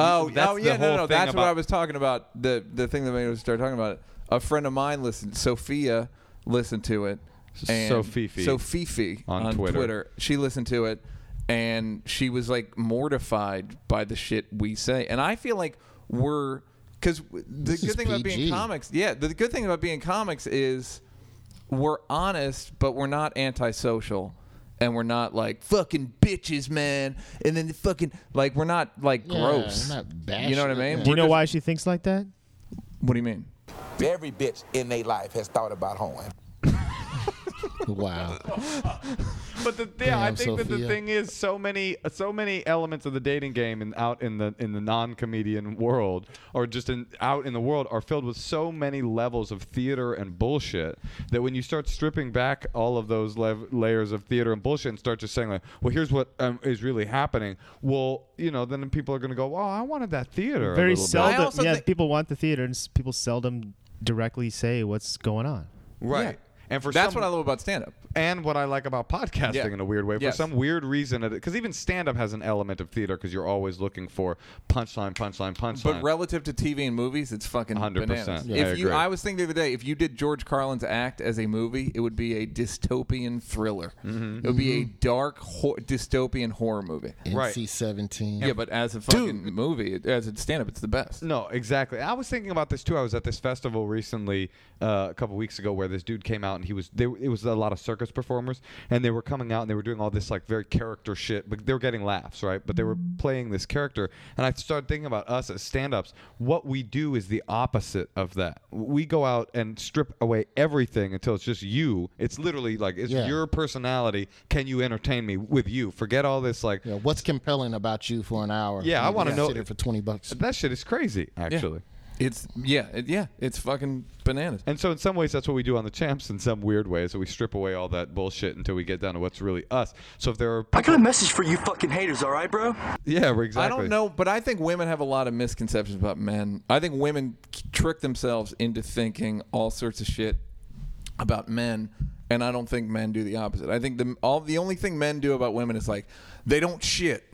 Speaker 1: Oh,
Speaker 2: That's
Speaker 1: oh
Speaker 2: the
Speaker 1: yeah, no,
Speaker 2: whole
Speaker 1: no, no.
Speaker 2: thing
Speaker 1: That's what
Speaker 2: about-
Speaker 1: I was talking about. The the thing that made us start talking about it. A friend of mine listened. Sophia listened to it. And
Speaker 2: Sofifi.
Speaker 1: Sofifi
Speaker 2: On
Speaker 1: on,
Speaker 2: Twitter.
Speaker 1: She listened to it, and she was like mortified by the shit we say. And I feel like we're because the
Speaker 7: This
Speaker 1: good
Speaker 7: is
Speaker 1: thing about being
Speaker 7: PG.
Speaker 1: comics, yeah, the good thing about being comics is we're honest, but we're not antisocial. And we're not like fucking bitches, man. And then the fucking like we're not like
Speaker 7: Yeah,
Speaker 1: gross.
Speaker 7: I'm not
Speaker 1: you know what I mean?
Speaker 7: bashing it, yeah.
Speaker 3: Do you
Speaker 1: We're
Speaker 3: know
Speaker 1: just-
Speaker 3: why she thinks like that?
Speaker 1: What do you mean?
Speaker 11: Every bitch in their life has thought about hoeing.
Speaker 7: Wow.
Speaker 2: But the yeah, I
Speaker 7: Damn,
Speaker 2: think that the
Speaker 7: Sophia.
Speaker 2: thing is so many so many elements of the dating game and out in the in the non comedian world or just in out in the world are filled with so many levels of theater and bullshit that when you start stripping back all of those lev- layers of theater and bullshit and start just saying like, well, here's what um, is really happening. Well, you know, then people are gonna go, well, I wanted that theater. a
Speaker 3: Very
Speaker 2: little bit."
Speaker 1: I
Speaker 3: seldom.
Speaker 1: also
Speaker 3: yeah,
Speaker 1: thi-
Speaker 3: people want the theater, and s- people seldom directly say what's going on.
Speaker 2: right.
Speaker 1: Yeah.
Speaker 2: And for
Speaker 1: That's
Speaker 2: some-
Speaker 1: what I love about stand up.
Speaker 2: and what I like about podcasting
Speaker 1: Yeah.
Speaker 2: in a weird way for
Speaker 1: Yes.
Speaker 2: some weird reason because even stand up has an element of theater because you're always looking for punchline punchline punchline
Speaker 1: But relative to TV and movies, it's fucking
Speaker 2: 100%.
Speaker 1: bananas.
Speaker 2: Yeah, I
Speaker 1: if you,
Speaker 2: agree.
Speaker 1: I was thinking the other day, if you did George Carlin's act as a movie, it would be a dystopian thriller.
Speaker 2: Mm-hmm.
Speaker 1: It would be a dark ho- dystopian horror movie.
Speaker 2: Right.
Speaker 7: NC-17.
Speaker 1: Yeah, but as a fucking movie, it- as a stand up, it's the best.
Speaker 2: No, exactly. I was thinking about this too. I was at this festival recently, uh, a couple weeks ago, where this dude came out and he was. They, it was a lot of circus performers, and they were coming out and they were doing all this like very character shit, but they were getting laughs, right? But they were playing this character, and I started thinking about us as stand-ups. What we do is the opposite of that. We go out and strip away everything until it's just you. It's literally like it's
Speaker 7: Yeah.
Speaker 2: your personality. Can you entertain me with you? Forget all this like.
Speaker 7: Yeah, what's compelling about you for an hour?
Speaker 2: Yeah, I
Speaker 7: Maybe
Speaker 2: wanna know-
Speaker 7: Sit here for twenty bucks.
Speaker 2: That shit is crazy, actually.
Speaker 1: It's yeah, it, yeah, it's fucking bananas.
Speaker 2: And so, in some ways, that's what we do on the champs. In some weird ways, that we strip away all that bullshit until we get down to what's really us. So if there are,
Speaker 9: I got a message for you fucking haters, all right, bro?
Speaker 2: yeah, we're exactly.
Speaker 1: I don't know, but I think women have a lot of misconceptions about men. I think women k- trick themselves into thinking all sorts of shit about men, and I don't think men do the opposite. I think the all the only thing men do about women is like they don't shit.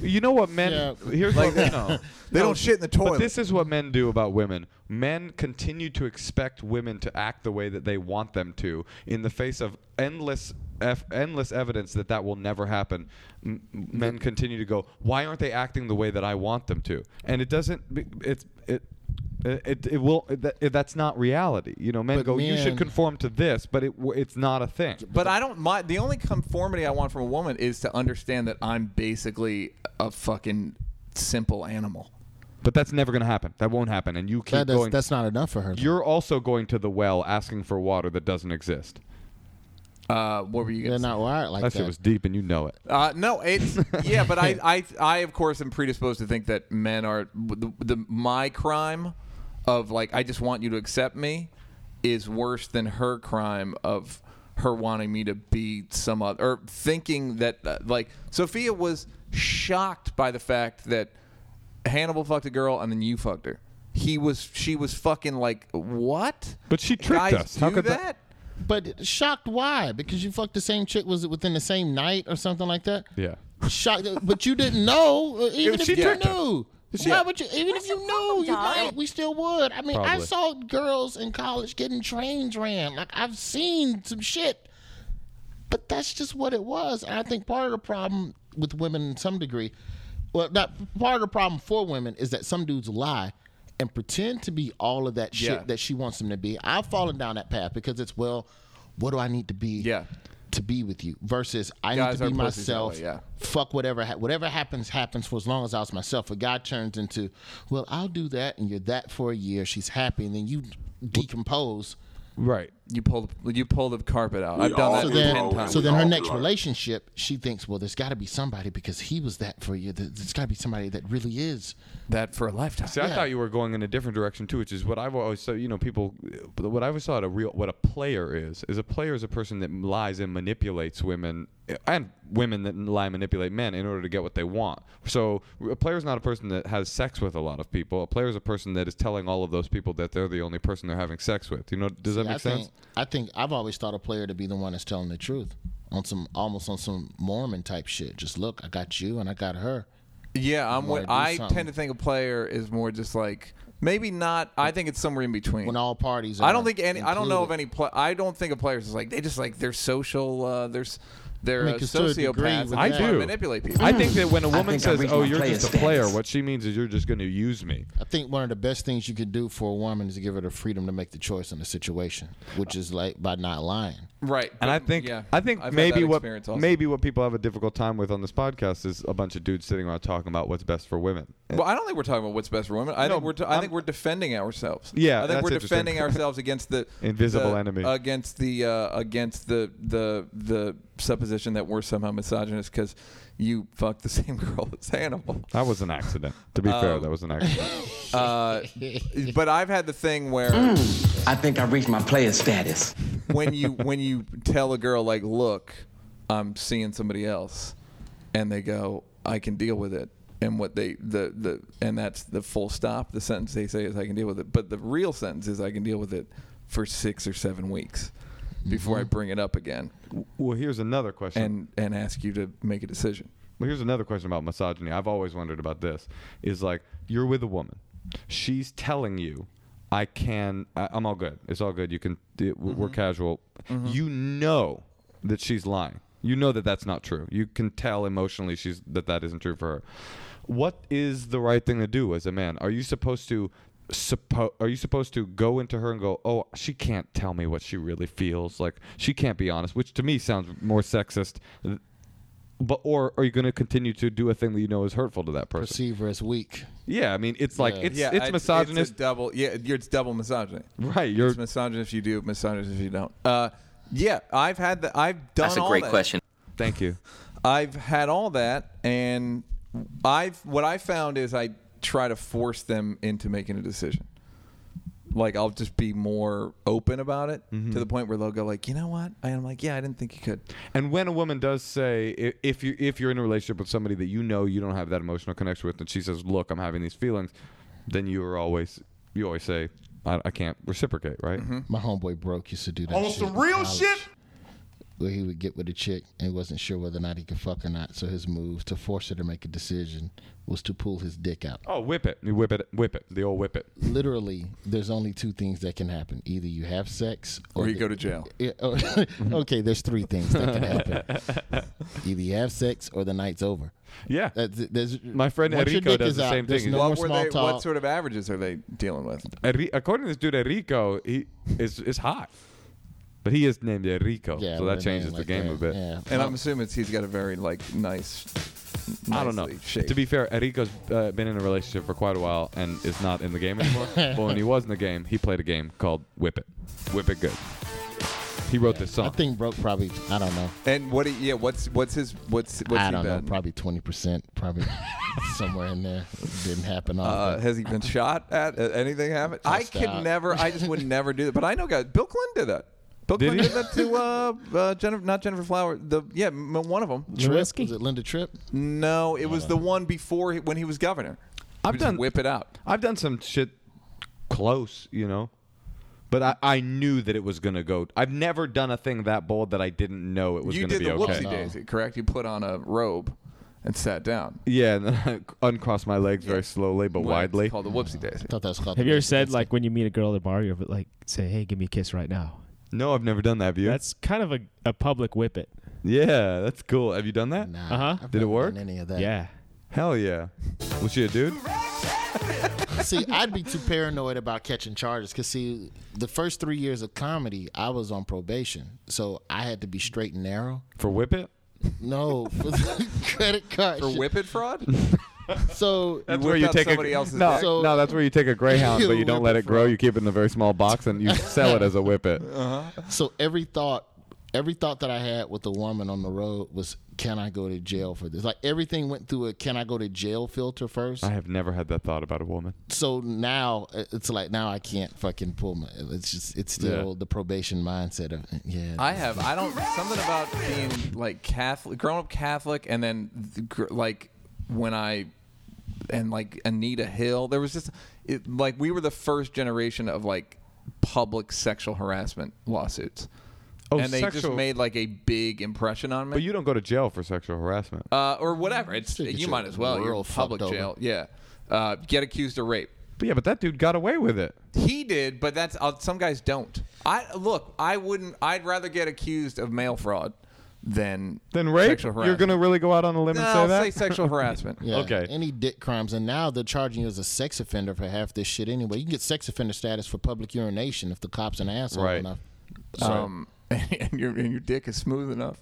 Speaker 2: You know what men?
Speaker 7: Yeah.
Speaker 2: Here's
Speaker 1: Like
Speaker 2: what
Speaker 1: they-
Speaker 2: no.
Speaker 1: they don't shit in the
Speaker 2: But
Speaker 1: toilet.
Speaker 2: this is what men do about women. Men continue to expect women to act the way that they want them to in the face of endless. eff endless evidence that that will never happen. M- men continue to go. Why aren't they acting the way that I want them to? And it doesn't. be- It's it. It, it will that, that's not reality you know men
Speaker 7: But
Speaker 2: go you should
Speaker 7: men-
Speaker 2: conform to this but it w- it's not a thing
Speaker 1: But I don't. My the only conformity I want from a woman is to understand that I'm basically a fucking simple animal.
Speaker 2: but that's never going to happen that won't happen and you keep
Speaker 7: That- that's,
Speaker 2: going
Speaker 7: that's not enough for her. though.
Speaker 2: You're also going to the well asking for water that doesn't exist.
Speaker 1: Uh, what were you? gonna
Speaker 7: They're
Speaker 1: say?
Speaker 7: not wired like
Speaker 2: That
Speaker 7: that.
Speaker 2: shit was deep, and you know it.
Speaker 1: Uh, no, it's yeah, but I, I, I of course am predisposed to think that men are the, the my crime of like I just want you to accept me is worse than her crime of her wanting me to be some other or thinking that uh, like Sophia was shocked by the fact that Hannibal fucked a girl and then you fucked her. he was she was fucking like what?
Speaker 2: But she tricked
Speaker 1: Guys
Speaker 2: us. How
Speaker 1: do
Speaker 2: could
Speaker 1: that?
Speaker 2: that?
Speaker 7: But shocked why? Because you fucked the same chick. Was it within the same night or something like that?
Speaker 2: Yeah.
Speaker 7: Shocked, but you didn't know. uh, Even
Speaker 2: was-
Speaker 7: if
Speaker 2: she
Speaker 7: you
Speaker 2: tricked her.
Speaker 7: knew,
Speaker 2: Yeah.
Speaker 7: why would you? Even if you knew, you might. We still would. I mean, I
Speaker 2: Probably.
Speaker 7: saw girls in college getting trains ran. Like I've seen some shit, but that's just what it was. And I think part of the problem with women, in some degree, well, not part of the problem for women is that some dudes lie. And pretend to be all of that shit
Speaker 1: Yeah.
Speaker 7: that she wants them to be. I've fallen down that path because it's well, what do I need to be
Speaker 1: Yeah.
Speaker 7: to be with you? Versus I
Speaker 1: Guys
Speaker 7: need to
Speaker 1: are
Speaker 7: be
Speaker 1: pussies that
Speaker 7: myself.
Speaker 1: way, yeah.
Speaker 7: Fuck whatever. Ha- whatever happens, happens. For as long as I was myself, a guy turns into, well, I'll do that, and you're that for a year. She's happy, and then you decompose.
Speaker 2: Right.
Speaker 1: You pull the, you pull the carpet out. I've done
Speaker 6: all
Speaker 1: that
Speaker 7: So
Speaker 1: ten
Speaker 7: then,
Speaker 1: times.
Speaker 7: so then her next relationship, she thinks, well, there's got to be somebody because he was that for you. There- There's got to be somebody that really is.
Speaker 1: that for a lifetime.
Speaker 2: See, I thought you were going in a different direction too, which is what I've always so you know people, what I always thought a real what a player is is a player is a person that lies and manipulates women and women that lie and manipulate men in order to get what they want. So a player is not a person that has sex with a lot of people. A player is a person that is telling all of those people that they're the only person they're having sex with. You know, does that
Speaker 7: Yeah,
Speaker 2: make
Speaker 7: I
Speaker 2: sense?
Speaker 7: Think, I think I've always thought a player to be the one that's telling the truth on some almost on some Mormon type shit. Just look, I got you and I got her.
Speaker 1: Yeah, I'm.
Speaker 7: wanna
Speaker 1: With,
Speaker 7: do
Speaker 1: I
Speaker 7: something.
Speaker 1: tend to think a player is more just like maybe not. I think it's somewhere in between.
Speaker 7: When all parties, are
Speaker 1: I don't think any. I don't know
Speaker 7: included.
Speaker 1: of any. Pl- I don't think of players is like they just like they're social. Uh, there's they're
Speaker 7: I mean,
Speaker 1: uh,
Speaker 7: 'cause to a degree
Speaker 1: sociopaths.
Speaker 7: with
Speaker 1: and
Speaker 2: I
Speaker 1: they wanna
Speaker 2: do.
Speaker 1: manipulate people.
Speaker 2: I think that when a
Speaker 9: I
Speaker 2: woman
Speaker 9: think I
Speaker 2: says,
Speaker 9: reached
Speaker 2: "Oh,
Speaker 9: my
Speaker 2: you're
Speaker 9: player
Speaker 2: just a player,"
Speaker 9: status.
Speaker 2: what she means is you're just going to use me.
Speaker 7: I think one of the best things you could do for a woman is to give her the freedom to make the choice in the situation, which is like by not lying.
Speaker 1: Right.
Speaker 2: And
Speaker 1: but,
Speaker 2: I think
Speaker 1: yeah,
Speaker 2: I think
Speaker 1: I've had
Speaker 2: maybe
Speaker 1: that
Speaker 2: what
Speaker 1: experience also.
Speaker 2: maybe what people have a difficult time with on this podcast is a bunch of dudes sitting around talking about what's best for women.
Speaker 1: Well, I don't think we're talking about what's best for women. I
Speaker 2: No,
Speaker 1: think we're t- I
Speaker 2: I'm-
Speaker 1: think we're defending ourselves.
Speaker 2: Yeah,
Speaker 1: I think
Speaker 2: that's
Speaker 1: we're
Speaker 2: interesting.
Speaker 1: defending ourselves against the
Speaker 2: Invisible
Speaker 1: the-
Speaker 2: enemy.
Speaker 1: against the uh, against the the the supposition that we're somehow misogynist because you fucked the same girl as Hannibal.
Speaker 2: That was an accident. To be
Speaker 1: Um,
Speaker 2: fair, that was an accident.
Speaker 1: Uh, but I've had the thing where
Speaker 2: Hmm.
Speaker 9: I think I reached my player status.
Speaker 1: when you when you tell a girl like, "Look, I'm seeing somebody else," and they go, "I can deal with it," and what they the the and that's the full stop. The sentence they say is, "I can deal with it," but the real sentence is, "I can deal with it for six or seven weeks before I bring it up again
Speaker 2: Well, here's another question.
Speaker 1: and and ask you to make a decision."
Speaker 2: Well, here's another question about misogyny. I've always wondered about this. Is like you're with a woman, she's telling you, "I can, I, I'm all good. It's all good. You can. It, We're casual." You know that she's lying. You know that that's not true. You can tell emotionally she's that that isn't true for her. What is the right thing to do as a man? Are you supposed to? Suppo- are you supposed to go into her and go, oh, she can't tell me what she really feels like. She can't be honest, which to me sounds more sexist but or are you going to continue to do a thing that you know is hurtful to that person?
Speaker 7: Perceive her as weak.
Speaker 2: Yeah, I mean, it's like it's
Speaker 1: Yeah,
Speaker 2: it's misogynist,
Speaker 1: It's a double. Yeah, it's double misogyny.
Speaker 2: right? You're
Speaker 1: it's misogynist if you do, misogynist if you don't. Uh, yeah, I've had the, I've done.
Speaker 9: That's a
Speaker 1: all
Speaker 9: great
Speaker 1: that.
Speaker 9: question.
Speaker 2: thank you.
Speaker 1: I've had all that, and I've what I found is I try to force them into making a decision. Like I'll just be more open about it to the point where they'll go like, you know what? And I'm like, yeah, I didn't think you could.
Speaker 2: And when a woman does say, i- if you if you're in a relationship with somebody that you know you don't have that emotional connection with, and she says, "Look, I'm having these feelings," then you are always you always say, "I, I can't reciprocate," right?
Speaker 7: My homeboy broke used to do that.
Speaker 12: On
Speaker 7: shit
Speaker 12: some
Speaker 7: in
Speaker 12: real
Speaker 7: college,
Speaker 12: shit?
Speaker 7: Where he would get with a chick and wasn't sure whether or not he could fuck or not, so his move to force her to make a decision was to pull his dick out.
Speaker 2: Oh, whip it, you whip it, whip it, the old whip it.
Speaker 7: Literally, there's only two things that can happen: either you have sex, or,
Speaker 1: Or you
Speaker 7: the-
Speaker 1: go to jail.
Speaker 7: Yeah, oh, okay, there's three things that can happen: either you have sex, or the night's over.
Speaker 2: Yeah,
Speaker 7: That's, there's,
Speaker 2: My friend
Speaker 7: once your
Speaker 2: Enrico
Speaker 7: dick
Speaker 2: does
Speaker 7: is
Speaker 2: the
Speaker 7: out,
Speaker 2: same
Speaker 7: there's
Speaker 2: thing.
Speaker 7: No
Speaker 2: What
Speaker 7: more
Speaker 1: What were
Speaker 7: small
Speaker 1: they?
Speaker 7: talk.
Speaker 1: What sort of averages are they dealing with?
Speaker 2: Enri- according to this dude Enrico, he is is hot, but he is named Enrico,
Speaker 7: Yeah,
Speaker 2: so
Speaker 7: with
Speaker 2: that
Speaker 7: a
Speaker 2: changes
Speaker 7: name
Speaker 2: the
Speaker 7: like
Speaker 2: game
Speaker 7: that,
Speaker 2: a bit.
Speaker 7: Yeah.
Speaker 1: And I'm assuming it's, he's got a very like nice.
Speaker 2: I don't know.
Speaker 1: nicely Shaped.
Speaker 2: To be fair, Enrico's uh, been in a relationship for quite a while and is not in the game anymore. but when he was in the game, he played a game called Whip It. Whip It Good. He wrote this
Speaker 7: I
Speaker 2: song.
Speaker 7: think broke probably. I don't know.
Speaker 1: and what? He, yeah. What's what's his what's what's
Speaker 7: I
Speaker 1: he
Speaker 7: don't know.
Speaker 1: been?
Speaker 7: Probably twenty percent. Probably somewhere in there. Didn't happen.
Speaker 1: Uh,
Speaker 7: often.
Speaker 1: has he been shot at? Uh, anything happened? I
Speaker 7: Tossed
Speaker 1: could
Speaker 7: out.
Speaker 1: never. I just would never do that. But I know guys. Bill Clinton did that. Bill
Speaker 2: Did
Speaker 1: Clinton
Speaker 2: he?
Speaker 1: did that to uh, uh, Jennifer, not Jennifer Flower. The yeah, m- one of them.
Speaker 7: Tripp?
Speaker 3: Trubisky?
Speaker 7: Was it Linda Tripp?
Speaker 1: No, it was the one before he, when he was governor. He
Speaker 2: I've
Speaker 1: would
Speaker 2: done-
Speaker 1: just whip it out.
Speaker 2: I've done some shit close, you know. But I, I knew that it was going to go. I've never done a thing that bold that I didn't know it was
Speaker 1: you
Speaker 2: going
Speaker 1: did
Speaker 2: to be
Speaker 1: the
Speaker 2: okay.
Speaker 1: whoopsie daisy, correct? You put on a robe and sat down.
Speaker 2: Yeah, and then I uncrossed my legs very slowly but
Speaker 1: Well, it's
Speaker 2: widely.
Speaker 1: called the whoopsie daisy.
Speaker 7: thought that's called.
Speaker 3: Have you ever said like when you meet a girl at a bar, you ever like say, "Hey, give me a kiss right now"?
Speaker 2: No, I've never done that. Have you?
Speaker 3: That's kind of a, a public whip it.
Speaker 2: yeah, that's cool. Have you done that?
Speaker 7: Nah,
Speaker 3: Uh-huh.
Speaker 7: I've
Speaker 2: Did it
Speaker 7: never
Speaker 2: work?
Speaker 7: done Any of that?
Speaker 3: Yeah.
Speaker 2: Hell yeah. Was she a dude?
Speaker 7: see, I'd be too paranoid about catching charges because see, the first three years of comedy, I was on probation, so I had to be straight and narrow.
Speaker 2: For whip it?
Speaker 7: No, for credit card
Speaker 1: For
Speaker 7: shit.
Speaker 1: whip-it fraud?
Speaker 7: So
Speaker 1: That's where you take somebody else's
Speaker 2: no,
Speaker 1: dick.
Speaker 7: So-
Speaker 2: no, that's where you take a greyhound, but you don't
Speaker 7: Whip
Speaker 2: let
Speaker 7: it
Speaker 2: it grow. You keep it in a very small box and you sell it as a whip it.
Speaker 1: Uh-huh.
Speaker 7: So every thought, every thought that I had with the woman on the road was, "Can I go to jail for this?" Like everything went through a "Can I go to jail" filter first.
Speaker 2: I have never had that thought about a woman.
Speaker 7: so now uh, it's like now I can't fucking pull my. It's just it's still
Speaker 2: Yeah.
Speaker 7: the probation mindset of yeah.
Speaker 1: I have. I don't. Something about being like Catholic, growing up Catholic, and then th- gr- like when I and like Anita Hill, there was just it, like we were the first generation of like public sexual harassment lawsuits.
Speaker 2: Oh,
Speaker 1: and they just
Speaker 2: sexual-
Speaker 1: made like a big impression on me,
Speaker 2: But you don't go to jail for sexual harassment.
Speaker 1: uh, or whatever. It's
Speaker 7: Still get
Speaker 1: you
Speaker 7: your
Speaker 1: might as well. You're in
Speaker 7: world
Speaker 1: public
Speaker 7: fucked over.
Speaker 1: jail. Yeah, uh, get accused of rape.
Speaker 2: But yeah, but that dude got away with it.
Speaker 1: He did, but that's uh, some guys don't. I look. I wouldn't. I'd rather get accused of mail fraud than
Speaker 2: Then rape?
Speaker 1: Sexual
Speaker 2: You're going to really go out on a limb
Speaker 1: no,
Speaker 2: and
Speaker 1: I'll
Speaker 2: say that?
Speaker 1: say sexual harassment.
Speaker 7: Yeah,
Speaker 2: Okay.
Speaker 7: Any dick crimes, and now they're charging you as a sex offender for half this shit anyway. You can get sex offender status for public urination if the cops an asshole
Speaker 2: Right.
Speaker 7: enough.
Speaker 1: Um, and your and your dick is smooth enough.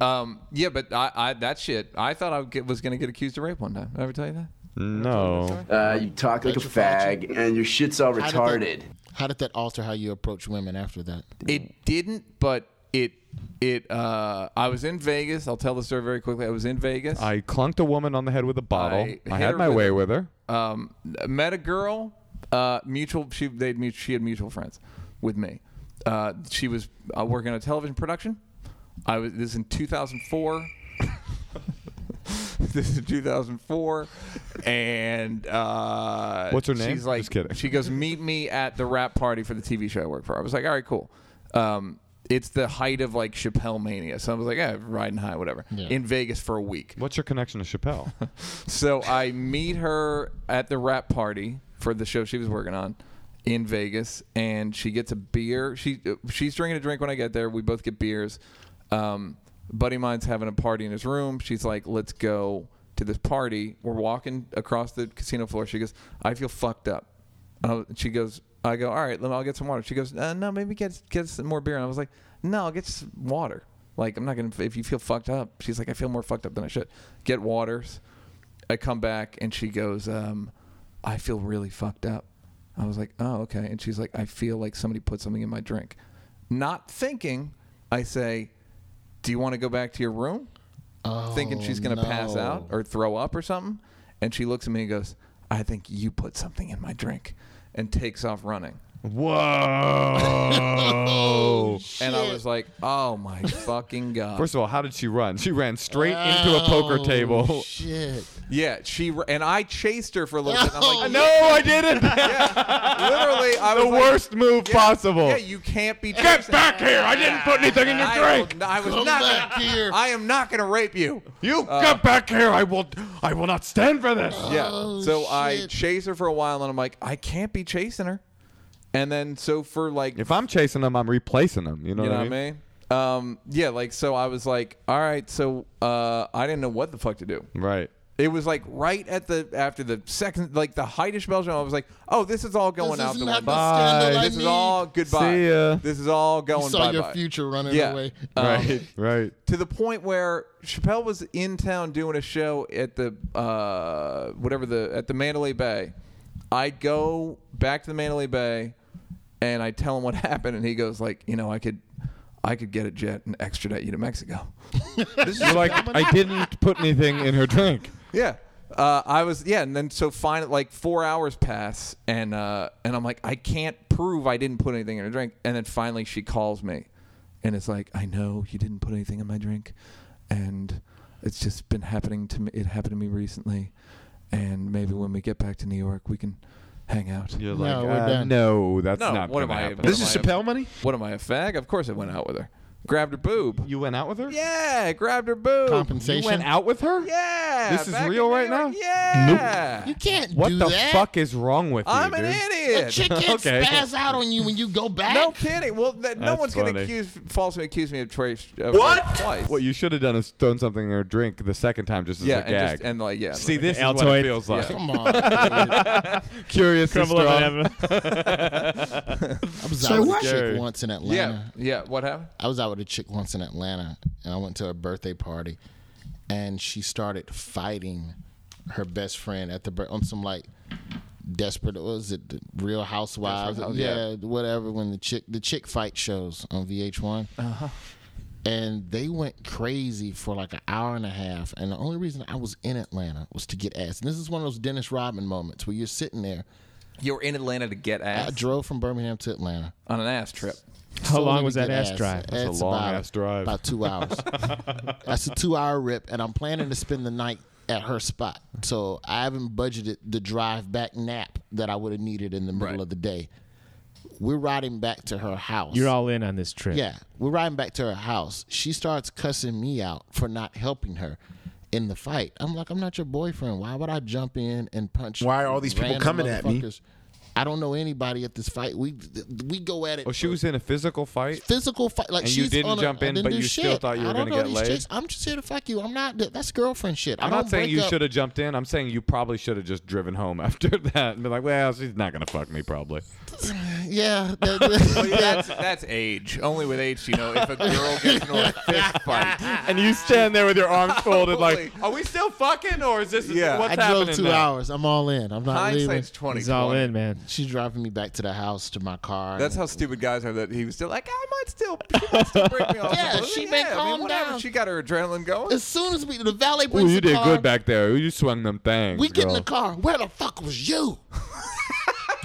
Speaker 1: um, yeah, but I, I that shit. I thought I would get, was going to get accused of rape one time. Did I ever tell you that?
Speaker 2: no.
Speaker 9: Uh, you talk like a fag, and your shit's all
Speaker 7: How did that-
Speaker 9: retarded.
Speaker 7: How did that alter how you approach women after that?
Speaker 1: It didn't, but it it. Uh, I was in Vegas. I'll tell the story very quickly. I was in Vegas.
Speaker 2: I clunked a woman on the head with a bottle.
Speaker 1: I
Speaker 2: I,
Speaker 1: hit
Speaker 2: had
Speaker 1: her
Speaker 2: my
Speaker 1: with
Speaker 2: way
Speaker 1: a-
Speaker 2: with her.
Speaker 1: um, met a girl, uh, mutual. She they would she had mutual friends with me. Uh, she was uh, working on a television production. I was this is in 2004. this is 2004, and uh,
Speaker 2: What's her name?
Speaker 1: She's like,
Speaker 2: Just kidding.
Speaker 1: she goes, meet me at the rap party for the TV show I work for. I was like, all right, cool. Um, it's the height of like Chappelle mania, so I was like, yeah, riding high, whatever. In Vegas for a week.
Speaker 2: What's your connection to Chappelle?
Speaker 1: So I meet her at the rap party for the show she was working on in Vegas, and she gets a beer. She she's drinking a drink when I get there. We both get beers. Um, buddy of mine's having a party in his room. She's like, "Let's go to this party." We're walking across the casino floor. She goes, "I feel fucked up." And I was- she goes, "I go, all right, let me, I'll get some water." She goes, uh, "No, maybe get get some more beer." And I was like, "No, I'll get some water." Like I'm not gonna if you feel fucked up. She's like, "I feel more fucked up than I should." Get waters. I come back and she goes, um, I feel really fucked up. I was like, oh, okay. And she's like, I feel like somebody put something in my drink. Not thinking, I say, do you want to go back to your room? thinking she's
Speaker 2: Oh,
Speaker 1: going to pass
Speaker 7: no.
Speaker 1: out or throw up or something. And she looks at me and goes, I think you put something in my drink and takes off running.
Speaker 2: Whoa.
Speaker 1: And I was like, oh my fucking God.
Speaker 2: First of all, how did she run? She ran straight into a poker
Speaker 7: Oh,
Speaker 2: table.
Speaker 7: Shit.
Speaker 1: yeah, she, and I chased her for a little bit. I'm like,
Speaker 2: No, I didn't.
Speaker 1: literally, I was
Speaker 2: the
Speaker 1: like-
Speaker 2: worst move
Speaker 1: Yeah,
Speaker 2: possible.
Speaker 1: Yeah, you can't be.
Speaker 2: Get
Speaker 1: chasing-
Speaker 2: back here! I didn't put anything in your
Speaker 1: I will-
Speaker 2: drink.
Speaker 1: I was
Speaker 7: Come
Speaker 1: not
Speaker 7: back
Speaker 1: gonna,
Speaker 7: here.
Speaker 1: I am not going to rape you.
Speaker 2: You get back here! I will. I will not stand for this.
Speaker 1: Yeah.
Speaker 7: Oh,
Speaker 1: so I
Speaker 7: shit.
Speaker 1: chase her for a while, and I'm like, I can't be chasing her. And then so for like,
Speaker 2: If I'm chasing them, I'm replacing them. You know,
Speaker 1: you know
Speaker 2: what,
Speaker 1: what I mean? Um, yeah. Like so, I was like, all right. So uh, I didn't know what the fuck to do.
Speaker 2: Right.
Speaker 1: It was like right at the after the second, like the heightest bell show. I was like, "Oh, this is all going
Speaker 7: This
Speaker 1: out
Speaker 7: is
Speaker 1: the
Speaker 7: not
Speaker 1: window.
Speaker 7: the scandal
Speaker 2: Bye.
Speaker 7: I
Speaker 1: This is all
Speaker 7: need.
Speaker 1: goodbye.
Speaker 2: See ya.
Speaker 1: This is all going
Speaker 7: You saw your
Speaker 1: Oh, bye-bye."
Speaker 7: future running
Speaker 1: Yeah.
Speaker 7: away.
Speaker 1: Um,
Speaker 2: Right. right.
Speaker 1: to the point where Chappelle was in town doing a show at the uh, whatever the at the Mandalay Bay. I go back to the Mandalay Bay and I tell him what happened, and he goes like, you know, I could, I could get a jet and extradite you to Mexico.
Speaker 2: You're like, I didn't put anything in her drink.
Speaker 1: Yeah. Uh, I was yeah, and then so finally like four hours pass, and uh, and I'm like, I can't prove I didn't put anything in her drink, and then finally she calls me, and it's like, I know you didn't put anything in my drink, and it's just been happening to me. It happened to me recently, and maybe when we get back to New York, we can hang out.
Speaker 2: You're
Speaker 1: No,
Speaker 2: like,
Speaker 1: we're
Speaker 2: uh,
Speaker 1: done.
Speaker 2: no, that's
Speaker 1: no,
Speaker 2: not
Speaker 1: what am
Speaker 2: gonna
Speaker 1: I?
Speaker 2: happen.
Speaker 1: what am I a- What am I, a fag? Of course I went out with her. Grabbed her boob.
Speaker 2: You went out with her?
Speaker 1: Yeah, I grabbed her boob.
Speaker 2: You went out with her?
Speaker 1: Yeah.
Speaker 2: This is
Speaker 1: back in
Speaker 2: real
Speaker 1: New
Speaker 2: right
Speaker 1: York.
Speaker 2: now?
Speaker 1: Yeah.
Speaker 7: You can't
Speaker 2: What
Speaker 7: do
Speaker 2: the
Speaker 7: that.
Speaker 2: fuck is wrong with
Speaker 1: I'm
Speaker 2: you?
Speaker 1: an
Speaker 2: dude?
Speaker 1: idiot.
Speaker 7: A chick can't
Speaker 2: Okay.
Speaker 7: spaz out on you when you go back.
Speaker 1: No kidding. Well, that, no
Speaker 2: That's
Speaker 1: one's
Speaker 2: funny.
Speaker 1: gonna accuse, falsely accuse me of trace. Uh,
Speaker 2: What?
Speaker 1: Twice.
Speaker 2: What you should have done is thrown something in her drink the second time just as
Speaker 1: Yeah,
Speaker 2: a
Speaker 1: and just-
Speaker 2: gag.
Speaker 1: and, like, yeah,
Speaker 2: See,
Speaker 1: like-
Speaker 2: this is what
Speaker 1: Altoid.
Speaker 2: it feels like.
Speaker 1: Yeah. Come
Speaker 7: on.
Speaker 2: Curious and
Speaker 7: Crumble up
Speaker 2: strong.
Speaker 7: and I was out with a chick once in Atlanta.
Speaker 1: Yeah, yeah. What happened?
Speaker 7: I was out with a chick once in Atlanta, and I went to a birthday party, and she started fighting her best friend at the bir- on some like desperate what was it the Real Housewives?
Speaker 1: Desperate Hous-
Speaker 7: yeah,
Speaker 1: yeah.
Speaker 7: whatever. When the chick the chick fight shows on VH1.
Speaker 1: Uh-huh.
Speaker 7: And they went crazy for like an hour and a half. And the only reason I was in Atlanta was to get ass. And this is one of those Dennis Rodman moments where you're sitting there.
Speaker 1: You were in Atlanta to get ass
Speaker 7: I drove from Birmingham to Atlanta.
Speaker 1: on an ass trip.
Speaker 3: How
Speaker 7: So
Speaker 3: long
Speaker 7: we
Speaker 3: was
Speaker 7: get
Speaker 3: that ass drive?
Speaker 7: It's
Speaker 3: That's
Speaker 2: a long
Speaker 7: about,
Speaker 2: ass drive.
Speaker 7: About two hours. That's a two hour rip, and I'm planning to spend the night at her spot. So I haven't budgeted the drive back nap that I would have needed in the middle of the day. We're riding back to her house.
Speaker 3: You're all in on this trip.
Speaker 7: Yeah, we're riding back to her house. She starts cussing me out for not helping her in the fight. I'm like, I'm not your boyfriend. Why would I jump in and punch?
Speaker 13: Why are all these people
Speaker 7: random
Speaker 13: coming at me?
Speaker 7: motherfuckers? I don't know anybody at this fight. We we go at it.
Speaker 2: Oh, she was in a physical fight.
Speaker 7: Physical fight, like
Speaker 2: And you
Speaker 7: she's
Speaker 2: didn't
Speaker 7: on a-
Speaker 2: jump
Speaker 7: I
Speaker 2: in,
Speaker 7: didn't
Speaker 2: but
Speaker 7: do
Speaker 2: you still
Speaker 7: shit.
Speaker 2: thought you were
Speaker 7: I don't
Speaker 2: gonna
Speaker 7: know
Speaker 2: get
Speaker 7: these
Speaker 2: laid?
Speaker 7: chicks. I'm just here to fuck you. I'm not. That's girlfriend shit. I
Speaker 2: I'm not
Speaker 7: don't
Speaker 2: saying
Speaker 7: break
Speaker 2: you
Speaker 7: up-
Speaker 2: should have jumped in. I'm saying you probably should have just driven home after that and been like, well, she's not going to fuck me, probably.
Speaker 7: Yeah, that-
Speaker 1: Well, yeah, that's that's age. Only with age, you know, if a girl gets into a fist fight.
Speaker 2: And you stand there with your arms folded, like, are we still fucking or is this
Speaker 1: Yeah.
Speaker 2: what's
Speaker 7: I
Speaker 2: happening?
Speaker 7: drove two
Speaker 2: now?
Speaker 7: hours. I'm all in. I'm not leaving.
Speaker 1: Hindsight's twenty.
Speaker 3: He's all in, man.
Speaker 7: She's driving me back to the house to my car.
Speaker 1: That's how stupid guys are. That he was still like, I might still, she might still break me off.
Speaker 7: Yeah,
Speaker 1: the bullet."
Speaker 7: she
Speaker 1: yeah,
Speaker 7: been
Speaker 1: I mean,
Speaker 7: calmed
Speaker 1: whatever.
Speaker 7: down.
Speaker 1: She got her adrenaline going.
Speaker 7: as soon as we the valet
Speaker 2: Ooh,
Speaker 7: brings
Speaker 2: you
Speaker 7: the
Speaker 2: did
Speaker 7: car,
Speaker 2: good back there. You swung them things.
Speaker 7: We get in
Speaker 2: girl.
Speaker 7: the car. Where the fuck was you?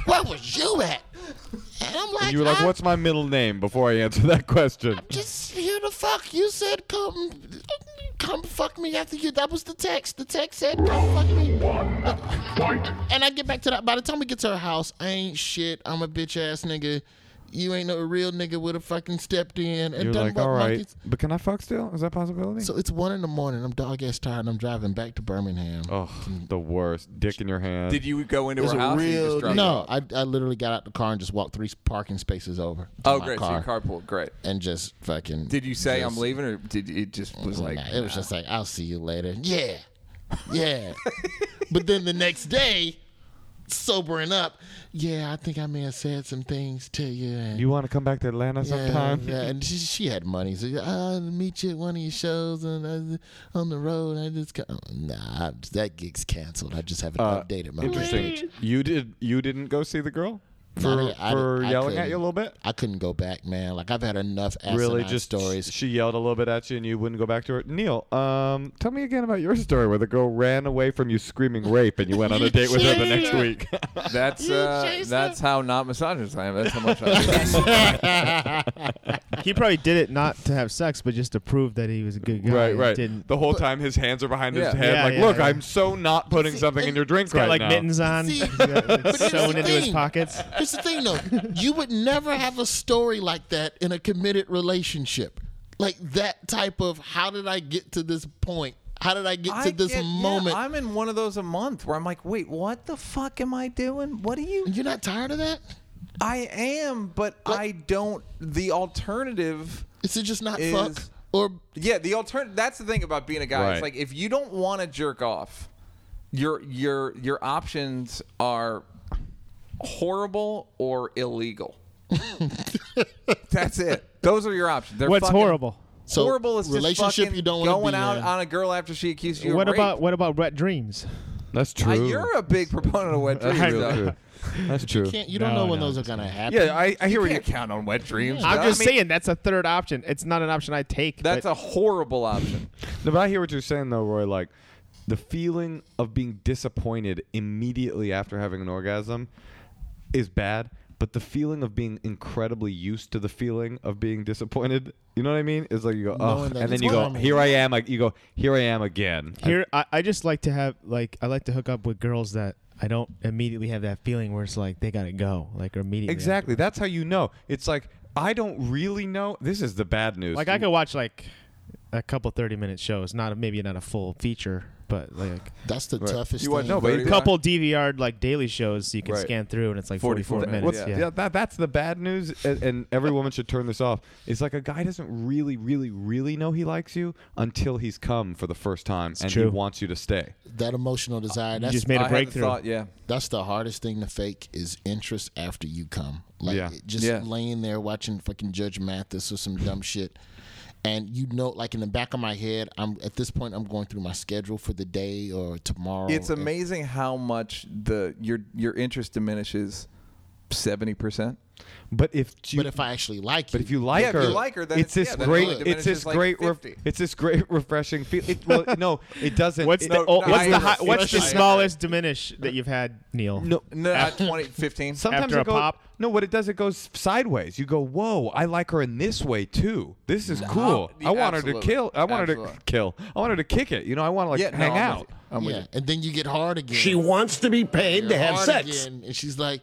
Speaker 7: Where was you at? And I'm like,
Speaker 2: And you were like,
Speaker 7: I'm
Speaker 2: what's my middle name before I answer that question?
Speaker 7: just here to fuck. You said come, come fuck me after you. That was the text. The text said come fuck me. And I get back to that. By the time we get to her house, I ain't shit. I'm a bitch ass nigga. You ain't no real nigga would have fucking stepped in and
Speaker 2: You're
Speaker 7: done
Speaker 2: like,
Speaker 7: what
Speaker 2: all right,
Speaker 7: monkeys.
Speaker 2: but can I fuck still? Is that a possibility?
Speaker 7: So it's one in the morning. I'm dog ass tired. and I'm driving back to Birmingham.
Speaker 2: oh, the worst. Dick in your hand.
Speaker 1: Did you go into
Speaker 7: It was
Speaker 1: her
Speaker 7: a
Speaker 1: house? or you just dropped her
Speaker 7: no.
Speaker 1: off?
Speaker 7: I, I literally got out the car and just walked three parking spaces over. to
Speaker 1: Oh,
Speaker 7: my
Speaker 1: great.
Speaker 7: Car
Speaker 1: So you carpooled. Great.
Speaker 7: and just fucking.
Speaker 1: Did you say I'm
Speaker 7: just-
Speaker 1: leaving, or did it just was
Speaker 2: Oh,
Speaker 1: like?
Speaker 7: Nah, it was just like I'll see you later. Yeah, yeah. but then the next day, sobering up. Yeah, I think I may have said some things to you. And
Speaker 2: You want to come back to Atlanta
Speaker 7: yeah,
Speaker 2: sometime?
Speaker 7: yeah, and she, she had money, so I'll meet you at one of your shows on on the road. I just come. Nah, I'm- that gig's canceled. I just haven't
Speaker 2: Uh,
Speaker 7: updated my page.
Speaker 2: Interesting. You did. You didn't go see the girl for
Speaker 7: Nah, I- I-
Speaker 2: for
Speaker 7: I
Speaker 2: yelling at
Speaker 7: couldn't.
Speaker 2: you a little bit.
Speaker 7: I couldn't go back, man. Like I've had enough asinine
Speaker 2: Really, just
Speaker 7: stories.
Speaker 2: She yelled a little bit at you, and you wouldn't go back to her. Neil, um, tell me again about your story where the girl ran away from you screaming rape, and you went on a date with her the next week.
Speaker 1: That's uh,
Speaker 7: chased
Speaker 1: that's how not misogynist I am. That's how much I.
Speaker 3: He probably did it not to have sex, but just to prove that he was a good guy.
Speaker 2: right,
Speaker 3: and
Speaker 2: right.
Speaker 3: Didn't
Speaker 2: The whole time his hands are behind
Speaker 1: Yeah.
Speaker 2: his head,
Speaker 3: Yeah,
Speaker 2: like,
Speaker 3: yeah,
Speaker 2: look,
Speaker 3: yeah.
Speaker 2: I'm so not putting something in your drink
Speaker 3: got
Speaker 2: right
Speaker 3: like
Speaker 2: now.
Speaker 3: mittens on,
Speaker 7: See,
Speaker 3: He's got, like,
Speaker 7: but here's
Speaker 3: sewn
Speaker 7: the
Speaker 3: into his
Speaker 7: thing.
Speaker 3: pockets.
Speaker 7: Here's the thing, though. You would never have a story like that in a committed relationship. Like that type of how did I get to this point? How did I get
Speaker 1: I
Speaker 7: to this
Speaker 1: get- yeah,
Speaker 7: moment?
Speaker 1: I'm in one of those a month where I'm like, wait, what the fuck am I doing? What are you?
Speaker 7: You're not tired of that?
Speaker 1: I am, but I don't. The alternative.
Speaker 7: Is it just not
Speaker 1: Is-
Speaker 7: fuck? Or
Speaker 1: Yeah, the alternative. That's the thing about being a guy.
Speaker 2: Right.
Speaker 1: It's like if you don't want to jerk off, your your your options are horrible or illegal. that's it. Those are your options. They're
Speaker 3: What's
Speaker 1: fucking-
Speaker 3: horrible?
Speaker 7: So,
Speaker 1: horrible is just
Speaker 7: relationship
Speaker 1: fucking
Speaker 7: you don't wanna
Speaker 1: going
Speaker 7: be
Speaker 1: out
Speaker 7: in.
Speaker 1: on a girl after she accuses you. of
Speaker 3: What
Speaker 1: rape.
Speaker 3: about what about wet dreams?
Speaker 2: That's
Speaker 1: Uh,
Speaker 2: true.
Speaker 1: you're a big proponent of wet
Speaker 2: That's
Speaker 1: dreams.
Speaker 2: real
Speaker 1: though.
Speaker 2: true. That's true.
Speaker 7: can't you don't
Speaker 1: Oh,
Speaker 3: No,
Speaker 7: know when
Speaker 3: no,
Speaker 7: those are gonna happen?
Speaker 2: Yeah, I, I hear
Speaker 1: You
Speaker 2: what you.
Speaker 1: can't count on wet dreams.
Speaker 3: I'm
Speaker 1: though. I
Speaker 3: just
Speaker 1: mean,
Speaker 3: saying that's a third option. It's not an option I take.
Speaker 1: that's
Speaker 3: but
Speaker 1: a horrible option.
Speaker 2: No, but I hear what you're saying though, Roy. Like the feeling of being disappointed immediately after having an orgasm is bad. But the feeling of being incredibly used to the feeling of being disappointed, you know what I mean? It's like you go, oh,
Speaker 3: Knowing that
Speaker 2: and then
Speaker 3: it's
Speaker 2: you go,
Speaker 3: coming.
Speaker 2: here I am. Like you go, here I am again. I-
Speaker 3: Here, I, I just like to have like I like to hook up with girls that I don't immediately have that feeling where it's like they gotta go like or immediately.
Speaker 2: exactly. That's how you know. It's like I don't really know. This is the bad news.
Speaker 3: Like I could watch like a couple thirty minute shows, not a, maybe not a full feature, but like
Speaker 7: That's the
Speaker 2: Right.
Speaker 7: toughest
Speaker 2: You want-
Speaker 7: thing.
Speaker 2: no, but
Speaker 3: a couple DVR like daily shows you can
Speaker 2: Right.
Speaker 3: scan through and it's like forty four minutes.
Speaker 2: What's-
Speaker 3: yeah.
Speaker 2: yeah, that, that's the bad news, and, and every woman should turn this off. It's like a guy doesn't really, really, really know he likes you until he's come for the first time and he
Speaker 3: true.
Speaker 2: wants you to stay.
Speaker 7: that emotional desire. That's
Speaker 3: just made a I
Speaker 1: haven't breakthrough. thought, yeah.
Speaker 7: that's the hardest thing to fake is interest after you come. Like
Speaker 2: Yeah.
Speaker 7: it- just
Speaker 1: Yeah.
Speaker 7: laying there watching fucking Judge Mathis or some dumb shit, and you know, like in the back of my head, I'm at this point, I'm going through my schedule for the day or tomorrow.
Speaker 1: It's
Speaker 7: and-
Speaker 1: amazing how much the your your interest diminishes seventy percent.
Speaker 2: But if you,
Speaker 7: But if I actually like
Speaker 2: But
Speaker 7: you,
Speaker 2: if you like
Speaker 1: Yeah, if
Speaker 2: her,
Speaker 1: you like her, then
Speaker 2: it's
Speaker 1: it's-
Speaker 2: this
Speaker 1: yeah, then it
Speaker 2: great,
Speaker 1: only
Speaker 2: it's this
Speaker 1: diminishes like
Speaker 2: great, ref-
Speaker 1: 50.
Speaker 2: it's this great refreshing feel. It, well, no, it doesn't.
Speaker 3: What's
Speaker 2: it-
Speaker 3: the oh,
Speaker 1: no,
Speaker 3: what's
Speaker 1: I-
Speaker 3: the hi- what's the
Speaker 1: I-
Speaker 3: smallest diminish that you've had, Neil?
Speaker 2: no,
Speaker 1: No, at 20, 15.
Speaker 2: sometimes
Speaker 3: after
Speaker 2: it
Speaker 3: a
Speaker 2: goes,
Speaker 3: pop?
Speaker 2: No, what it does, it goes sideways. You go, whoa, I like her in this way too. This is cool.
Speaker 1: Uh-huh. yeah,
Speaker 2: I want her to
Speaker 1: absolutely.
Speaker 2: kill. I want her
Speaker 1: Absolutely.
Speaker 2: to kill. I want her to kick it. You know, I want to like
Speaker 1: Yeah, no,
Speaker 2: hang
Speaker 1: I'm with
Speaker 2: out.
Speaker 1: you. I'm with
Speaker 7: yeah, and then you get hard again.
Speaker 13: She wants to be paid
Speaker 7: You're
Speaker 13: to have
Speaker 7: hard
Speaker 13: sex.
Speaker 7: again, and she's like.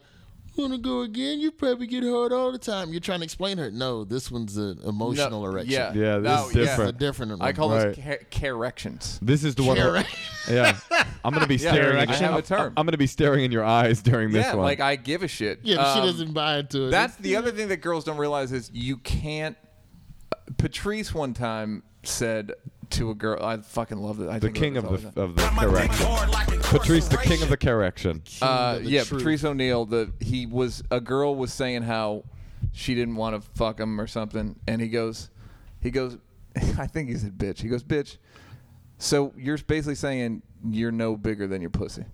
Speaker 7: You want to go again? You probably get hard all the time. You're trying to explain her. No, this one's an emotional erection.
Speaker 1: Yeah,
Speaker 2: Yeah,
Speaker 1: No,
Speaker 2: this is
Speaker 1: yeah.
Speaker 7: It's a
Speaker 2: different.
Speaker 7: different one.
Speaker 1: I call
Speaker 2: Right.
Speaker 1: this ca- carections.
Speaker 2: This is the one. where- yeah, I'm gonna be
Speaker 1: Yeah,
Speaker 2: staring.
Speaker 1: I
Speaker 2: in your-
Speaker 1: have a
Speaker 2: I'm-
Speaker 1: term.
Speaker 2: I'm gonna be staring in your eyes during this
Speaker 1: Yeah,
Speaker 2: one.
Speaker 1: like I give a shit.
Speaker 7: yeah, but
Speaker 1: Um,
Speaker 7: she doesn't buy into it.
Speaker 1: That's the other thing that girls don't realize is you can't. Patrice one time said to a girl, "I fucking love that." I
Speaker 2: the
Speaker 1: think
Speaker 2: king
Speaker 1: about
Speaker 2: of
Speaker 1: this all
Speaker 2: the
Speaker 1: time.
Speaker 2: of the correction. Patrice, the king of the correction.
Speaker 1: Uh,
Speaker 7: the
Speaker 1: yeah,
Speaker 7: truth.
Speaker 1: Patrice O'Neill. The he was a girl was saying how she didn't want to fuck him or something, and he goes, he goes, I think he said bitch. He goes, bitch. So you're basically saying you're no bigger than your pussy.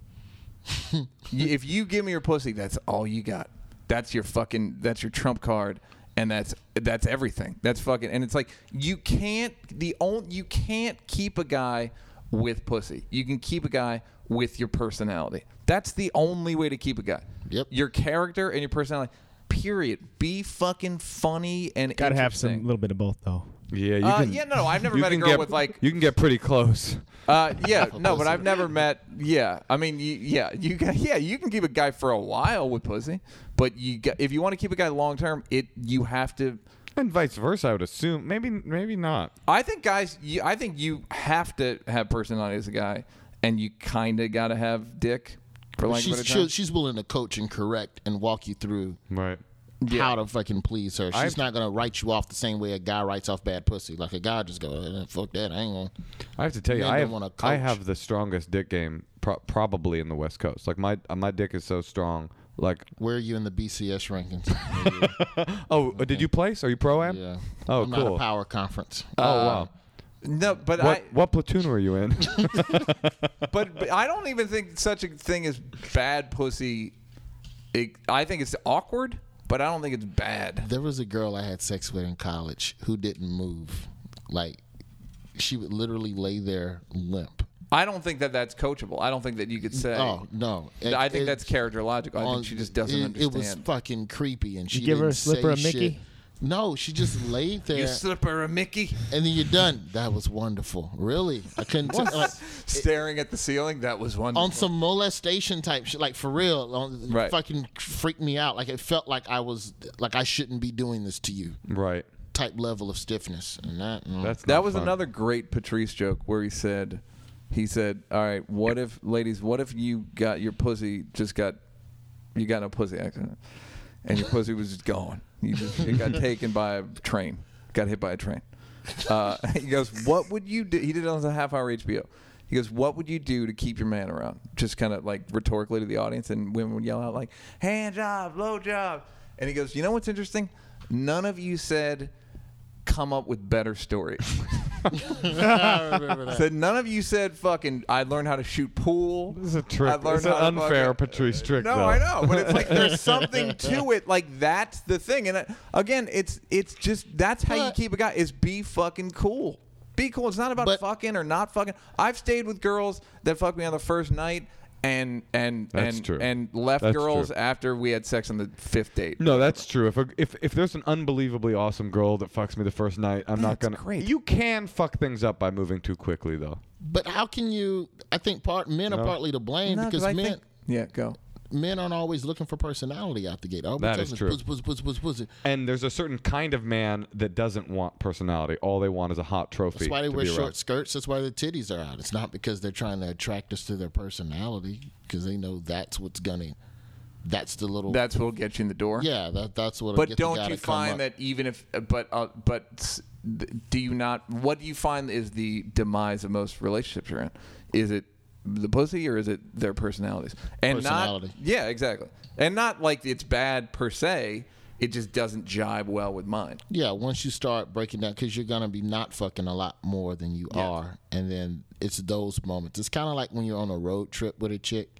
Speaker 1: Y- if you give me your pussy, that's all you got. That's your fucking. That's your trump card, and that's that's everything. That's fucking. And it's like you can't the only you can't keep a guy with pussy. You can keep a guy with your personality. That's the only way to keep a guy.
Speaker 7: Yep.
Speaker 1: Your character and your personality. Period. Be fucking funny and
Speaker 3: Gotta have some
Speaker 1: interesting.
Speaker 3: little bit of both though.
Speaker 2: Yeah, you
Speaker 1: Uh,
Speaker 2: can.
Speaker 1: yeah, no, I've never
Speaker 2: you
Speaker 1: met a
Speaker 2: can
Speaker 1: girl
Speaker 2: get-
Speaker 1: with, like-
Speaker 2: You can get pretty close.
Speaker 1: Uh, yeah, no, but I've never met. Yeah, I mean, you, yeah, you can, yeah, you can keep a guy for a while with pussy, but you got, if you want to keep a guy long term, it you have to.
Speaker 2: And vice versa, I would assume. Maybe, maybe not.
Speaker 1: I think guys, you, I think you have to have personality as a guy, and you kind of got to have dick for like.
Speaker 7: she's, she'll- she's willing to coach and correct and walk you through
Speaker 2: Right.
Speaker 7: how to fucking please her. She's
Speaker 2: I've-
Speaker 7: not gonna write you off the same way a guy writes off bad pussy. Like a guy just go, "Eh, fuck that, I ain't gonna.
Speaker 2: I have to tell you,
Speaker 7: Men
Speaker 2: I
Speaker 7: don't
Speaker 2: have,
Speaker 7: wanna
Speaker 2: I
Speaker 7: coach.
Speaker 2: have the strongest dick game pro- probably in the West Coast. Like my uh, my dick is so strong. Like,
Speaker 7: Where are you in the BCS rankings?
Speaker 2: oh, uh, did you place? Are you pro am?
Speaker 7: yeah.
Speaker 2: Oh,
Speaker 7: I'm Not
Speaker 2: cool.
Speaker 7: a power conference.
Speaker 1: Uh,
Speaker 7: Uh,
Speaker 2: oh wow.
Speaker 1: no, but
Speaker 2: What
Speaker 1: I,
Speaker 2: what platoon were you in?
Speaker 1: but, but I don't even think such a thing as bad pussy. It, I think it's awkward, but I don't think it's bad.
Speaker 7: There was a girl I had sex with in college who didn't move. Like she would literally lay there limp.
Speaker 1: I don't think that that's coachable. I don't think that you could say.
Speaker 7: Oh no! It-
Speaker 1: I think
Speaker 7: it-
Speaker 1: that's character logical. I
Speaker 7: on-
Speaker 1: think she just doesn't
Speaker 7: it,
Speaker 1: understand.
Speaker 7: It was fucking creepy, and she
Speaker 3: give her
Speaker 7: didn't
Speaker 3: a slipper
Speaker 7: say
Speaker 3: of Mickey?
Speaker 7: shit. No, she just laid there.
Speaker 1: you slipper a Mickey
Speaker 7: and then you're done. That was wonderful. Really, I couldn't. T- like,
Speaker 1: staring at the ceiling. That was one.
Speaker 7: on some molestation type shit, like for real, on,
Speaker 1: Right.
Speaker 7: fucking freaked me out. Like it felt like I was, like I shouldn't be doing this to you.
Speaker 2: right.
Speaker 7: Type level of stiffness, and that. mm.
Speaker 2: That's
Speaker 1: that
Speaker 2: not
Speaker 1: was
Speaker 2: fun.
Speaker 1: another great Patrice joke where he said, he said, "All right, what if ladies? What if you got your pussy just got, you got in a pussy accident, and your pussy was just gone. You just it got taken by a train. Got hit by a train." Uh, he goes, "What would you do?" He did it on a half-hour HBO. He goes, "What would you do to keep your man around?" Just kind of like rhetorically to the audience, and women would yell out like, "Hand job, blow job," and he goes, "You know what's interesting? None of you said." Come up with better stories.
Speaker 7: I remember that.
Speaker 1: Said none of you said fucking. I learned how to shoot pool.
Speaker 2: This is a trick.
Speaker 1: I learned
Speaker 2: It's an
Speaker 1: how to
Speaker 2: unfair
Speaker 1: fucking-
Speaker 2: Patrice trick,
Speaker 1: No,
Speaker 2: though.
Speaker 1: I know, but it's like there's something to it. Like that's the thing. And uh, again, it's it's just that's how you
Speaker 7: But-
Speaker 1: keep a guy is be fucking cool. Be cool. It's not about
Speaker 7: But-
Speaker 1: fucking or not fucking. I've stayed with girls that fuck me on the first night. and and
Speaker 2: That's
Speaker 1: and
Speaker 2: true.
Speaker 1: and left
Speaker 2: That's
Speaker 1: girls
Speaker 2: true.
Speaker 1: after we had sex on the fifth date.
Speaker 2: No, that's true. If, a, if if there's an unbelievably awesome girl that fucks me the first night, I'm not gonna.
Speaker 7: great.
Speaker 2: You can fuck things up by moving too quickly, though.
Speaker 7: But how can you? I think part men
Speaker 2: No.
Speaker 7: are partly to blame
Speaker 1: No, 'cause
Speaker 7: because
Speaker 1: I
Speaker 7: men
Speaker 1: think- Yeah, go.
Speaker 7: men aren't always looking for personality out the gate. Oh,
Speaker 2: That is
Speaker 7: because-
Speaker 2: true.
Speaker 7: puss, puss, puss, puss, puss.
Speaker 2: And there's a certain kind of man that doesn't want personality. All they want is a hot trophy.
Speaker 7: That's why they
Speaker 2: to
Speaker 7: wear
Speaker 2: be
Speaker 7: short
Speaker 2: around.
Speaker 7: skirts. That's why their titties are out. It's not because they're trying to attract us to their personality because they know that's what's gonna. That's the little.
Speaker 1: That's what'll get you in the door.
Speaker 7: yeah, that, that's what.
Speaker 1: But don't you find that even if uh, but uh, but s- th- do you not? What do you find is the demise of most relationships you're in? Is it the pussy or is it their personalities? And
Speaker 7: Personality.
Speaker 1: not yeah, exactly. And not like it's bad per se. It just doesn't jibe well with mine.
Speaker 7: Yeah, once you start breaking down, because you're gonna be not fucking a lot more than you
Speaker 1: Yeah.
Speaker 7: are, and then it's those moments. It's kind of like when you're on a road trip with a chick.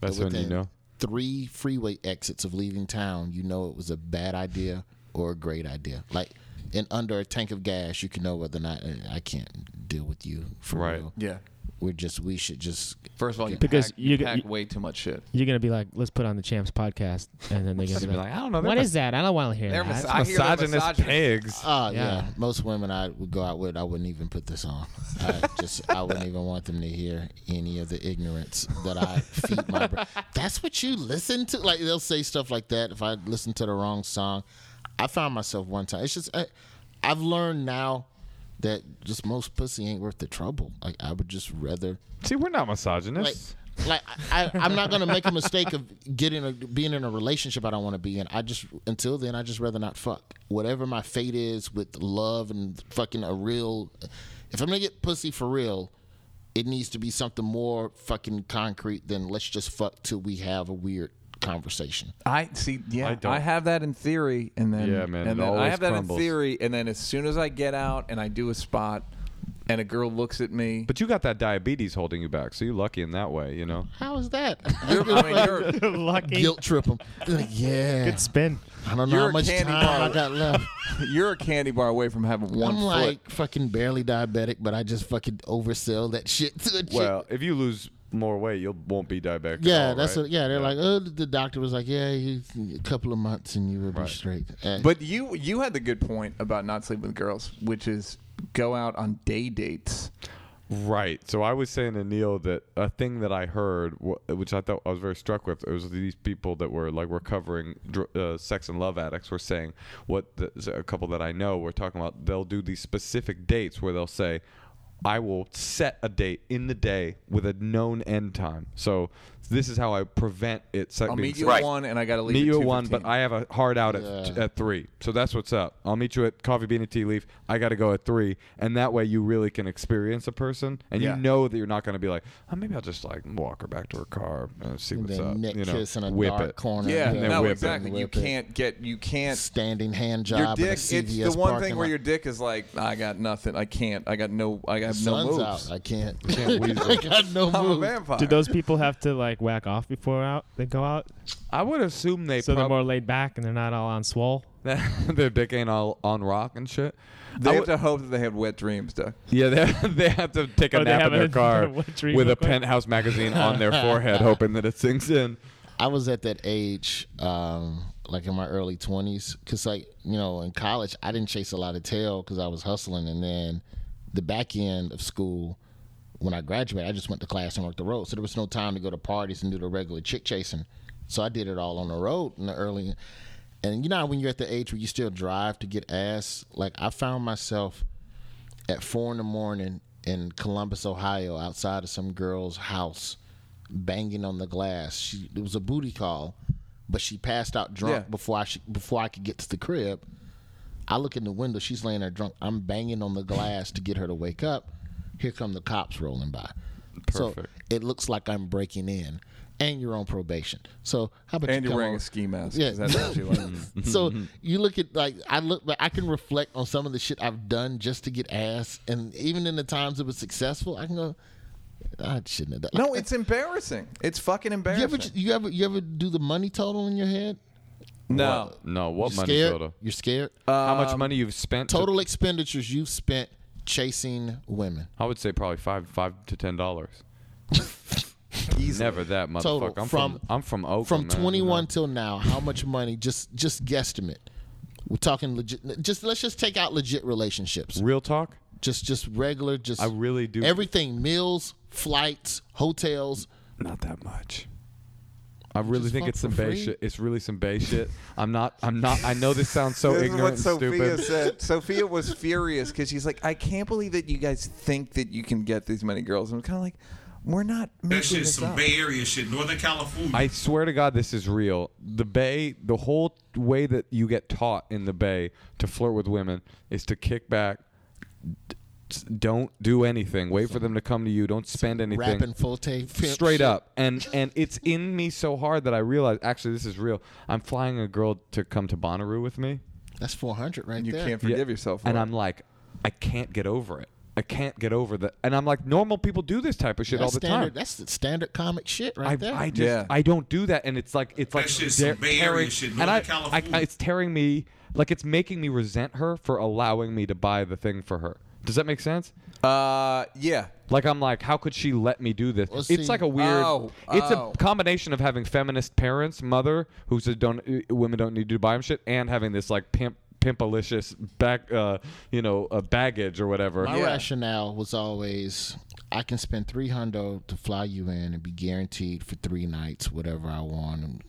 Speaker 7: but
Speaker 2: That's when you
Speaker 7: within
Speaker 2: know.
Speaker 7: Three freeway exits of leaving town, you know it was a bad idea or a great idea. Like, and under a tank of gas, you can know whether or not "Eh, I can't deal with you for
Speaker 2: Right.
Speaker 7: real.
Speaker 1: Yeah.
Speaker 7: We're just we should just
Speaker 1: First of all, you
Speaker 3: Because
Speaker 1: pack, you
Speaker 3: you-
Speaker 1: pack
Speaker 3: you-
Speaker 1: way too much shit.
Speaker 3: You're gonna be like, let's put on the champs podcast, and then they're gonna be like,
Speaker 2: I don't know, they're
Speaker 3: what
Speaker 2: mis-
Speaker 3: is that? I don't want to hear
Speaker 1: They're
Speaker 3: that.
Speaker 1: mis- I hear they're
Speaker 2: Misogynist
Speaker 1: misogynist.
Speaker 2: pigs.
Speaker 7: Oh yeah.
Speaker 3: Yeah.
Speaker 7: most women I would go out with, I wouldn't even put this on. I just, I wouldn't even want them to hear any of the ignorance that I feed my. Br- That's what you listen to. Like they'll say stuff like that. If I listen to the wrong song, I found myself one time. It's just, I, I've learned now that just most pussy ain't worth the trouble. Like I would just rather
Speaker 2: See, we're not misogynists.
Speaker 7: like, like I, I'm not gonna make a mistake of getting a, being in a relationship I don't want to be in. I just until then I just rather not fuck. Whatever my fate is with love and fucking a real. If I'm gonna get pussy for real, it needs to be something more fucking concrete than let's just fuck till we have a weird conversation.
Speaker 1: I see. Yeah,
Speaker 2: I
Speaker 1: I,
Speaker 2: don't-
Speaker 1: have that in theory, and then
Speaker 2: Yeah, man, it
Speaker 1: and then I
Speaker 2: always
Speaker 1: have that
Speaker 2: crumbles.
Speaker 1: in theory, and then as soon as I get out and I do a spot, and a girl looks at me,
Speaker 2: but you got that diabetes holding you back, so you're lucky in that way, you know.
Speaker 7: How is that?
Speaker 1: you're, I mean, you're,
Speaker 3: Lucky.
Speaker 7: Guilt trip 'em. Like, yeah.
Speaker 3: Good spin.
Speaker 7: I don't know
Speaker 1: You're
Speaker 7: how
Speaker 1: a
Speaker 7: much
Speaker 1: candy
Speaker 7: time
Speaker 1: bar.
Speaker 7: I got left.
Speaker 1: you're a candy bar away from having one
Speaker 7: I'm
Speaker 1: foot.
Speaker 7: like fucking barely diabetic, but I just fucking oversell that shit to a chick.
Speaker 2: Well, if you lose more weight, you won't be diabetic. at
Speaker 7: Yeah,
Speaker 2: all,
Speaker 7: that's
Speaker 2: right?
Speaker 7: what. Yeah, they're like, oh, the doctor was like, yeah, you, a couple of months and you will be straight. Uh,
Speaker 1: But you you had the good point about not sleeping with girls, which is go out on day dates.
Speaker 2: Right. So I was saying to Neil that a thing that I heard, wh- which I thought I was very struck with, it was these people that were like recovering dr- uh, sex and love addicts were saying what the, a couple that I know were talking about. They'll do these specific dates where they'll say, "I will set a date in the day with a known end time." So this is how I prevent it. se-
Speaker 1: I'll
Speaker 2: being
Speaker 1: meet you
Speaker 2: se-
Speaker 1: at one, and I got to leave.
Speaker 2: meet
Speaker 1: at
Speaker 2: you at one, but
Speaker 1: 2:15.
Speaker 2: I have a hard out at,
Speaker 7: Yeah.
Speaker 2: at three. So that's what's up. I'll meet you at Coffee Bean and Tea Leaf. I got to go at three, and that way you really can experience a person, and
Speaker 1: Yeah.
Speaker 2: you know that you're not going to be like, oh, maybe I'll just like walk her back to her car and see
Speaker 7: and
Speaker 2: what's
Speaker 7: then
Speaker 2: up.
Speaker 7: neck
Speaker 2: you know,
Speaker 7: kiss in a
Speaker 2: whip
Speaker 7: dark
Speaker 2: it.
Speaker 7: corner.
Speaker 1: yeah,
Speaker 2: then
Speaker 1: no,
Speaker 2: whip it.
Speaker 1: exactly. You
Speaker 7: Whip it.
Speaker 1: can't get you can't.
Speaker 7: standing hand job.
Speaker 1: Your
Speaker 7: at a
Speaker 1: dick, it's the
Speaker 7: CVS
Speaker 1: one
Speaker 7: parking
Speaker 1: thing where
Speaker 7: lot.
Speaker 1: your dick is like, I got nothing. I can't. I got no. I have no
Speaker 7: sun's
Speaker 1: moves. Oh,
Speaker 7: out. I can't.
Speaker 2: Can't
Speaker 7: I
Speaker 2: weasel.
Speaker 7: got no
Speaker 1: I'm a
Speaker 7: moves.
Speaker 1: vampire.
Speaker 3: Do those people have to like whack off before out they go out,
Speaker 2: I would assume they
Speaker 3: so they're more
Speaker 2: prob-
Speaker 3: laid back and they're not all on swole?
Speaker 2: their dick ain't all on rock and shit.
Speaker 1: They
Speaker 2: I
Speaker 1: have
Speaker 2: would-
Speaker 1: to hope that they have wet dreams, Doug.
Speaker 2: Yeah, they, they have to take a
Speaker 3: Oh, they
Speaker 2: nap in
Speaker 3: have
Speaker 2: their
Speaker 3: a-
Speaker 2: car
Speaker 3: what dream
Speaker 2: with a
Speaker 3: real quick?
Speaker 2: penthouse magazine on their forehead, hoping that it sinks in.
Speaker 7: I was at that age, um, like in my early twenties, because like you know, in college, I didn't chase a lot of tail because I was hustling, and then the back end of school, when I graduated, I just went to class and worked the road, so there was no time to go to parties and do the regular chick chasing. So I did it all on the road in the early, and you know how when you're at the age where you still drive to get ass. Like I found myself at four in the morning in Columbus, Ohio, outside of some girl's house, banging on the glass. She, it was a booty call, but she passed out drunk
Speaker 1: Yeah.
Speaker 7: before I sh- before I could get to the crib. I look in the window. She's laying there drunk. I'm banging on the glass to get her to wake up. Here come the cops rolling by. So
Speaker 2: Perfect.
Speaker 7: it looks like I'm breaking in, and you're on probation. So how about
Speaker 1: And you're
Speaker 7: you come
Speaker 1: wearing
Speaker 7: over-
Speaker 1: a ski mask.
Speaker 7: Yeah.
Speaker 1: 'cause That's what you like.
Speaker 2: Mm.
Speaker 7: so you look at like I look like I can reflect on some of the shit I've done just to get ass, and even in the times it was successful, I can go. "Ah, I shouldn't have done.
Speaker 1: No, it's embarrassing. It's fucking
Speaker 7: you
Speaker 1: embarrassing.
Speaker 7: ever you ever you ever do the money total in your head?
Speaker 1: no.
Speaker 2: No, what
Speaker 7: you
Speaker 2: money
Speaker 7: scared?
Speaker 2: total? Uh,
Speaker 7: You're scared.
Speaker 2: How much money you've spent? to-
Speaker 7: total expenditures you've spent chasing women.
Speaker 2: I would say probably five, five to ten dollars.
Speaker 7: easily.
Speaker 2: Never that motherfucker.
Speaker 7: Total.
Speaker 2: I'm from, I'm from Oakland.
Speaker 7: From
Speaker 2: man, you know.
Speaker 7: 21 till now, how much money? Just just guesstimate. We're talking legit. Just let's just take out legit relationships.
Speaker 2: Real talk.
Speaker 7: Just just regular. Just
Speaker 2: I really do.
Speaker 7: everything: meals, flights, hotels.
Speaker 2: Not that much. I really
Speaker 7: Just
Speaker 2: think
Speaker 7: fuck
Speaker 2: it's some
Speaker 7: for
Speaker 2: bay
Speaker 7: free?
Speaker 2: shit. It's really some bay shit. I'm not. I'm not. I know this sounds so
Speaker 1: this
Speaker 2: ignorant
Speaker 1: is what
Speaker 2: and
Speaker 1: Sophia
Speaker 2: stupid.
Speaker 1: said. Sophia was furious because she's like, I can't believe that you guys think that you can get these many girls. I'm kind of like, we're not making
Speaker 13: That shit's
Speaker 1: this
Speaker 13: some
Speaker 1: up.
Speaker 13: Bay Area shit, Northern California.
Speaker 2: I swear to God, this is real. The Bay, the whole way that you get taught in the Bay to flirt with women is to kick back, d- s- don't do anything, wait for them to come to you, don't spend anything.
Speaker 7: Rapping full tape.
Speaker 2: Straight up, and and it's in me so hard that I realize actually this is real. I'm flying a girl to come to Bonnaroo with me.
Speaker 7: That's 400 right
Speaker 1: You
Speaker 7: there.
Speaker 1: can't forgive yourself. For
Speaker 2: and
Speaker 1: it.
Speaker 2: I'm like, I can't get over it. I can't get over that. And I'm like, normal people do this type of shit
Speaker 7: That's
Speaker 2: all the time.
Speaker 7: standard. That's the standard comic shit right
Speaker 2: I,
Speaker 7: there.
Speaker 2: I just
Speaker 1: Yeah.
Speaker 2: I don't do that, and it's like it's like
Speaker 13: shit's
Speaker 2: they're
Speaker 13: some Bay Area
Speaker 2: tearing-
Speaker 13: shit,
Speaker 2: and I,
Speaker 13: Northern
Speaker 2: I, I- it's tearing me like it's making me resent her for allowing me to buy the thing for her. Does that make sense?
Speaker 1: uh, yeah.
Speaker 2: Like I'm like, how could she let me do this?
Speaker 7: Well,
Speaker 2: it's
Speaker 7: see-
Speaker 2: like a weird.
Speaker 1: Oh,
Speaker 2: it's
Speaker 1: oh.
Speaker 2: a combination of having feminist parents, mother who says don't uh, women don't need to buy them shit, and having this like pimp pimpalicious back, uh, you know, uh, baggage or whatever.
Speaker 7: My
Speaker 1: Yeah.
Speaker 7: rationale was always I can spend three hundo to fly you in and be guaranteed for three nights whatever I want. And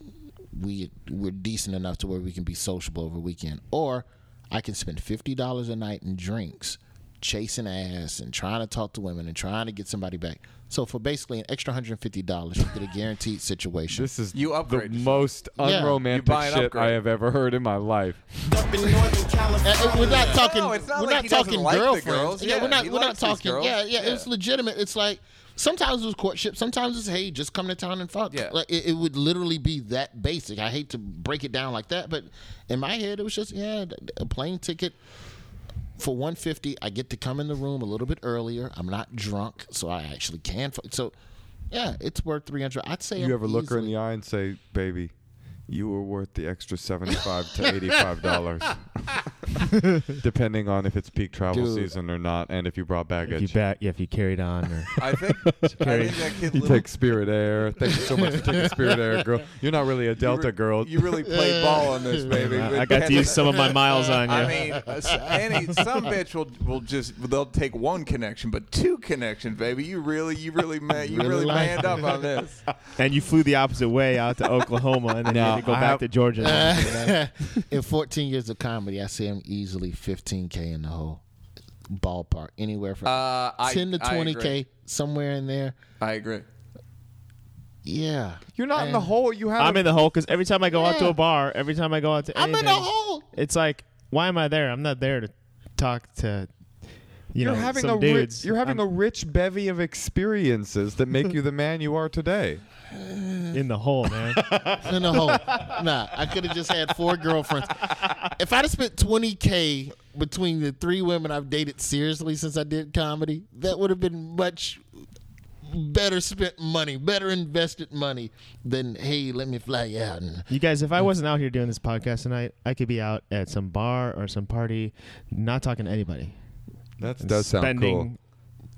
Speaker 7: we we're decent enough to where we can be sociable over weekend, or I can spend fifty dollars a night in drinks, chasing ass and trying to talk to women and trying to get somebody back. So for basically an extra hundred and fifty dollars, you get a guaranteed situation.
Speaker 2: This is
Speaker 1: You upgrade
Speaker 2: the
Speaker 1: yourself.
Speaker 2: most
Speaker 7: Yeah.
Speaker 2: unromantic
Speaker 1: You buy an
Speaker 2: shit
Speaker 1: upgrade.
Speaker 2: I have ever heard in my life.
Speaker 7: And- and we're not talking.
Speaker 1: No, it's not
Speaker 7: we're
Speaker 1: like
Speaker 7: not
Speaker 1: he doesn't
Speaker 7: talking
Speaker 1: like the
Speaker 7: girlfriends.
Speaker 1: girls.
Speaker 7: Yeah,
Speaker 1: Yeah,
Speaker 7: we're not.
Speaker 1: he
Speaker 7: We're not
Speaker 1: likes these
Speaker 7: talking.
Speaker 1: girls.
Speaker 7: Yeah, yeah, It's
Speaker 1: Yeah.
Speaker 7: legitimate. It's like sometimes it was courtship. Sometimes it's hey, just come to town and fuck.
Speaker 1: Yeah.
Speaker 7: Like it, it would literally be that basic. I hate to break it down like that, but in my head it was just yeah, a plane ticket. For 150, I get to come in the room a little bit earlier. I'm not drunk, so I actually can. fu- So, yeah, it's worth 300. I'd say
Speaker 2: You
Speaker 7: I'm
Speaker 2: ever look her in
Speaker 7: easily-
Speaker 2: the eye and say, "Baby, you were worth the extra seventy-five to eighty-five dollars, depending on if it's peak travel
Speaker 7: Dude.
Speaker 2: season or not, and if you brought
Speaker 3: If you
Speaker 2: baggage."
Speaker 3: back, yeah, if you carried on, or
Speaker 1: I think, I think that kid
Speaker 2: You
Speaker 1: little
Speaker 2: take Spirit Air. Thank you so much for taking Spirit Air, girl. You're not really a Delta
Speaker 1: re-
Speaker 2: girl.
Speaker 1: You really played ball on this, baby.
Speaker 3: I, I got to use some of my miles on you.
Speaker 1: I mean, uh, s- any some bitch will will just they'll take one connection, but two connections, baby. You really, you really, man, you
Speaker 7: Really
Speaker 1: really
Speaker 7: like
Speaker 1: manned up on this.
Speaker 3: and you flew the opposite way out to Oklahoma, and then you had to go
Speaker 2: I
Speaker 3: back
Speaker 2: have-
Speaker 3: to Georgia.
Speaker 7: in 14 years of comedy, I see him easily 15k in the hole, ballpark, anywhere from
Speaker 1: Uh, I-
Speaker 7: 10 to
Speaker 1: I agree.
Speaker 7: 20k, somewhere in there.
Speaker 1: I agree.
Speaker 7: Yeah,
Speaker 2: You're not in the
Speaker 7: And-
Speaker 2: hole. You have.
Speaker 3: I'm in the hole because every time I go out to
Speaker 7: Yeah.
Speaker 3: a bar, every time I go out to
Speaker 7: I'm
Speaker 3: anything,
Speaker 7: in the hole.
Speaker 3: It's like, why am I there? I'm not there to talk to, you
Speaker 2: You're
Speaker 3: know,
Speaker 2: having
Speaker 3: some
Speaker 2: a
Speaker 3: dudes.
Speaker 2: rich. You're having a rich bevy of experiences that make you the man you are today.
Speaker 3: I'm in the hole, man.
Speaker 7: In the hole. nah, I could have just had four girlfriends. If I'd have spent 20k between the three women I've dated seriously since I did comedy, that would have been much better spent money, better invested money than hey, let me fly you out and
Speaker 3: you guys, if I wasn't out here doing this podcast tonight, I could be out at some bar or some party, not talking to anybody.
Speaker 2: That
Speaker 3: and
Speaker 2: does sound cool.
Speaker 3: spending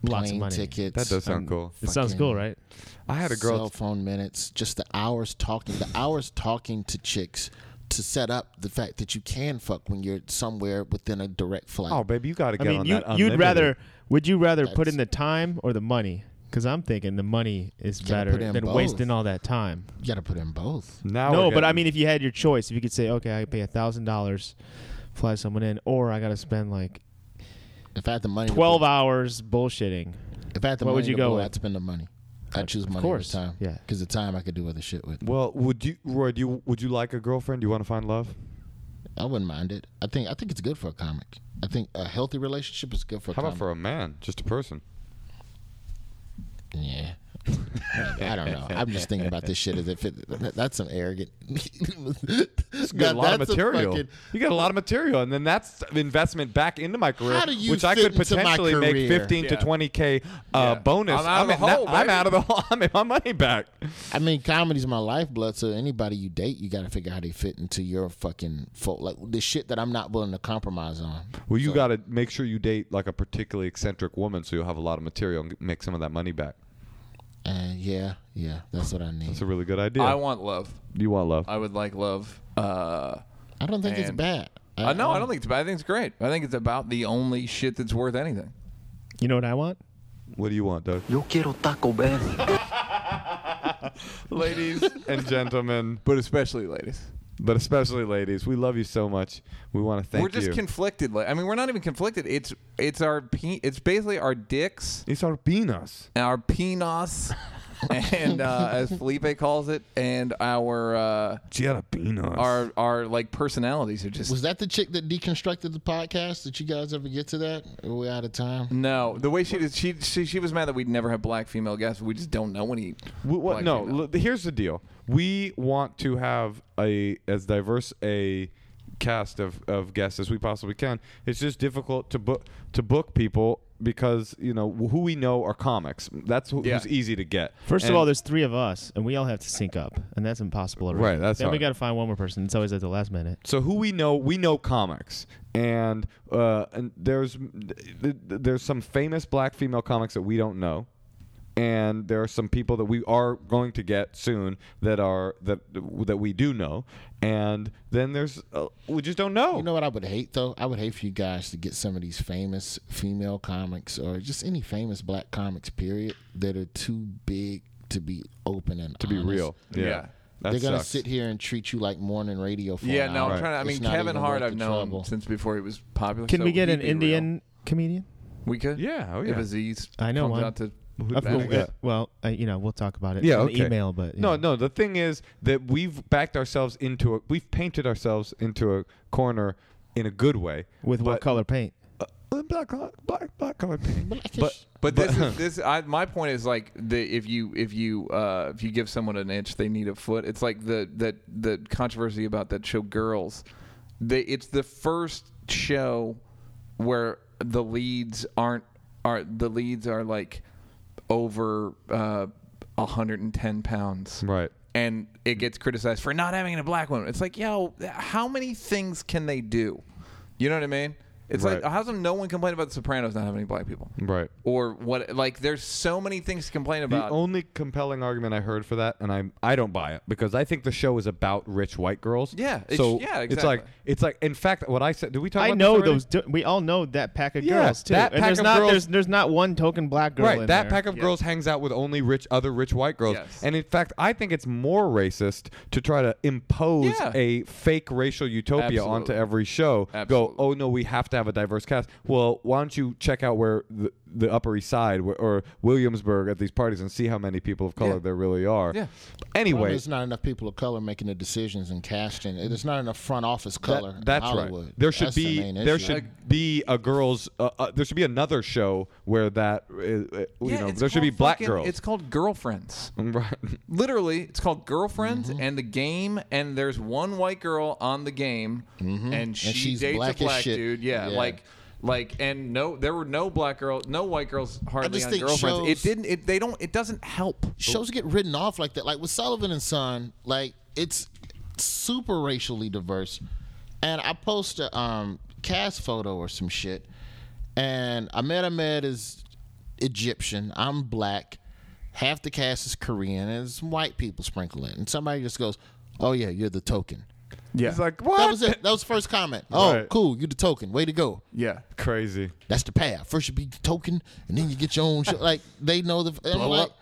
Speaker 3: Lots of
Speaker 7: plane
Speaker 3: money.
Speaker 7: tickets.
Speaker 2: That does sound cool.
Speaker 3: It sounds
Speaker 7: fucking-
Speaker 3: cool, right?
Speaker 2: I had a
Speaker 7: cell
Speaker 2: girl.
Speaker 7: phone minutes, just the hours talking, the hours talking to chicks to set up the fact that you can fuck when you're somewhere within a direct flight.
Speaker 2: Oh, baby, you got to
Speaker 3: I
Speaker 2: get
Speaker 3: mean,
Speaker 2: on
Speaker 3: you,
Speaker 2: that.
Speaker 3: you'd
Speaker 2: unlimited.
Speaker 3: rather. Would you rather put
Speaker 7: That's-
Speaker 3: in the time or the money? Because I'm thinking the money is
Speaker 7: Gotta
Speaker 3: better
Speaker 7: put in
Speaker 3: than
Speaker 7: both.
Speaker 3: wasting all that time.
Speaker 7: You got to put in both.
Speaker 2: Now
Speaker 3: no,
Speaker 2: we're
Speaker 3: but I
Speaker 2: getting-
Speaker 3: mean, if you had your choice, if you could say, okay, I pay a thousand dollars, fly someone in, or I got to spend like
Speaker 7: If I had the money, to
Speaker 3: twelve
Speaker 7: blow-
Speaker 3: hours bullshitting.
Speaker 7: If I had the
Speaker 3: what
Speaker 7: money
Speaker 3: would you
Speaker 7: to
Speaker 3: go
Speaker 7: blow,
Speaker 3: with?
Speaker 7: I'd spend the money. I would choose
Speaker 3: of
Speaker 7: money
Speaker 3: course,
Speaker 7: every time.
Speaker 3: yeah.
Speaker 7: because the time I could do other shit with.
Speaker 2: Well, would you, Roy? Do you would you like a girlfriend? Do you want to find love?
Speaker 7: I wouldn't mind it. I think I think it's good for a comic. I think a healthy relationship is good for. A
Speaker 2: How about
Speaker 7: comic.
Speaker 2: for a man, just a person?
Speaker 7: Yeah. I don't know. I'm just thinking about this shit as if it, that- that's some arrogant.
Speaker 2: It's got a lot of
Speaker 7: that's
Speaker 2: material.
Speaker 7: fucking-
Speaker 2: you got a lot of material, and then that's investment back into my career,
Speaker 7: How do you
Speaker 2: which I
Speaker 7: fit
Speaker 2: could
Speaker 7: into my
Speaker 2: potentially make
Speaker 7: career?
Speaker 2: fifteen to
Speaker 1: Yeah.
Speaker 2: twenty k uh,
Speaker 1: Yeah.
Speaker 2: bonus.
Speaker 1: I'm out of the
Speaker 2: in that-
Speaker 1: hole,
Speaker 2: I'm
Speaker 1: baby.
Speaker 2: out of the hole. I'm in my money back.
Speaker 7: I mean, comedy's my lifeblood. So anybody you date, you got to figure out how they fit into your fucking fold. Like the shit that I'm not willing to compromise on.
Speaker 2: Well, you got to make sure you date like a particularly eccentric woman, so you'll have a lot of material and g- make some of that money back.
Speaker 7: And yeah, yeah, that's what I need.
Speaker 2: That's a really good idea.
Speaker 1: I want love.
Speaker 2: You want love.
Speaker 1: I would like love. Uh,
Speaker 7: I don't think it's
Speaker 1: and-
Speaker 7: bad. Um,
Speaker 1: Uh, no, I don't think it's bad. I think it's great. I think it's about the only shit that's worth anything.
Speaker 3: You know what I want?
Speaker 2: What do you want, Doug?
Speaker 9: Yo quiero Taco Bell.
Speaker 2: ladies and gentlemen,
Speaker 1: but especially ladies.
Speaker 2: But especially ladies, we love you so much. We want to thank
Speaker 1: we're just
Speaker 2: you.
Speaker 1: conflicted. Like, I mean, we're not even conflicted. It's it's our pe- it's basically our dicks,
Speaker 2: it's our penis,
Speaker 1: our penis, and uh, as Felipe calls it, and our uh,
Speaker 2: Jalapenos.
Speaker 1: our our like personalities are just
Speaker 7: Was that the chick that deconstructed the podcast? Did you guys ever get to that? Are we out of time?
Speaker 1: no. The way she did, she she she was mad that we'd never have black female guests. We just don't know any.
Speaker 2: We- what-
Speaker 1: black
Speaker 2: no,
Speaker 1: female.
Speaker 2: look, here's the deal. We want to have a as diverse a cast of, of guests as we possibly can. It's just difficult to book to book people because you know who we know are comics. That's who,
Speaker 1: Yeah.
Speaker 2: who's easy to get.
Speaker 3: First
Speaker 2: And-
Speaker 3: of all, there's three of us, and we all have to sync up, and that's impossible. Already.
Speaker 2: Right, that's
Speaker 3: then we
Speaker 2: hard.
Speaker 3: got to find one more person. It's always at the last minute.
Speaker 2: So who we know, we know comics, and uh, and there's th- th- there's some famous black female comics that we don't know, and there are some people that we are going to get soon that are that that we do know, and then there's uh, we just don't know.
Speaker 7: You know what I would hate though? I would hate for you guys to get some of these famous female comics or just any famous black comics period that are too big to be open and
Speaker 2: to be real, yeah.
Speaker 1: Yeah.
Speaker 2: That
Speaker 7: They're gonna
Speaker 2: sucks.
Speaker 7: sit here and treat you like morning radio for
Speaker 1: Yeah,
Speaker 7: an
Speaker 1: no,
Speaker 7: hour.
Speaker 1: I'm trying to. I
Speaker 7: It's
Speaker 1: mean,
Speaker 7: not
Speaker 1: Kevin
Speaker 7: even
Speaker 1: Hart,
Speaker 7: worth
Speaker 1: I've
Speaker 7: the
Speaker 1: known
Speaker 7: trouble.
Speaker 1: since before he was popular.
Speaker 3: Can
Speaker 1: so
Speaker 3: we get
Speaker 1: he'd
Speaker 3: an
Speaker 1: be real.
Speaker 3: Indian comedian?
Speaker 1: We could.
Speaker 2: Yeah, oh
Speaker 1: If
Speaker 2: yeah.
Speaker 1: Aziz
Speaker 3: I know
Speaker 1: comes
Speaker 3: one.
Speaker 1: out to
Speaker 2: Who-
Speaker 1: back
Speaker 3: Of course,
Speaker 2: who-
Speaker 1: again.
Speaker 3: uh, well, uh, you know, we'll talk about it.
Speaker 2: Yeah,
Speaker 3: It's an
Speaker 2: okay.
Speaker 3: email, but you
Speaker 2: no,
Speaker 3: know.
Speaker 2: no. The thing is that we've backed ourselves into a, we've painted ourselves into a corner in a good way
Speaker 3: with what
Speaker 2: but-
Speaker 3: color paint?
Speaker 2: Uh, black, black, black color paint.
Speaker 7: Blackish.
Speaker 1: But this is this. I, my point is like the if you if you uh, if you give someone an inch, they need a foot. It's like the that the controversy about that show Girls. They, it's the first show where the leads aren't are the leads are like over uh, 110 pounds.
Speaker 2: Right.
Speaker 1: And it gets criticized for not having a black woman. It's like, yo, how many things can they do? You know what I mean? It's
Speaker 2: Right.
Speaker 1: like, how come no one complained about The Sopranos not having any black people?
Speaker 2: Right.
Speaker 1: or what like there's so many things to complain about
Speaker 2: The only compelling argument I heard for that, and I I don't buy it because I think the show is about rich white girls.
Speaker 1: Yeah, it's-
Speaker 2: so
Speaker 1: yeah,
Speaker 2: It's like
Speaker 1: exactly.
Speaker 2: it's like in fact, what I said. Did we talk?
Speaker 3: I
Speaker 2: about
Speaker 3: know
Speaker 2: this already?
Speaker 3: those. d we all know that pack of
Speaker 2: Yeah,
Speaker 3: girls too.
Speaker 2: that
Speaker 3: and
Speaker 2: pack
Speaker 3: there's
Speaker 2: of
Speaker 3: not
Speaker 2: girls-
Speaker 3: there's there's not one token black girl.
Speaker 2: Right,
Speaker 3: in
Speaker 2: that
Speaker 3: there.
Speaker 2: pack of girls hangs out with only rich other rich white girls,
Speaker 1: Yes.
Speaker 2: and in fact, I think it's more racist to try to impose
Speaker 1: Yeah.
Speaker 2: a fake racial utopia onto
Speaker 1: Absolutely.
Speaker 2: every show. Go,
Speaker 1: Absolutely.
Speaker 2: oh no, we have to have a diverse cast. Well, why don't you check out where the, the Upper East Side wh- or Williamsburg at these parties and see how many people of color
Speaker 1: Yeah.
Speaker 2: there really are?
Speaker 1: Yeah.
Speaker 2: Anyway,
Speaker 7: Well, there's not enough people of color making the decisions and casting. There's not enough front office
Speaker 2: That-
Speaker 7: color. in
Speaker 2: that's
Speaker 7: Hollywood.
Speaker 2: right. There should
Speaker 7: That's the
Speaker 2: be
Speaker 7: main
Speaker 2: there
Speaker 7: issue.
Speaker 2: should be a girls. Uh, uh, there should be another show where that uh, uh, you
Speaker 1: Yeah,
Speaker 2: know
Speaker 1: it's
Speaker 2: there should be
Speaker 1: called
Speaker 2: black
Speaker 1: fucking-
Speaker 2: girls.
Speaker 1: it's called girlfriends
Speaker 2: right.
Speaker 1: literally it's called girlfriends and the game and there's one white girl on the game and she
Speaker 7: she's
Speaker 1: dates
Speaker 7: black as
Speaker 1: a black
Speaker 7: shit.
Speaker 1: dude yeah,
Speaker 7: Yeah.
Speaker 1: like like and no there were no black girl no white girls hardly
Speaker 7: just
Speaker 1: on
Speaker 7: think
Speaker 1: girlfriends it
Speaker 7: shows-
Speaker 1: didn't it they don't it doesn't help
Speaker 7: shows get written off like that. Like with Sullivan and Son, like it's super racially diverse. And I post a um, cast photo or some shit, and Ahmed Ahmed is Egyptian. I'm black. Half the cast is Korean, and there's some white people sprinkled in. And somebody just goes, "Oh yeah, you're the token."
Speaker 1: yeah
Speaker 2: It's like what?
Speaker 7: That was it. That was the first comment. Oh,
Speaker 2: Right.
Speaker 7: cool. You're the token. Way to go.
Speaker 1: yeah
Speaker 2: Crazy.
Speaker 7: That's the path. First you be token, and then you get your own. Show. Like they know the. I'm
Speaker 1: Blow
Speaker 7: like,
Speaker 1: up.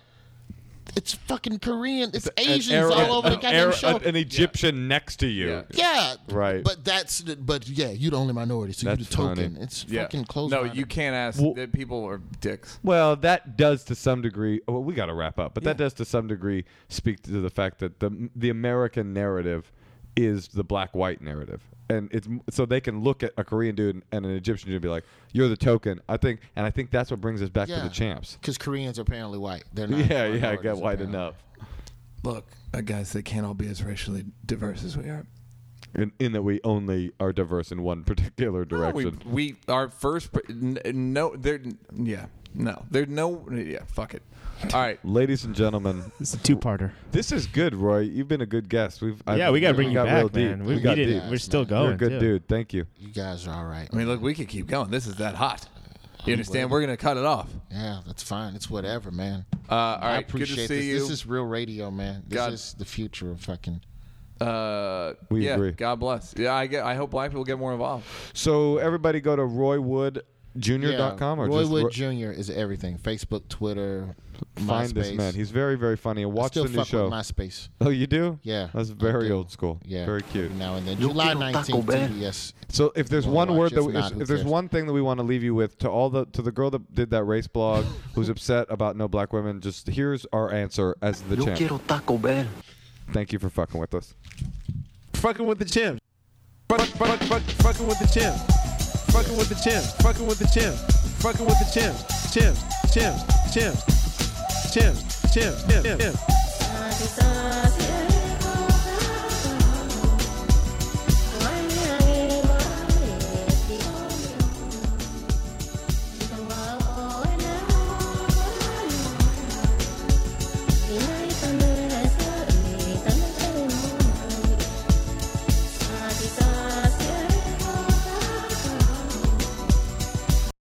Speaker 7: it's fucking Korean. It's
Speaker 2: An
Speaker 7: Asians
Speaker 2: Arab-
Speaker 7: all over the
Speaker 2: an
Speaker 7: goddamn
Speaker 2: Arab-
Speaker 7: show.
Speaker 2: An Egyptian next to you.
Speaker 1: Yeah.
Speaker 7: yeah,
Speaker 2: Right.
Speaker 7: But that's the- but yeah, you the only minority, so you
Speaker 2: That's
Speaker 7: the token.
Speaker 2: funny.
Speaker 7: It's
Speaker 1: yeah
Speaker 7: fucking close.
Speaker 1: no you can't ask
Speaker 2: Well-
Speaker 1: that people are dicks
Speaker 2: Well, that does to some degree. Well, we got to wrap up, but that does to some degree speak to the fact that the the American narrative is the black white narrative, and it's so they can look at a Korean dude and an Egyptian dude and be like, "You're the token." I think, and I think that's what brings us back to
Speaker 7: Yeah.
Speaker 2: the champs.
Speaker 7: because Koreans are apparently white. They're not.
Speaker 2: Yeah, yeah, I got
Speaker 7: minorities,
Speaker 2: white
Speaker 7: apparently.
Speaker 2: enough.
Speaker 1: look uh, guys they can't all be as racially diverse as we are
Speaker 2: In, in that we only are diverse in one particular
Speaker 1: No, we,
Speaker 2: direction.
Speaker 1: we our first pr- n- no there yeah no there's no yeah fuck it all right
Speaker 2: Ladies and gentlemen,
Speaker 3: It's a two parter.
Speaker 2: this is good, Roy. You've been a good guest. We've I've-
Speaker 3: Yeah, we gotta bring you
Speaker 2: got real
Speaker 3: back,
Speaker 2: deep.
Speaker 3: man. We, we
Speaker 2: got
Speaker 3: didn't.
Speaker 2: deep.
Speaker 3: We're still
Speaker 7: You're a
Speaker 3: going.
Speaker 2: You're a good
Speaker 3: too.
Speaker 2: dude. Thank you.
Speaker 7: You guys are all right.
Speaker 1: I mean look we could keep going this is that hot You understand? We're gonna cut it off.
Speaker 7: Yeah, that's fine. It's whatever, man.
Speaker 1: Uh, all
Speaker 7: I
Speaker 1: right, good to
Speaker 7: appreciate
Speaker 1: see
Speaker 7: this.
Speaker 1: you.
Speaker 7: This is real radio, man. This
Speaker 1: God-
Speaker 7: is the future of fucking.
Speaker 1: Uh,
Speaker 2: We
Speaker 1: yeah,
Speaker 2: agree.
Speaker 1: God bless. Yeah, I get. I hope black people get more involved.
Speaker 2: So everybody go to roywoodjr.com or
Speaker 7: Roy
Speaker 2: just
Speaker 7: Wood
Speaker 2: Ro-
Speaker 7: Jr. is everything. Facebook, Twitter,
Speaker 2: find
Speaker 7: MySpace.
Speaker 2: this man. He's very very funny. And
Speaker 7: I
Speaker 2: watch
Speaker 7: still
Speaker 2: the new
Speaker 7: fuck
Speaker 2: show.
Speaker 7: With MySpace.
Speaker 2: Oh, you do?
Speaker 7: Yeah,
Speaker 2: That's
Speaker 7: I
Speaker 2: very
Speaker 7: do.
Speaker 2: old school.
Speaker 7: Yeah,
Speaker 2: very cute.
Speaker 7: Now and then, July nineteenth. Yes.
Speaker 2: So if there's
Speaker 7: Wanna
Speaker 2: one word
Speaker 7: watch it?
Speaker 2: that
Speaker 7: If
Speaker 2: we,
Speaker 7: not,
Speaker 2: if,
Speaker 7: who
Speaker 2: if there's
Speaker 7: cares?
Speaker 2: one thing that we want to leave you with to all the to the girl that did that race blog who's upset about no black women, just here's our answer as the
Speaker 5: Yo
Speaker 2: champ.
Speaker 5: quiero
Speaker 2: Taco Bell. Thank you for fucking with us.
Speaker 5: Fucking with the chimps. Fuck, fuck, fuck, fucking with the chimps. Fucking with the chimps. Fucking with the chimps. Fucking with the chimps. Chimps, chimps, chimps, chimps, chimps, chimps, chimps.